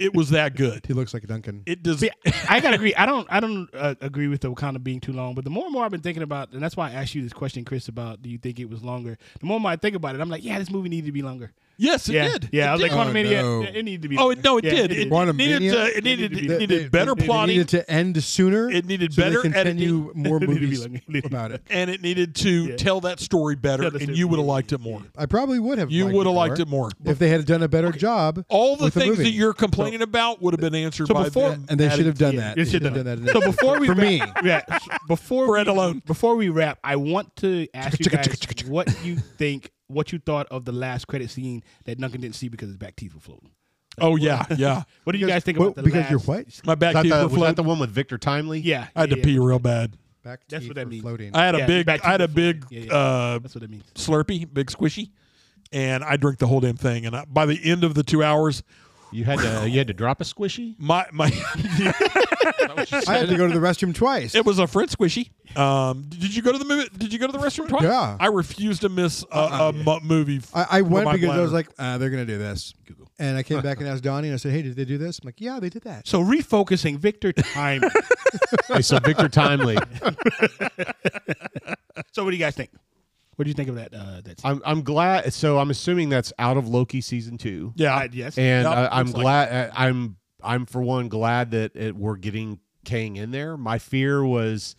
Speaker 3: It was that good.
Speaker 2: He looks like Duncan.
Speaker 3: It does.
Speaker 5: I gotta agree. I don't. I don't uh, agree with the Wakanda being too long. But the more and more I've been thinking about, and that's why I asked you this question, Chris, about do you think it was longer? The more and more I think about it, I'm like, yeah, this movie needed to be longer.
Speaker 3: Yes, it
Speaker 5: yeah,
Speaker 3: did.
Speaker 5: yeah. I
Speaker 3: It
Speaker 5: was like,
Speaker 3: did.
Speaker 2: Oh,
Speaker 5: Quantumania, yeah,
Speaker 2: no.
Speaker 5: it, needed to be.
Speaker 3: Oh, it, no, it
Speaker 5: Yeah,
Speaker 3: did. It, it
Speaker 2: Quantumania?
Speaker 3: needed. To, it needed. It needed
Speaker 2: They- they-
Speaker 3: better
Speaker 2: they
Speaker 3: plotting,
Speaker 2: needed to end sooner.
Speaker 3: It needed
Speaker 2: so they
Speaker 3: better
Speaker 2: can continue more
Speaker 5: It needed to be
Speaker 2: movies
Speaker 5: longer.
Speaker 2: about it.
Speaker 3: and it needed to tell that story better,
Speaker 5: Tell the
Speaker 3: and
Speaker 5: story-
Speaker 3: you would have liked it more.
Speaker 2: I probably would have.
Speaker 3: You
Speaker 2: liked
Speaker 3: would have liked
Speaker 2: more
Speaker 3: it more.
Speaker 2: if they had done a better job.
Speaker 3: All the
Speaker 2: with
Speaker 3: things
Speaker 2: movie.
Speaker 3: that you're complaining about would have been answered by
Speaker 5: before-
Speaker 3: them.
Speaker 2: and they
Speaker 3: adding-
Speaker 2: should have done
Speaker 5: yeah,
Speaker 2: that.
Speaker 5: they
Speaker 2: They
Speaker 5: should have
Speaker 2: should have done that.
Speaker 5: So before we
Speaker 2: for me,
Speaker 5: wrap- yeah, before
Speaker 3: Bread
Speaker 5: we,
Speaker 3: alone.
Speaker 5: Before we wrap, I want to ask you
Speaker 2: Chicka, chicka,
Speaker 5: guys
Speaker 2: chicka, chicka.
Speaker 5: what you think, what you thought of the last credit scene that Duncan didn't see because his back teeth were floating.
Speaker 3: Oh yeah, yeah.
Speaker 5: What do you guys think
Speaker 2: Well,
Speaker 5: about the
Speaker 2: because you're
Speaker 5: last-
Speaker 2: white.
Speaker 3: My back
Speaker 4: Was
Speaker 3: teeth
Speaker 4: that, the,
Speaker 3: were
Speaker 4: was that
Speaker 3: floating.
Speaker 4: the one with Victor Timely?
Speaker 5: Yeah,
Speaker 3: I had to
Speaker 5: yeah, yeah.
Speaker 3: pee real bad.
Speaker 2: Back
Speaker 5: That's
Speaker 2: teeth
Speaker 5: what that
Speaker 2: were
Speaker 5: means.
Speaker 2: Floating.
Speaker 3: I had a
Speaker 5: Yeah,
Speaker 3: big.
Speaker 5: back teeth
Speaker 3: I had
Speaker 5: were
Speaker 3: a big
Speaker 5: floating. Yeah, yeah.
Speaker 3: uh,
Speaker 5: That's what it means.
Speaker 3: Slurpee, big squishy, and I drank the whole damn thing. And I, by the end of the two hours,
Speaker 4: You had to you had to drop a squishy.
Speaker 3: my my
Speaker 2: I had to go to the restroom twice.
Speaker 3: It was a Fred Squishy. Um, did you go to the movie? Did you go to the restaurant twice?
Speaker 2: Yeah.
Speaker 3: I refused to miss a,
Speaker 4: Uh-uh.
Speaker 3: a mo- movie. f-
Speaker 2: I, I
Speaker 3: for
Speaker 2: went
Speaker 3: my
Speaker 2: because I was
Speaker 3: bladder.
Speaker 2: like, uh, they're going to do this. Google. And I came back and asked Donnie, and I said, hey, did they do this? I'm like, yeah, they did that.
Speaker 5: So refocusing Victor time.
Speaker 4: Okay, so Victor Timely,
Speaker 5: so what do you guys think? What do you think of that? Uh, that
Speaker 4: I'm I'm glad. So I'm assuming that's out of Loki season two.
Speaker 3: yeah,
Speaker 5: I- yes.
Speaker 4: and
Speaker 3: Yep,
Speaker 4: I, I'm
Speaker 3: looks like
Speaker 4: glad. I, I'm I'm for one glad that it, we're getting Kang in there. My fear was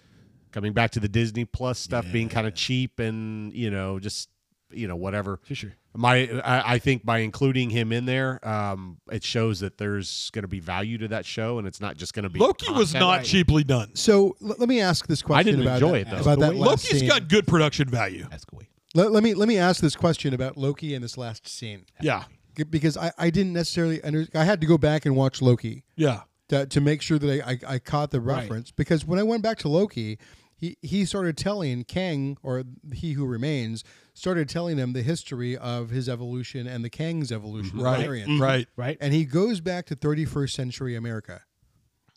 Speaker 4: coming back to the Disney Plus stuff being kind of cheap and you know just you know whatever.
Speaker 5: sure.
Speaker 4: My I, I think by including him in there, um, it shows that there's going to be value to that show, and it's not just going to be
Speaker 3: Loki was
Speaker 4: content.
Speaker 3: not cheaply done.
Speaker 2: So l- let me ask this question
Speaker 4: I didn't
Speaker 2: about
Speaker 4: enjoy
Speaker 2: that,
Speaker 4: it, though.
Speaker 2: about that last
Speaker 3: Loki's
Speaker 2: scene.
Speaker 3: got good production value.
Speaker 5: Ask away.
Speaker 2: let, let me let me ask this question about Loki and this last scene
Speaker 3: Yeah,
Speaker 2: G- because I, I didn't necessarily under, I had to go back and watch Loki
Speaker 3: yeah.
Speaker 2: to, to make sure that I, I, I caught the reference because when I went back to Loki, he, he started telling Kang or he who remains started telling him the history of his evolution and the Kang's evolution, the
Speaker 3: Right, Mm-hmm.
Speaker 2: variant.
Speaker 3: right.
Speaker 5: Right.
Speaker 2: And he goes back to 31st century America,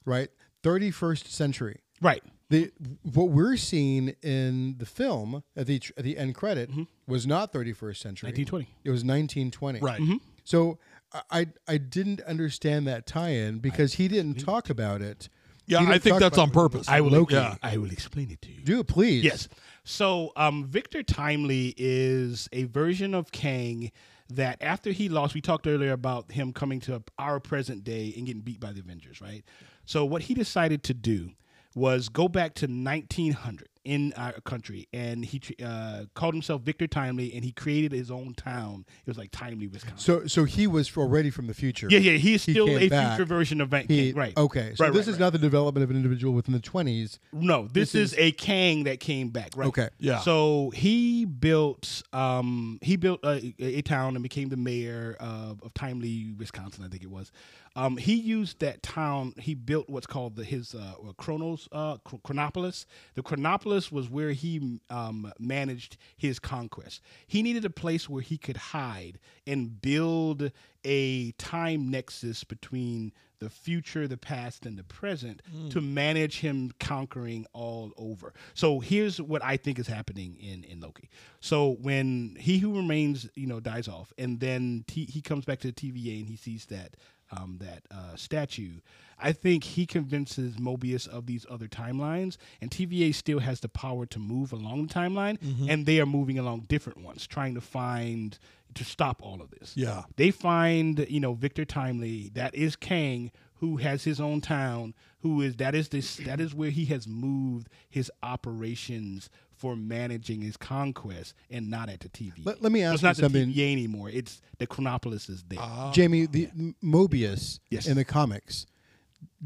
Speaker 2: right? 31st century.
Speaker 5: Right.
Speaker 2: The what we're seeing in the film at the at the end credit was not 31st century.
Speaker 5: 1920.
Speaker 2: It was 1920.
Speaker 3: Right.
Speaker 5: Mm-hmm.
Speaker 2: So I- I I didn't understand that tie-in because he didn't talk about it. He
Speaker 3: Yeah,
Speaker 2: didn't
Speaker 3: I think
Speaker 2: talk
Speaker 3: that's
Speaker 2: about
Speaker 3: on
Speaker 2: it.
Speaker 3: purpose.
Speaker 5: I will.
Speaker 3: Loki.
Speaker 5: Yeah. I will explain it to you.
Speaker 2: Do it, please.
Speaker 5: Yes. So um, Victor Timely is a version of Kang that after he lost, we talked earlier about him coming to our present day and getting beat by the Avengers, right? So what he decided to do was go back to 1900 in our country, and he tr- uh, called himself Victor Timely, and he created his own town. It was like Timely, Wisconsin.
Speaker 2: So so he was f- already from the future.
Speaker 5: yeah, yeah, he's
Speaker 2: He
Speaker 5: still
Speaker 2: came
Speaker 5: a
Speaker 2: back.
Speaker 5: future version of Van
Speaker 2: He,
Speaker 5: King, right?
Speaker 2: Okay. So
Speaker 5: Right,
Speaker 2: this
Speaker 5: right,
Speaker 2: is not the development of an individual within the 20s.
Speaker 5: No, this, is, a Kang that came back, right?
Speaker 2: Okay.
Speaker 3: Yeah.
Speaker 5: So he built, um, he built a, a a town and became the mayor of, of Timely, Wisconsin, I think it was. Um, he used that town. He built what's called the his uh, or Chronos, uh, Chro- Chronopolis. The Chronopolis was where he um, managed his conquest. He needed a place where he could hide and build a time nexus between the future, the past, and the present to manage him conquering all over. So here's what I think is happening in in Loki. So when he who remains, you know, dies off, and then t- he comes back to the TVA and he sees that. Um, that uh, statue, I think he convinces Mobius of these other timelines, and TVA still has the power to move along the timeline, and they are moving along different ones, trying to find to stop all of this.
Speaker 3: Yeah.
Speaker 5: They find, you know, Victor Timely, that is Kang, who has his own town, who is that is this that is where he has moved his operations for managing his conquest and not at the TV.
Speaker 2: Let- let me ask
Speaker 5: it's
Speaker 2: you
Speaker 5: not
Speaker 2: something. Ah.
Speaker 5: the TVA anymore. It's the Chronopolis is there.
Speaker 2: Jamie, the M- Mobius
Speaker 5: Oh, Yes.
Speaker 2: in the comics,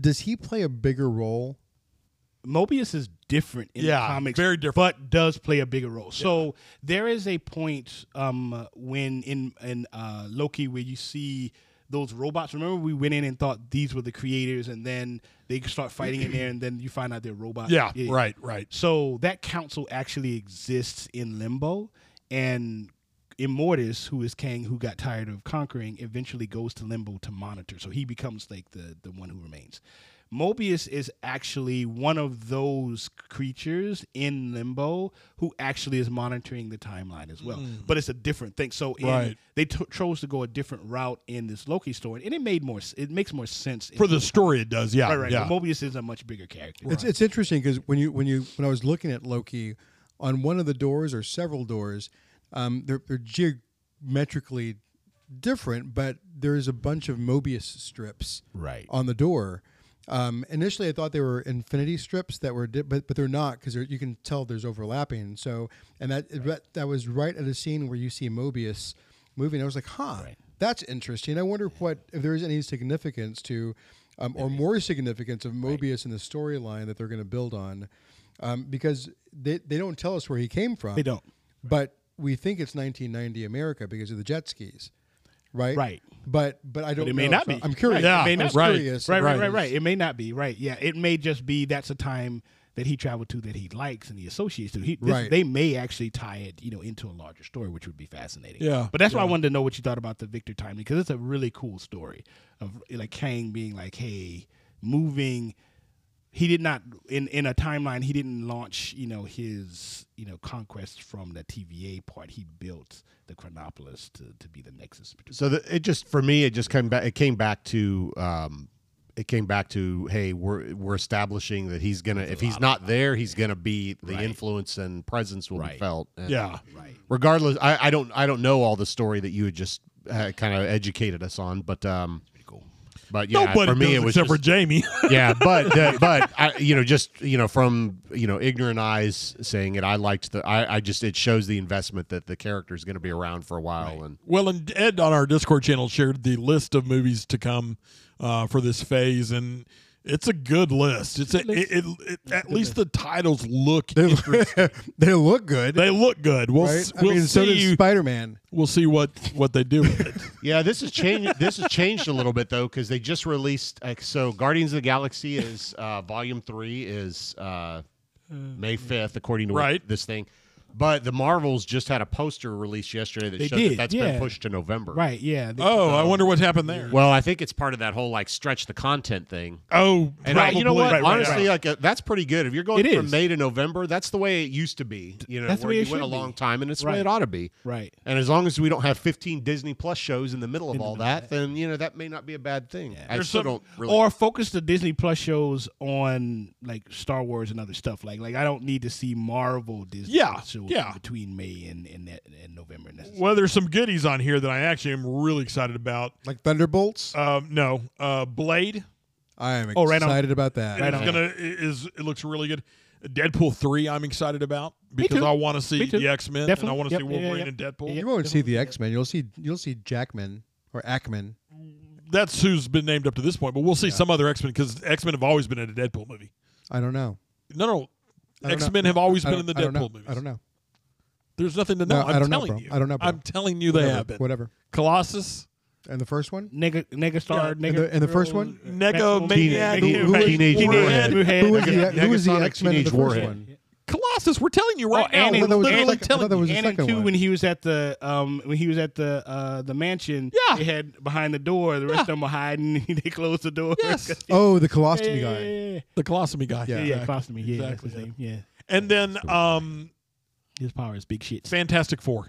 Speaker 2: does he play a bigger role?
Speaker 5: Mobius is different in
Speaker 3: Yeah,
Speaker 5: the comics,
Speaker 3: very different.
Speaker 5: but does play a bigger role. So there is a point um, when in in uh, Loki where you see those robots. Remember, we went in and thought these were the creators, and then they start fighting in there, and then you find out they're robots.
Speaker 3: Yeah, right, right.
Speaker 5: So that council actually exists in limbo, and Immortus, who is Kang, who got tired of conquering, eventually goes to limbo to monitor. So he becomes like the the one who remains. Mobius is actually one of those creatures in limbo who actually is monitoring the timeline as well. But it's a different thing. So in,
Speaker 3: Hmm. Right.
Speaker 5: they t- chose to go a different route in this Loki story, and it made more. s- It makes more sense in-
Speaker 3: For the story, it does. Yeah.
Speaker 5: right, right.
Speaker 3: Yeah.
Speaker 5: Mobius is a much bigger character.
Speaker 2: It's it's interesting because when you when you when I was looking at Loki, on one of the doors or several doors, um, they're, they're geometrically different, but there is a bunch of Mobius strips
Speaker 5: Right.
Speaker 2: on the door. Um, initially, I thought they were infinity strips that were, di- but but they're not because you can tell there's overlapping. So and that that, that was right at a scene where you see Mobius moving. I was like, huh, that's interesting. I wonder what if there is any significance to, um, or more significance of Mobius in the storyline that they're going to build on, um, because they they don't tell us where he came from. They
Speaker 5: don't.
Speaker 2: but we think it's 1990 America because of the jet skis, right?
Speaker 5: Right.
Speaker 2: But but I don't.
Speaker 5: But it may
Speaker 2: know,
Speaker 5: not
Speaker 2: so
Speaker 5: be.
Speaker 2: I'm curious.
Speaker 3: Yeah,
Speaker 5: It may
Speaker 2: I'm
Speaker 5: not-
Speaker 3: right,
Speaker 2: curious.
Speaker 5: Right, right,
Speaker 3: Right.
Speaker 5: right, right. It may not be right. Yeah, it may just be that's a time that he traveled to that he likes and he associates to. He, this,
Speaker 2: Right.
Speaker 5: They may actually tie it, you know, into a larger story, which would be fascinating.
Speaker 3: Yeah,
Speaker 5: But that's why I wanted to know what you thought about the Victor Timely because it's a really cool story of like Kang being like, hey, moving. He did not in in a timeline. He didn't launch, you know, his you know conquest from the TVA part. He built the Chronopolis to to be the nexus. between-
Speaker 4: So the, it just for me, it just came back. It came back to um, it came back to hey, we're we're establishing that he's gonna if he's not there, he's gonna be the influence and presence will be felt. And
Speaker 3: Yeah.
Speaker 5: Right.
Speaker 4: Regardless, I, I don't I don't know all the story that you had just uh, kind of educated us on, but um, But yeah,
Speaker 3: Nobody
Speaker 4: for me
Speaker 3: does
Speaker 4: it was
Speaker 3: except for
Speaker 4: just-
Speaker 3: Jamie.
Speaker 4: yeah, but uh, but I, you know, just you know, from you know, ignorant eyes saying it, I liked the. I, I just it shows the investment that the character is going to be around for a while, and
Speaker 3: Well, and Ed on our Discord channel shared the list of movies to come uh, for this phase, and it's a good list. It's a, it, it, it, at least the titles look interesting.
Speaker 2: they look good.
Speaker 3: they look good. We'll
Speaker 2: right?
Speaker 3: s- we'll
Speaker 2: I mean,
Speaker 3: see.
Speaker 2: so did Spider Man.
Speaker 3: we'll see what what they do with it.
Speaker 4: Yeah, this has changed. this has changed a little bit though, because they just released. Uh, so, Guardians of the Galaxy is uh, Volume Three is uh,
Speaker 5: Mm.
Speaker 4: May fifth, according to what
Speaker 3: Right.
Speaker 4: this thing. But the Marvels just had a poster released yesterday that
Speaker 5: They
Speaker 4: showed that
Speaker 5: did,
Speaker 4: that's been
Speaker 5: yeah.
Speaker 4: pushed to November.
Speaker 5: Right. Yeah. They-
Speaker 3: Oh, I wonder what happened there.
Speaker 4: Well, I think it's part of that whole like stretch the content thing.
Speaker 3: Oh,
Speaker 4: And
Speaker 5: uh,
Speaker 4: I, you know what?
Speaker 3: probably.
Speaker 4: Honestly, like uh, that's pretty good. If you're going
Speaker 5: It
Speaker 4: from
Speaker 5: is.
Speaker 4: May to November, that's the way it used to be. You know,
Speaker 5: That's the
Speaker 4: where
Speaker 5: way
Speaker 4: you
Speaker 5: it
Speaker 4: went a
Speaker 5: should be.
Speaker 4: long time, and it's the way
Speaker 5: Right.
Speaker 4: it ought to be.
Speaker 5: Right.
Speaker 4: And as long as we don't have 15 Disney Plus shows in the middle of all that, then you know that may not be a bad thing. I
Speaker 3: There's
Speaker 4: still
Speaker 3: some-
Speaker 4: don't really.
Speaker 5: Or focus the Disney Plus shows on like Star Wars and other stuff. Like like I don't need to see Marvel Disney
Speaker 3: Yeah,
Speaker 5: Plus shows
Speaker 3: yeah.
Speaker 5: between May and and, that, and November. Necessarily.
Speaker 3: well, there's some goodies on here that I actually am really excited about.
Speaker 2: Like Thunderbolts,
Speaker 3: Um, no, uh, Blade.
Speaker 2: I am
Speaker 5: Oh, right on.
Speaker 2: excited about that.
Speaker 3: It's gonna i- is it looks really good. Deadpool three. I'm excited about because I want to see
Speaker 5: Me too.
Speaker 3: the X Men and I
Speaker 5: Definitely.
Speaker 3: want to see
Speaker 5: Yep. Yeah, yeah,
Speaker 3: Wolverine
Speaker 5: yeah.
Speaker 3: and Deadpool.
Speaker 5: Yeah.
Speaker 2: You won't see the X Men. You'll see you'll see Jackman or Ackman.
Speaker 3: That's who's been named up to this point, but we'll see some other X Men because X Men have always been in a Deadpool movie.
Speaker 2: I don't know.
Speaker 3: No, no.
Speaker 2: I don't know.
Speaker 3: X Men have always
Speaker 2: I
Speaker 3: been
Speaker 2: don't,
Speaker 3: in the
Speaker 2: I don't know.
Speaker 3: Deadpool movies.
Speaker 2: I don't know.
Speaker 3: There's nothing to know.
Speaker 2: No,
Speaker 3: I'm
Speaker 2: I don't know,
Speaker 3: telling
Speaker 2: bro.
Speaker 3: you.
Speaker 2: I don't know, bro.
Speaker 3: I'm telling you they
Speaker 2: Whatever,
Speaker 3: have been.
Speaker 2: whatever.
Speaker 3: Colossus,
Speaker 2: And the first one?
Speaker 5: Nigga, nigga star, nigga.
Speaker 2: And the, and the first one?
Speaker 3: Nega Maniac,
Speaker 2: Who- who is-
Speaker 7: Teenage
Speaker 2: who is-
Speaker 7: Warhead.
Speaker 2: Who was the,
Speaker 7: Nega-
Speaker 2: who was the
Speaker 7: Negasonic
Speaker 2: X Men in the
Speaker 7: Teenage
Speaker 2: first
Speaker 7: Warhead.
Speaker 2: one?
Speaker 3: Colossus. We're telling you right
Speaker 5: Oh, and
Speaker 3: now. We're
Speaker 5: in- I thought that was
Speaker 3: literally
Speaker 5: like-
Speaker 2: I
Speaker 3: telling
Speaker 2: thought that
Speaker 3: you.
Speaker 2: was the
Speaker 5: and in
Speaker 2: second
Speaker 5: two,
Speaker 2: one.
Speaker 5: when he was at the um, when he was at the uh, the mansion,
Speaker 3: Yeah.
Speaker 5: they had behind the door. The rest of them were hiding. they closed the door.
Speaker 3: Yes.
Speaker 2: Oh, the colostomy
Speaker 5: yeah,
Speaker 2: guy.
Speaker 5: yeah,
Speaker 3: the colostomy guy.
Speaker 2: Yeah.
Speaker 5: yeah, yeah, close to me. Yeah,
Speaker 3: Exactly,
Speaker 5: that's his name. Yeah,
Speaker 3: And then um,
Speaker 5: his power is big shit.
Speaker 3: Fantastic Four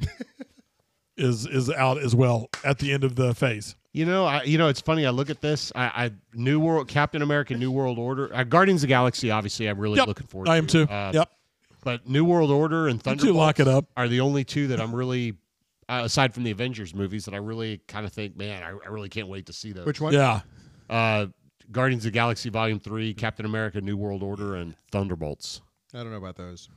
Speaker 3: is is out as well at the end of the phase.
Speaker 4: You know, I, you know, it's funny. I look at this. I, I New World, Captain America, New World Order, uh, Guardians of the Galaxy. Obviously, I'm really
Speaker 3: Yep.
Speaker 4: looking forward.
Speaker 3: I am
Speaker 4: to.
Speaker 3: too.
Speaker 4: Uh,
Speaker 3: yep.
Speaker 4: But New World Order and
Speaker 3: Did you
Speaker 4: Thunder
Speaker 3: lock it up?
Speaker 4: are the only two that I'm really, uh, aside from the Avengers movies, that I really kind of think, man, I, I really can't wait to see those.
Speaker 2: Which one?
Speaker 3: Yeah.
Speaker 4: Uh, Guardians of the Galaxy Volume Three, Captain America, New World Order, and Thunderbolts.
Speaker 2: I don't know about those.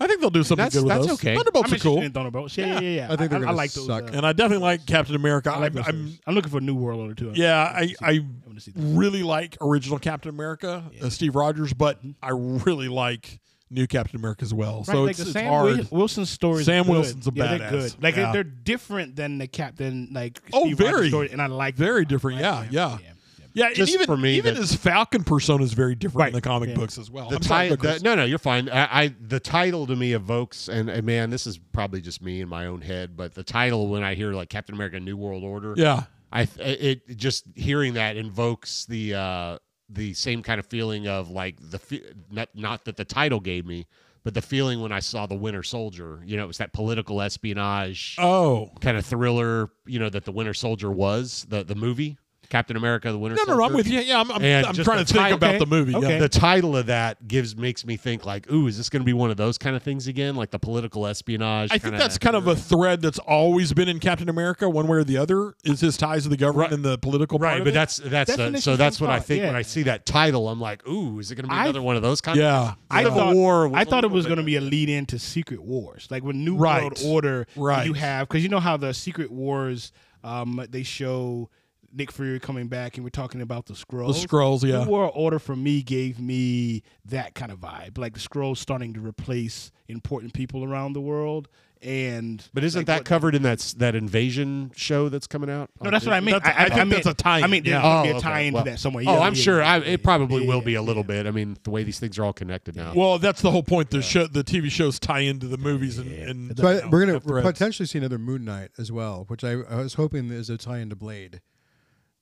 Speaker 3: I think they'll do something
Speaker 4: That's-
Speaker 3: good with
Speaker 4: that's
Speaker 3: those.
Speaker 4: okay.
Speaker 3: Thunderbolts
Speaker 5: I'm
Speaker 3: are cool.
Speaker 5: interested in Thunderbolts. Yeah, yeah, yeah. yeah.
Speaker 2: I think they're
Speaker 5: I,
Speaker 2: gonna
Speaker 5: like those,
Speaker 2: suck.
Speaker 5: uh,
Speaker 3: and I definitely like Captain America.
Speaker 5: I like those
Speaker 3: I'm, I'm
Speaker 5: series. I'm looking for a New World Order too.
Speaker 3: yeah, I, I
Speaker 5: I want to see that.
Speaker 3: really like original Captain America, uh, Steve Rogers, but I really like new Captain America as well.
Speaker 5: Right,
Speaker 3: so
Speaker 5: like
Speaker 3: it's,
Speaker 5: the
Speaker 3: it's
Speaker 5: Sam
Speaker 3: hard.
Speaker 5: Wil- Wilson stories.
Speaker 3: Sam
Speaker 5: good.
Speaker 3: Wilson's a
Speaker 5: yeah, They're
Speaker 3: badass.
Speaker 5: good. Like
Speaker 3: Yeah.
Speaker 5: they're different than the Captain. Like
Speaker 3: Oh,
Speaker 5: Steve Rogers
Speaker 3: very.
Speaker 5: story, and I like
Speaker 3: Very
Speaker 5: that.
Speaker 3: different,
Speaker 5: I
Speaker 3: yeah,
Speaker 5: like
Speaker 3: yeah.
Speaker 5: that. yeah.
Speaker 3: Yeah, and
Speaker 4: Just
Speaker 3: even
Speaker 4: for me,
Speaker 3: even
Speaker 4: that-
Speaker 3: his Falcon persona is very different in the comic
Speaker 5: yeah.
Speaker 3: books as well.
Speaker 4: The
Speaker 3: I'm sorry,
Speaker 4: title,
Speaker 3: go, Chris.
Speaker 4: no, no, you're fine. I, I the title to me evokes, and, and man, this is probably just me in my own head, but the title when I hear like Captain America: New World Order,
Speaker 3: yeah,
Speaker 4: I th- it it just hearing that invokes the uh the same kind of feeling of like the fe- not not that the title gave me, but the feeling when I saw the Winter Soldier. You know, it was that political espionage
Speaker 3: oh
Speaker 4: kind of thriller. You know that the Winter Soldier was the the movie Captain America: The Winter
Speaker 3: no,
Speaker 4: Soldier.
Speaker 3: no, no, I'm with you. Yeah, I'm, I'm,
Speaker 4: And
Speaker 3: I'm
Speaker 4: just
Speaker 3: trying
Speaker 4: the
Speaker 3: to think
Speaker 4: title-
Speaker 3: about
Speaker 5: okay,
Speaker 3: the movie.
Speaker 5: okay.
Speaker 3: Yeah.
Speaker 4: The title of that gives makes me think like, ooh, is this going to be one of those kind of things again, like the political espionage?
Speaker 3: I think
Speaker 4: kinda-
Speaker 3: that's kind of a thread that's always been in Captain America, one way or the other, is his ties to the government
Speaker 4: Right.
Speaker 3: and the political part
Speaker 4: right,
Speaker 3: of
Speaker 4: but
Speaker 3: it.
Speaker 4: that's that's the,
Speaker 5: Definition
Speaker 4: so that's
Speaker 5: from
Speaker 4: what I
Speaker 5: thought,
Speaker 4: think when
Speaker 5: yeah.
Speaker 4: I see that title, I'm like, ooh, is it going to be
Speaker 5: I-
Speaker 4: another one of those kind? of
Speaker 3: yeah,
Speaker 5: I
Speaker 4: Civil
Speaker 5: thought,
Speaker 4: War was
Speaker 5: I
Speaker 4: a
Speaker 5: thought
Speaker 4: little
Speaker 5: it was
Speaker 4: bit-
Speaker 5: going to be a lead in to Secret Wars, like when New
Speaker 3: Right.
Speaker 5: World Order.
Speaker 3: Right.
Speaker 5: You have because you know how the Secret Wars, um, they show Nick Fury coming back, and we're talking about the
Speaker 3: the
Speaker 5: scrolls.
Speaker 3: scrolls. Yeah,
Speaker 5: New World Order for me gave me that kind of vibe, like the scrolls starting to replace important people around the world, and
Speaker 4: But isn't
Speaker 5: like
Speaker 4: that
Speaker 5: what-
Speaker 4: covered in that s- that invasion show that's coming out?
Speaker 5: No, that's what I mean.
Speaker 3: That's a- I think
Speaker 5: mean,
Speaker 3: that's a tie-in,
Speaker 5: I mean, there's
Speaker 3: yeah.
Speaker 5: going to
Speaker 4: Oh,
Speaker 5: be a
Speaker 4: okay,
Speaker 5: tie into
Speaker 4: well-
Speaker 5: that somewhere.
Speaker 4: oh,
Speaker 5: Yeah,
Speaker 4: I'm
Speaker 5: yeah,
Speaker 4: sure.
Speaker 5: yeah,
Speaker 4: I,
Speaker 5: yeah,
Speaker 4: it probably
Speaker 5: yeah,
Speaker 4: will be a
Speaker 5: yeah.
Speaker 4: little bit. I mean, the way these things are all connected now.
Speaker 3: Well, that's the whole point. The show, the TV shows tie into the movies, and, and
Speaker 2: So I,
Speaker 3: you know,
Speaker 2: we're gonna
Speaker 3: have threads.
Speaker 2: potentially see another Moon Knight as well, which I, I was hoping is a tie into Blade,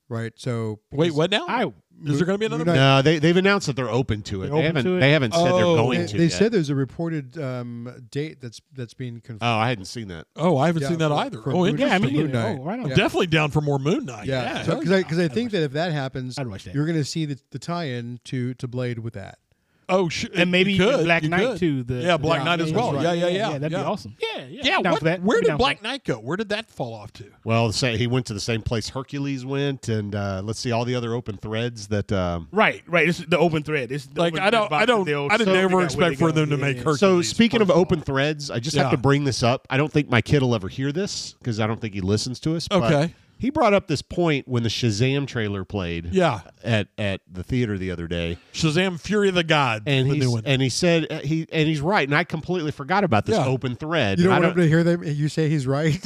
Speaker 2: right? So
Speaker 3: wait. What now?
Speaker 5: I-
Speaker 3: is there going to be another?
Speaker 2: Moon Knight-
Speaker 4: no, they they've announced that they're open to it.
Speaker 5: They're open
Speaker 4: haven't.
Speaker 5: to it?
Speaker 4: They haven't said
Speaker 3: Oh.
Speaker 4: they're
Speaker 2: They,
Speaker 4: going to.
Speaker 2: they
Speaker 4: yet.
Speaker 2: said there's a reported um, date that's that's being confirmed.
Speaker 4: Oh, I hadn't seen that.
Speaker 3: oh, I haven't
Speaker 2: Yeah,
Speaker 3: seen that
Speaker 2: for-
Speaker 3: either.
Speaker 2: for
Speaker 3: oh,
Speaker 2: Moon-
Speaker 3: interesting.
Speaker 5: Yeah, I mean,
Speaker 2: Moon Knight.
Speaker 5: oh, right on.
Speaker 2: Yeah.
Speaker 3: Definitely down for more Moon Knight.
Speaker 2: yeah,
Speaker 3: Yeah,
Speaker 2: because I, 'cause I think that if that happens,
Speaker 5: I'd watch that.
Speaker 2: you're going to see the, the tie-in to to Blade with that.
Speaker 3: oh, sh-
Speaker 5: and maybe
Speaker 3: you could,
Speaker 5: Black
Speaker 3: you
Speaker 5: Knight
Speaker 3: could.
Speaker 5: too. The
Speaker 3: yeah, Black
Speaker 5: the-
Speaker 3: Knight as
Speaker 5: yeah,
Speaker 3: well.
Speaker 5: that's
Speaker 3: Yeah,
Speaker 5: right.
Speaker 3: yeah, yeah.
Speaker 5: that'd
Speaker 3: yeah.
Speaker 5: be awesome. Yeah, yeah.
Speaker 3: Yeah,
Speaker 5: I'm down
Speaker 3: what-
Speaker 5: for that.
Speaker 3: where
Speaker 5: I'm
Speaker 3: did
Speaker 5: down for
Speaker 3: Black
Speaker 5: that.
Speaker 3: Knight go? Where did that fall off to?
Speaker 4: Well, say he went to the same place Hercules went, and uh, let's see all the other open threads that. Um,
Speaker 5: Right, right. It's the open thread. It's the
Speaker 3: Like
Speaker 5: open
Speaker 3: I don't,
Speaker 5: thread
Speaker 3: I don't,
Speaker 5: box that they'll-
Speaker 3: I did
Speaker 5: so they
Speaker 3: never
Speaker 5: got where
Speaker 3: expect
Speaker 5: they
Speaker 3: for
Speaker 5: go.
Speaker 3: them to
Speaker 5: Yeah,
Speaker 3: make
Speaker 5: yeah.
Speaker 3: Hercules.
Speaker 4: so speaking of
Speaker 3: first
Speaker 4: open
Speaker 3: all.
Speaker 4: threads, I just
Speaker 3: Yeah.
Speaker 4: have to bring this up. I don't think my kid will ever hear this because I don't think he listens to us. but
Speaker 3: Okay.
Speaker 4: he brought up this point when the Shazam trailer played.
Speaker 3: yeah,
Speaker 4: At, at the theater the other day,
Speaker 3: Shazam: Fury of the God,
Speaker 4: and
Speaker 3: the
Speaker 4: he
Speaker 3: new one.
Speaker 4: and he said uh, he and he's right, and I completely forgot about this
Speaker 3: Yeah.
Speaker 4: open thread.
Speaker 2: You don't
Speaker 4: I
Speaker 2: want
Speaker 4: don't-
Speaker 2: him to hear that you say he's right.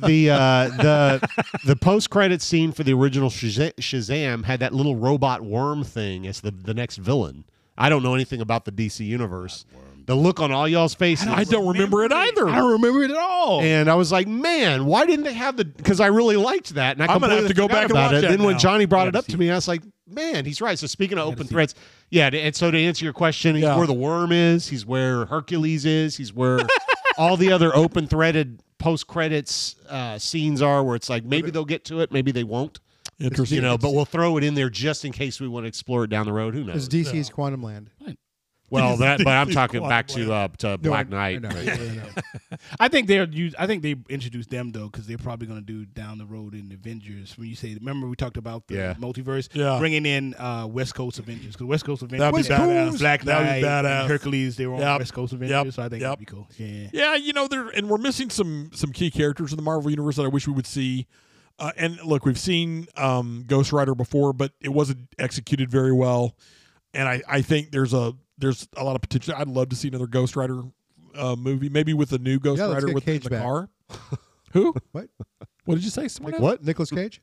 Speaker 4: the uh, the the post credit scene for the original Shaza- Shazam had that little robot worm thing as the the next villain. I don't know anything about the DC universe. The look on all y'all's faces.
Speaker 3: I don't remember it either.
Speaker 5: I don't remember it at all.
Speaker 4: And I was like, man, why didn't they have the? Because I really liked that, and I
Speaker 3: I'm gonna have
Speaker 4: completely
Speaker 3: to go
Speaker 4: forgot
Speaker 3: back and
Speaker 4: about
Speaker 3: watch
Speaker 4: it.
Speaker 3: that
Speaker 4: then when
Speaker 3: now.
Speaker 4: Johnny brought
Speaker 5: Yeah,
Speaker 4: it up
Speaker 5: to
Speaker 4: to
Speaker 5: see
Speaker 4: me, I was like, man, he's right. So speaking of open threats, yeah. to- And so to answer your question, he's
Speaker 3: Yeah.
Speaker 4: where the worm is. He's where Hercules is. He's where all the other open threaded post credits uh, scenes are, where it's like maybe they'll get to it, maybe they won't.
Speaker 3: Interesting.
Speaker 4: Oh, You know, but we'll throw it in there just in case we want to explore it down the road. Who knows?
Speaker 2: It's DC's Quantum Land.
Speaker 7: Well, that. But I'm talking
Speaker 3: Quantum
Speaker 7: back to uh, to
Speaker 2: No,
Speaker 7: Black
Speaker 2: I- I
Speaker 7: Knight.
Speaker 2: know.
Speaker 7: but-
Speaker 2: Yeah, I know.
Speaker 5: I think they're use. I think they introduced them though because they're probably going to do down the road in Avengers. When you say, remember we talked about the
Speaker 7: Yeah.
Speaker 5: multiverse,
Speaker 3: Yeah.
Speaker 5: bringing in uh, West Coast Avengers because West Coast Avengers,
Speaker 3: That'd be
Speaker 5: had
Speaker 3: badass.
Speaker 5: Black
Speaker 3: That'd be
Speaker 5: Knight,
Speaker 3: badass.
Speaker 5: and Hercules, they were on
Speaker 3: Yep.
Speaker 5: West Coast Avengers,
Speaker 3: Yep.
Speaker 5: so I think
Speaker 3: Yep.
Speaker 5: that'd be cool. Yeah,
Speaker 3: Yeah, you know, there and we're missing some some key characters in the Marvel universe that I wish we would see. Uh, and look, we've seen um, Ghost Rider before, but it wasn't executed very well. And I, I think there's a there's a lot of potential. I'd love to see another Ghost Rider uh, movie, maybe with a new Ghost
Speaker 2: Yeah, let's
Speaker 3: Rider
Speaker 2: get
Speaker 3: with in
Speaker 2: Cage
Speaker 3: the
Speaker 2: back.
Speaker 3: car. Who?
Speaker 2: What?
Speaker 3: What did you say? Someone else?
Speaker 2: What? Nicholas Cage?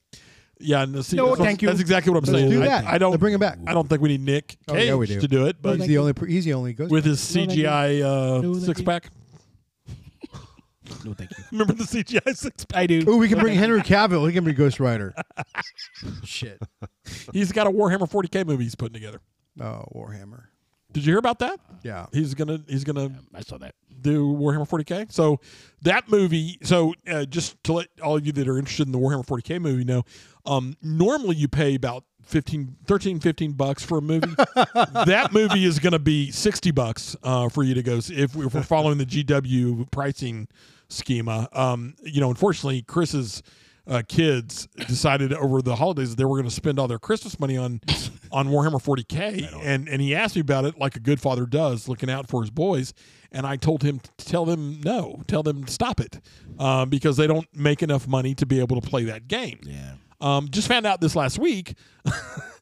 Speaker 3: Yeah, no, see,
Speaker 5: No,
Speaker 3: that's,
Speaker 5: thank you.
Speaker 3: That's exactly what I'm
Speaker 2: Let's
Speaker 3: saying.
Speaker 2: do
Speaker 3: I-
Speaker 2: that.
Speaker 3: I, don't
Speaker 2: They'll bring him back.
Speaker 3: I don't think we need Nick
Speaker 2: Oh,
Speaker 3: Cage
Speaker 2: yeah, we do.
Speaker 3: to do it, but
Speaker 2: he's the only. He's the only ghost.
Speaker 3: with his
Speaker 5: No, thank you.
Speaker 3: CGI
Speaker 5: No,
Speaker 3: uh,
Speaker 5: thank
Speaker 3: six pack.
Speaker 5: no, thank you.
Speaker 3: Remember the CGI six pack?
Speaker 5: I do.
Speaker 2: Ooh, Oh, we can bring Henry Cavill. He can be Ghost Rider. Shit.
Speaker 3: He's got a Warhammer 40k movie he's putting together.
Speaker 2: Oh, Warhammer.
Speaker 3: Did you hear about that?
Speaker 2: Yeah.
Speaker 3: He's gonna he's gonna
Speaker 5: I saw that.
Speaker 3: do Warhammer 40k. So that movie. So uh, just to let all of you that are interested in the Warhammer 40k movie know, um, normally you pay about 15, 13, 15 bucks for a movie. that movie is gonna be sixty bucks uh, for you to go see if, we, if we're following the GW pricing schema. Um, you know, unfortunately, Chris's. Uh, kids decided over the holidays that they were going to spend all their Christmas money on on Warhammer 40k, and and he asked me about it like a good father does, looking out for his boys. And I told him to tell them no, tell them stop it, uh, because they don't make enough money to be able to play that game.
Speaker 5: Yeah.
Speaker 3: Um, just found out this last week.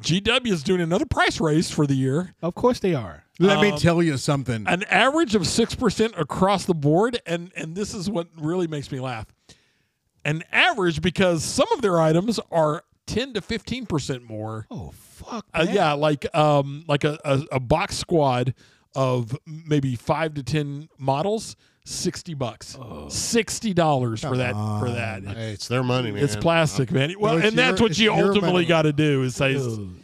Speaker 3: GW is doing another price raise for the year.
Speaker 5: Of course they are.
Speaker 2: Let
Speaker 3: Um,
Speaker 2: me tell you something.
Speaker 3: An average of 6% across the board. And, and this is what really makes me laugh. An average because some of their items are 10 to 15% more.
Speaker 5: Oh fuck.
Speaker 3: Uh,
Speaker 5: man.
Speaker 3: yeah, like um, like a, a, a box squad of maybe five to 10 models, 60 bucks. $60 for that. for that.
Speaker 4: Hey, it's their money, man.
Speaker 3: It's plastic, man. Well,
Speaker 2: it's
Speaker 3: and that's
Speaker 2: your-
Speaker 3: what
Speaker 2: it's
Speaker 3: you
Speaker 2: your
Speaker 3: ultimately
Speaker 2: money.
Speaker 3: got to do is say,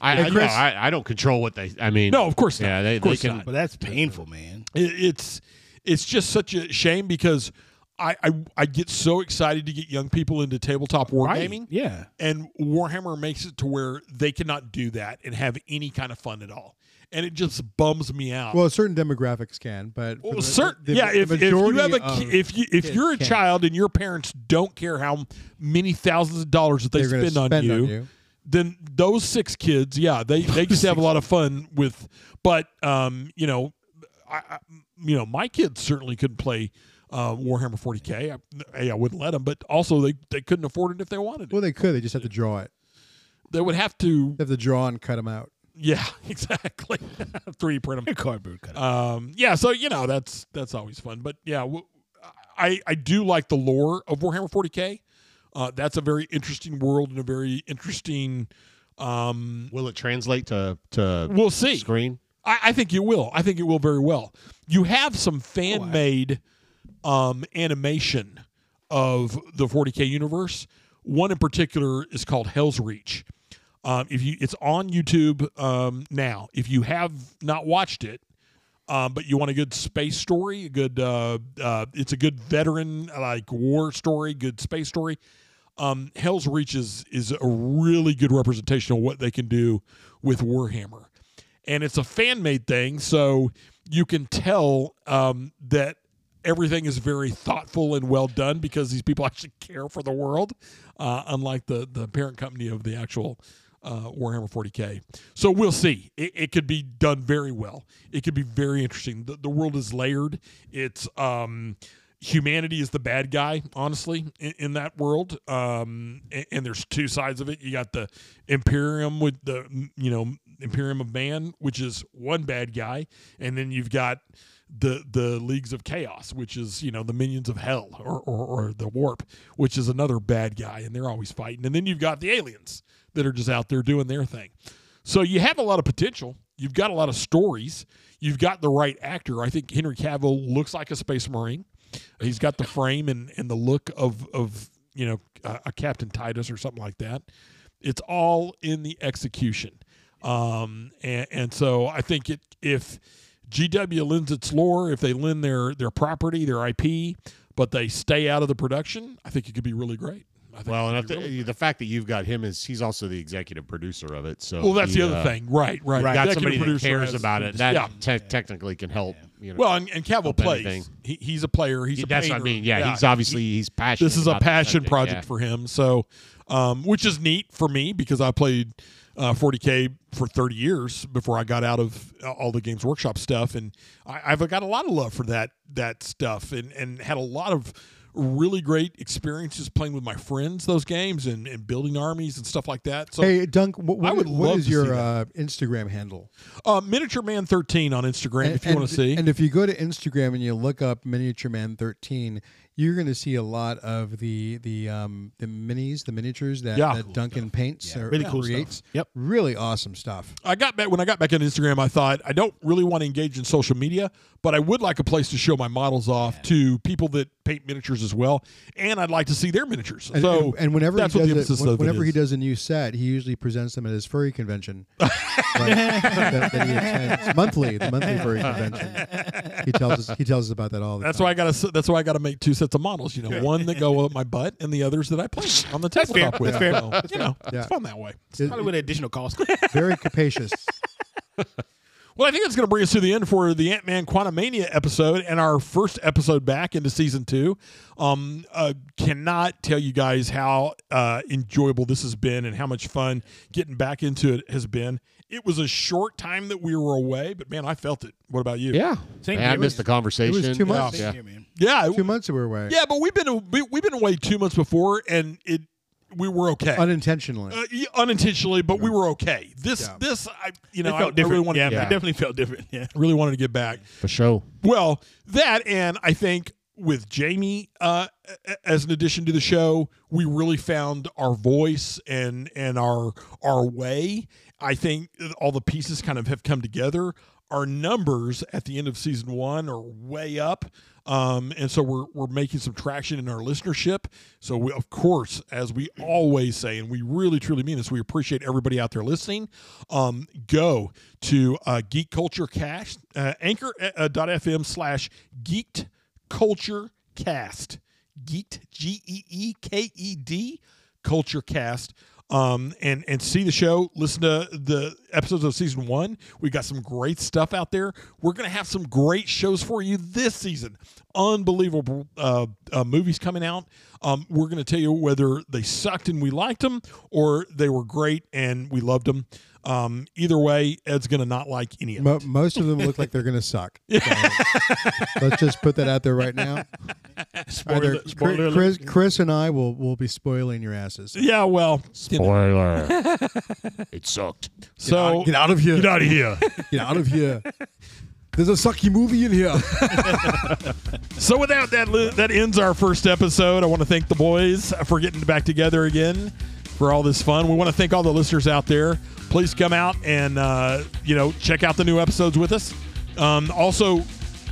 Speaker 7: I, I, no,
Speaker 2: Chris-
Speaker 7: I, I don't control what they. I mean,
Speaker 3: no, of course not.
Speaker 7: Yeah, they,
Speaker 3: of
Speaker 7: they
Speaker 3: course
Speaker 7: can.
Speaker 3: not.
Speaker 5: but that's painful, man.
Speaker 3: It, it's it's just such a shame because I, I I get so excited to get young people into tabletop wargaming,
Speaker 5: Yeah.
Speaker 3: and Warhammer makes it to where they cannot do that and have any kind of fun at all, and it just bums me out.
Speaker 2: Well, certain demographics can, but for
Speaker 3: Well,
Speaker 2: the-
Speaker 3: certain,
Speaker 2: the-
Speaker 3: yeah.
Speaker 2: the
Speaker 3: If, if you
Speaker 2: majority
Speaker 3: have a ki-
Speaker 2: of-
Speaker 3: if you if
Speaker 2: kids
Speaker 3: you're a
Speaker 2: can't.
Speaker 3: child and your parents don't care how many thousands of dollars that they
Speaker 2: They're gonna
Speaker 3: spend, on,
Speaker 2: spend
Speaker 3: you,
Speaker 2: on you.
Speaker 3: then those six kids, yeah, they they just have a lot of fun with. But um, you know, I, I you know my kids certainly couldn't play uh, Warhammer 40k. I, hey, I wouldn't let them, but also they they couldn't afford it if they wanted it.
Speaker 2: well, they could. They just have to draw it.
Speaker 3: they would have to,
Speaker 2: They have to draw and cut them out.
Speaker 3: yeah, exactly, three D print them.
Speaker 5: Cardboard cutout.
Speaker 3: Um, yeah, so you know that's that's always fun. But yeah, w- I I do like the lore of Warhammer 40k. Uh, that's a very interesting world and a very interesting. Um,
Speaker 7: Will it translate to to
Speaker 3: we'll see.
Speaker 7: screen?
Speaker 3: I, I think you will. I think it will very well. You have some fan made um, animation of the 40k universe. One in particular is called Hell's Reach. Um, if you, it's on YouTube um, now. If you have not watched it, um, but you want a good space story, a good, uh, uh, it's a good veteran like war story, good space story. Um, Hell's Reach is is a really good representation of what they can do with Warhammer and it's a fan made thing, so you can tell um, that everything is very thoughtful and well done because these people actually care for the world, uh, unlike the the parent company of the actual. Uh, Warhammer 40k. So we'll see. It, it could be done very well. It could be very interesting. The, the world is layered. It's um, humanity is the bad guy, honestly, in, in that world. Um, a- and, there's two sides of it. You got the Imperium with the mm, you know Imperium of Man, which is one bad guy, and then you've got the the Leagues of Chaos, which is you know the minions of Hell or or, or the Warp, which is another bad guy, and they're always fighting. And then you've got the aliens that are just out there doing their thing. So you have a lot of potential. You've got a lot of stories. You've got the right actor. I think Henry Cavill looks like a space marine. He's got the frame and, and the look of of you know a, a Captain Titus or something like that. It's all in the execution, um, and, and so I think it if GW lends its lore, if they lend their their property, their IP, but they stay out of the production, I think it could be really great. I think
Speaker 4: Well, and I
Speaker 3: that'd be
Speaker 4: think
Speaker 3: really-
Speaker 4: the fact that you've got him is he's also the executive producer of it. So
Speaker 3: well, that's
Speaker 4: he,
Speaker 3: the other
Speaker 4: uh,
Speaker 3: thing, right? Right.
Speaker 4: you got
Speaker 3: Executive
Speaker 4: somebody that
Speaker 3: producer
Speaker 4: cares
Speaker 3: has-
Speaker 4: about it. That
Speaker 3: yeah.
Speaker 4: te- technically can help. You know,
Speaker 3: Well, and, and Cavill
Speaker 4: Up
Speaker 3: plays.
Speaker 4: anything.
Speaker 3: He, he's a player. He's
Speaker 4: he-
Speaker 3: a
Speaker 4: that's
Speaker 3: painter.
Speaker 4: what I mean. Yeah, he's obviously he's passionate.
Speaker 3: this is a
Speaker 4: about the
Speaker 3: passion
Speaker 4: subject,
Speaker 3: project
Speaker 4: yeah.
Speaker 3: for him. So, um, which is neat for me because I played uh, 40k for 30 years before I got out of uh, all the Games Workshop stuff, and I, I've got a lot of love for that that stuff, and and had a lot of really great experiences playing with my friends those games and, and building armies and stuff like that. So,
Speaker 2: Hey, Dunk, what, what,
Speaker 3: I would
Speaker 2: what
Speaker 3: love
Speaker 2: is
Speaker 3: to see
Speaker 2: your
Speaker 3: that.
Speaker 2: uh, Instagram handle?
Speaker 3: uh, Miniature Man 13 on Instagram if you want to see.
Speaker 2: And if you go to Instagram and you look up Miniature Man 13, you're going to see a lot of the the um, the minis, the miniatures that,
Speaker 3: Yeah.
Speaker 2: that
Speaker 3: Cool
Speaker 2: Duncan paints or
Speaker 6: Really cool stuff.
Speaker 2: creates.
Speaker 6: Yep.
Speaker 2: Really awesome stuff.
Speaker 3: I got back when I got back on Instagram. I thought I don't really want to engage in social media, but I would like a place to show my models off to people that paint miniatures as well, and I'd like to see their miniatures.
Speaker 2: And,
Speaker 3: so
Speaker 2: and, and whenever
Speaker 3: that's
Speaker 2: he
Speaker 3: what the
Speaker 2: does
Speaker 3: emphasis
Speaker 2: it, when-
Speaker 3: of it
Speaker 2: whenever he
Speaker 3: is.
Speaker 2: does a new set, he usually presents them at his furry convention like, that, that he attends monthly. The monthly furry convention. He tells us he tells us about that all the
Speaker 3: That's
Speaker 2: time.
Speaker 3: why I got to. That's why I got to make two sets of models. You know, one that go up my butt, and the others that I play on the tabletop
Speaker 2: That's
Speaker 3: with.
Speaker 2: fair.
Speaker 3: So, you know,
Speaker 2: Yeah.
Speaker 3: it's fun that way.
Speaker 2: It-
Speaker 5: Probably with an additional cost.
Speaker 2: very capacious.
Speaker 3: Well, I think that's going to bring us to the end for the Ant Man Quantumania episode and our first episode back into season two. Um, uh, cannot tell you guys how uh, enjoyable this has been and how much fun getting back into it has been. It was a short time that we were away, but man, I felt it. What about you?
Speaker 4: Yeah,
Speaker 6: Same
Speaker 4: Man, I
Speaker 6: here.
Speaker 4: missed the conversation.
Speaker 2: two months.
Speaker 4: Yeah.
Speaker 5: Here, man.
Speaker 3: yeah,
Speaker 2: Two months we were away,
Speaker 3: yeah. But we've been we, we've been away two months before, and it we were okay.
Speaker 2: unintentionally.
Speaker 3: uh, yeah, unintentionally, but we were okay. This,
Speaker 2: Yeah.
Speaker 3: this, I, you
Speaker 6: It
Speaker 3: know, I, I
Speaker 6: felt different.
Speaker 3: really wanted,
Speaker 6: yeah,
Speaker 4: yeah.
Speaker 6: it definitely felt different. Yeah.
Speaker 3: really wanted to get back.
Speaker 4: for sure.
Speaker 3: Well, that and I think with Jamie uh, a- as an addition to the show, we really found our voice and and our our way. I think all the pieces kind of have come together. Our numbers at the end of season one are way up, um, and so we're we're making some traction in our listenership. So we, of course, as we always say, and we really truly mean this, we appreciate everybody out there listening. Um, go to uh, Geek Culture Cast, uh, anchor.fm slash geeked culture cast. Geeked, G E E K E D, culture cast. Um, and and see the show. Listen to the episodes of season one. We got some great stuff out there. We're gonna have some great shows for you this season. Unbelievable uh, uh, movies coming out. Um, we're gonna tell you whether they sucked and we liked them, or they were great and we loved them. Um, either way, Ed's gonna not like any of
Speaker 2: Mo-
Speaker 3: them.
Speaker 2: most of them look like they're going to suck. So, let's just put that out there right now. Either
Speaker 6: Spoiler, spoiler
Speaker 2: Chri-
Speaker 6: alert.
Speaker 2: Chris, Chris and I will will be spoiling your asses.
Speaker 3: Yeah, well, you know,
Speaker 4: Spoiler. it sucked.
Speaker 3: so
Speaker 2: out of here!
Speaker 3: out of here.
Speaker 2: Get out of here! There's a sucky movie in here.
Speaker 3: So without that, li- that ends our first episode. I want to thank the boys for getting back together again for all this fun. We want to thank all the listeners out there. Please come out and uh, you know check out the new episodes with us. Um, also,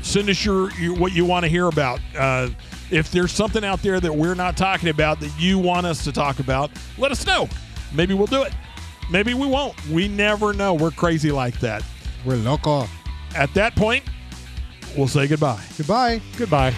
Speaker 3: send us your, your what you want to hear about. Uh, if there's something out there that we're not talking about that you want us to talk about, let us know. Maybe we'll do it. Maybe we won't. We never know. We're crazy like that.
Speaker 2: We're loco.
Speaker 3: At that point, we'll say goodbye.
Speaker 2: Goodbye.
Speaker 4: Goodbye.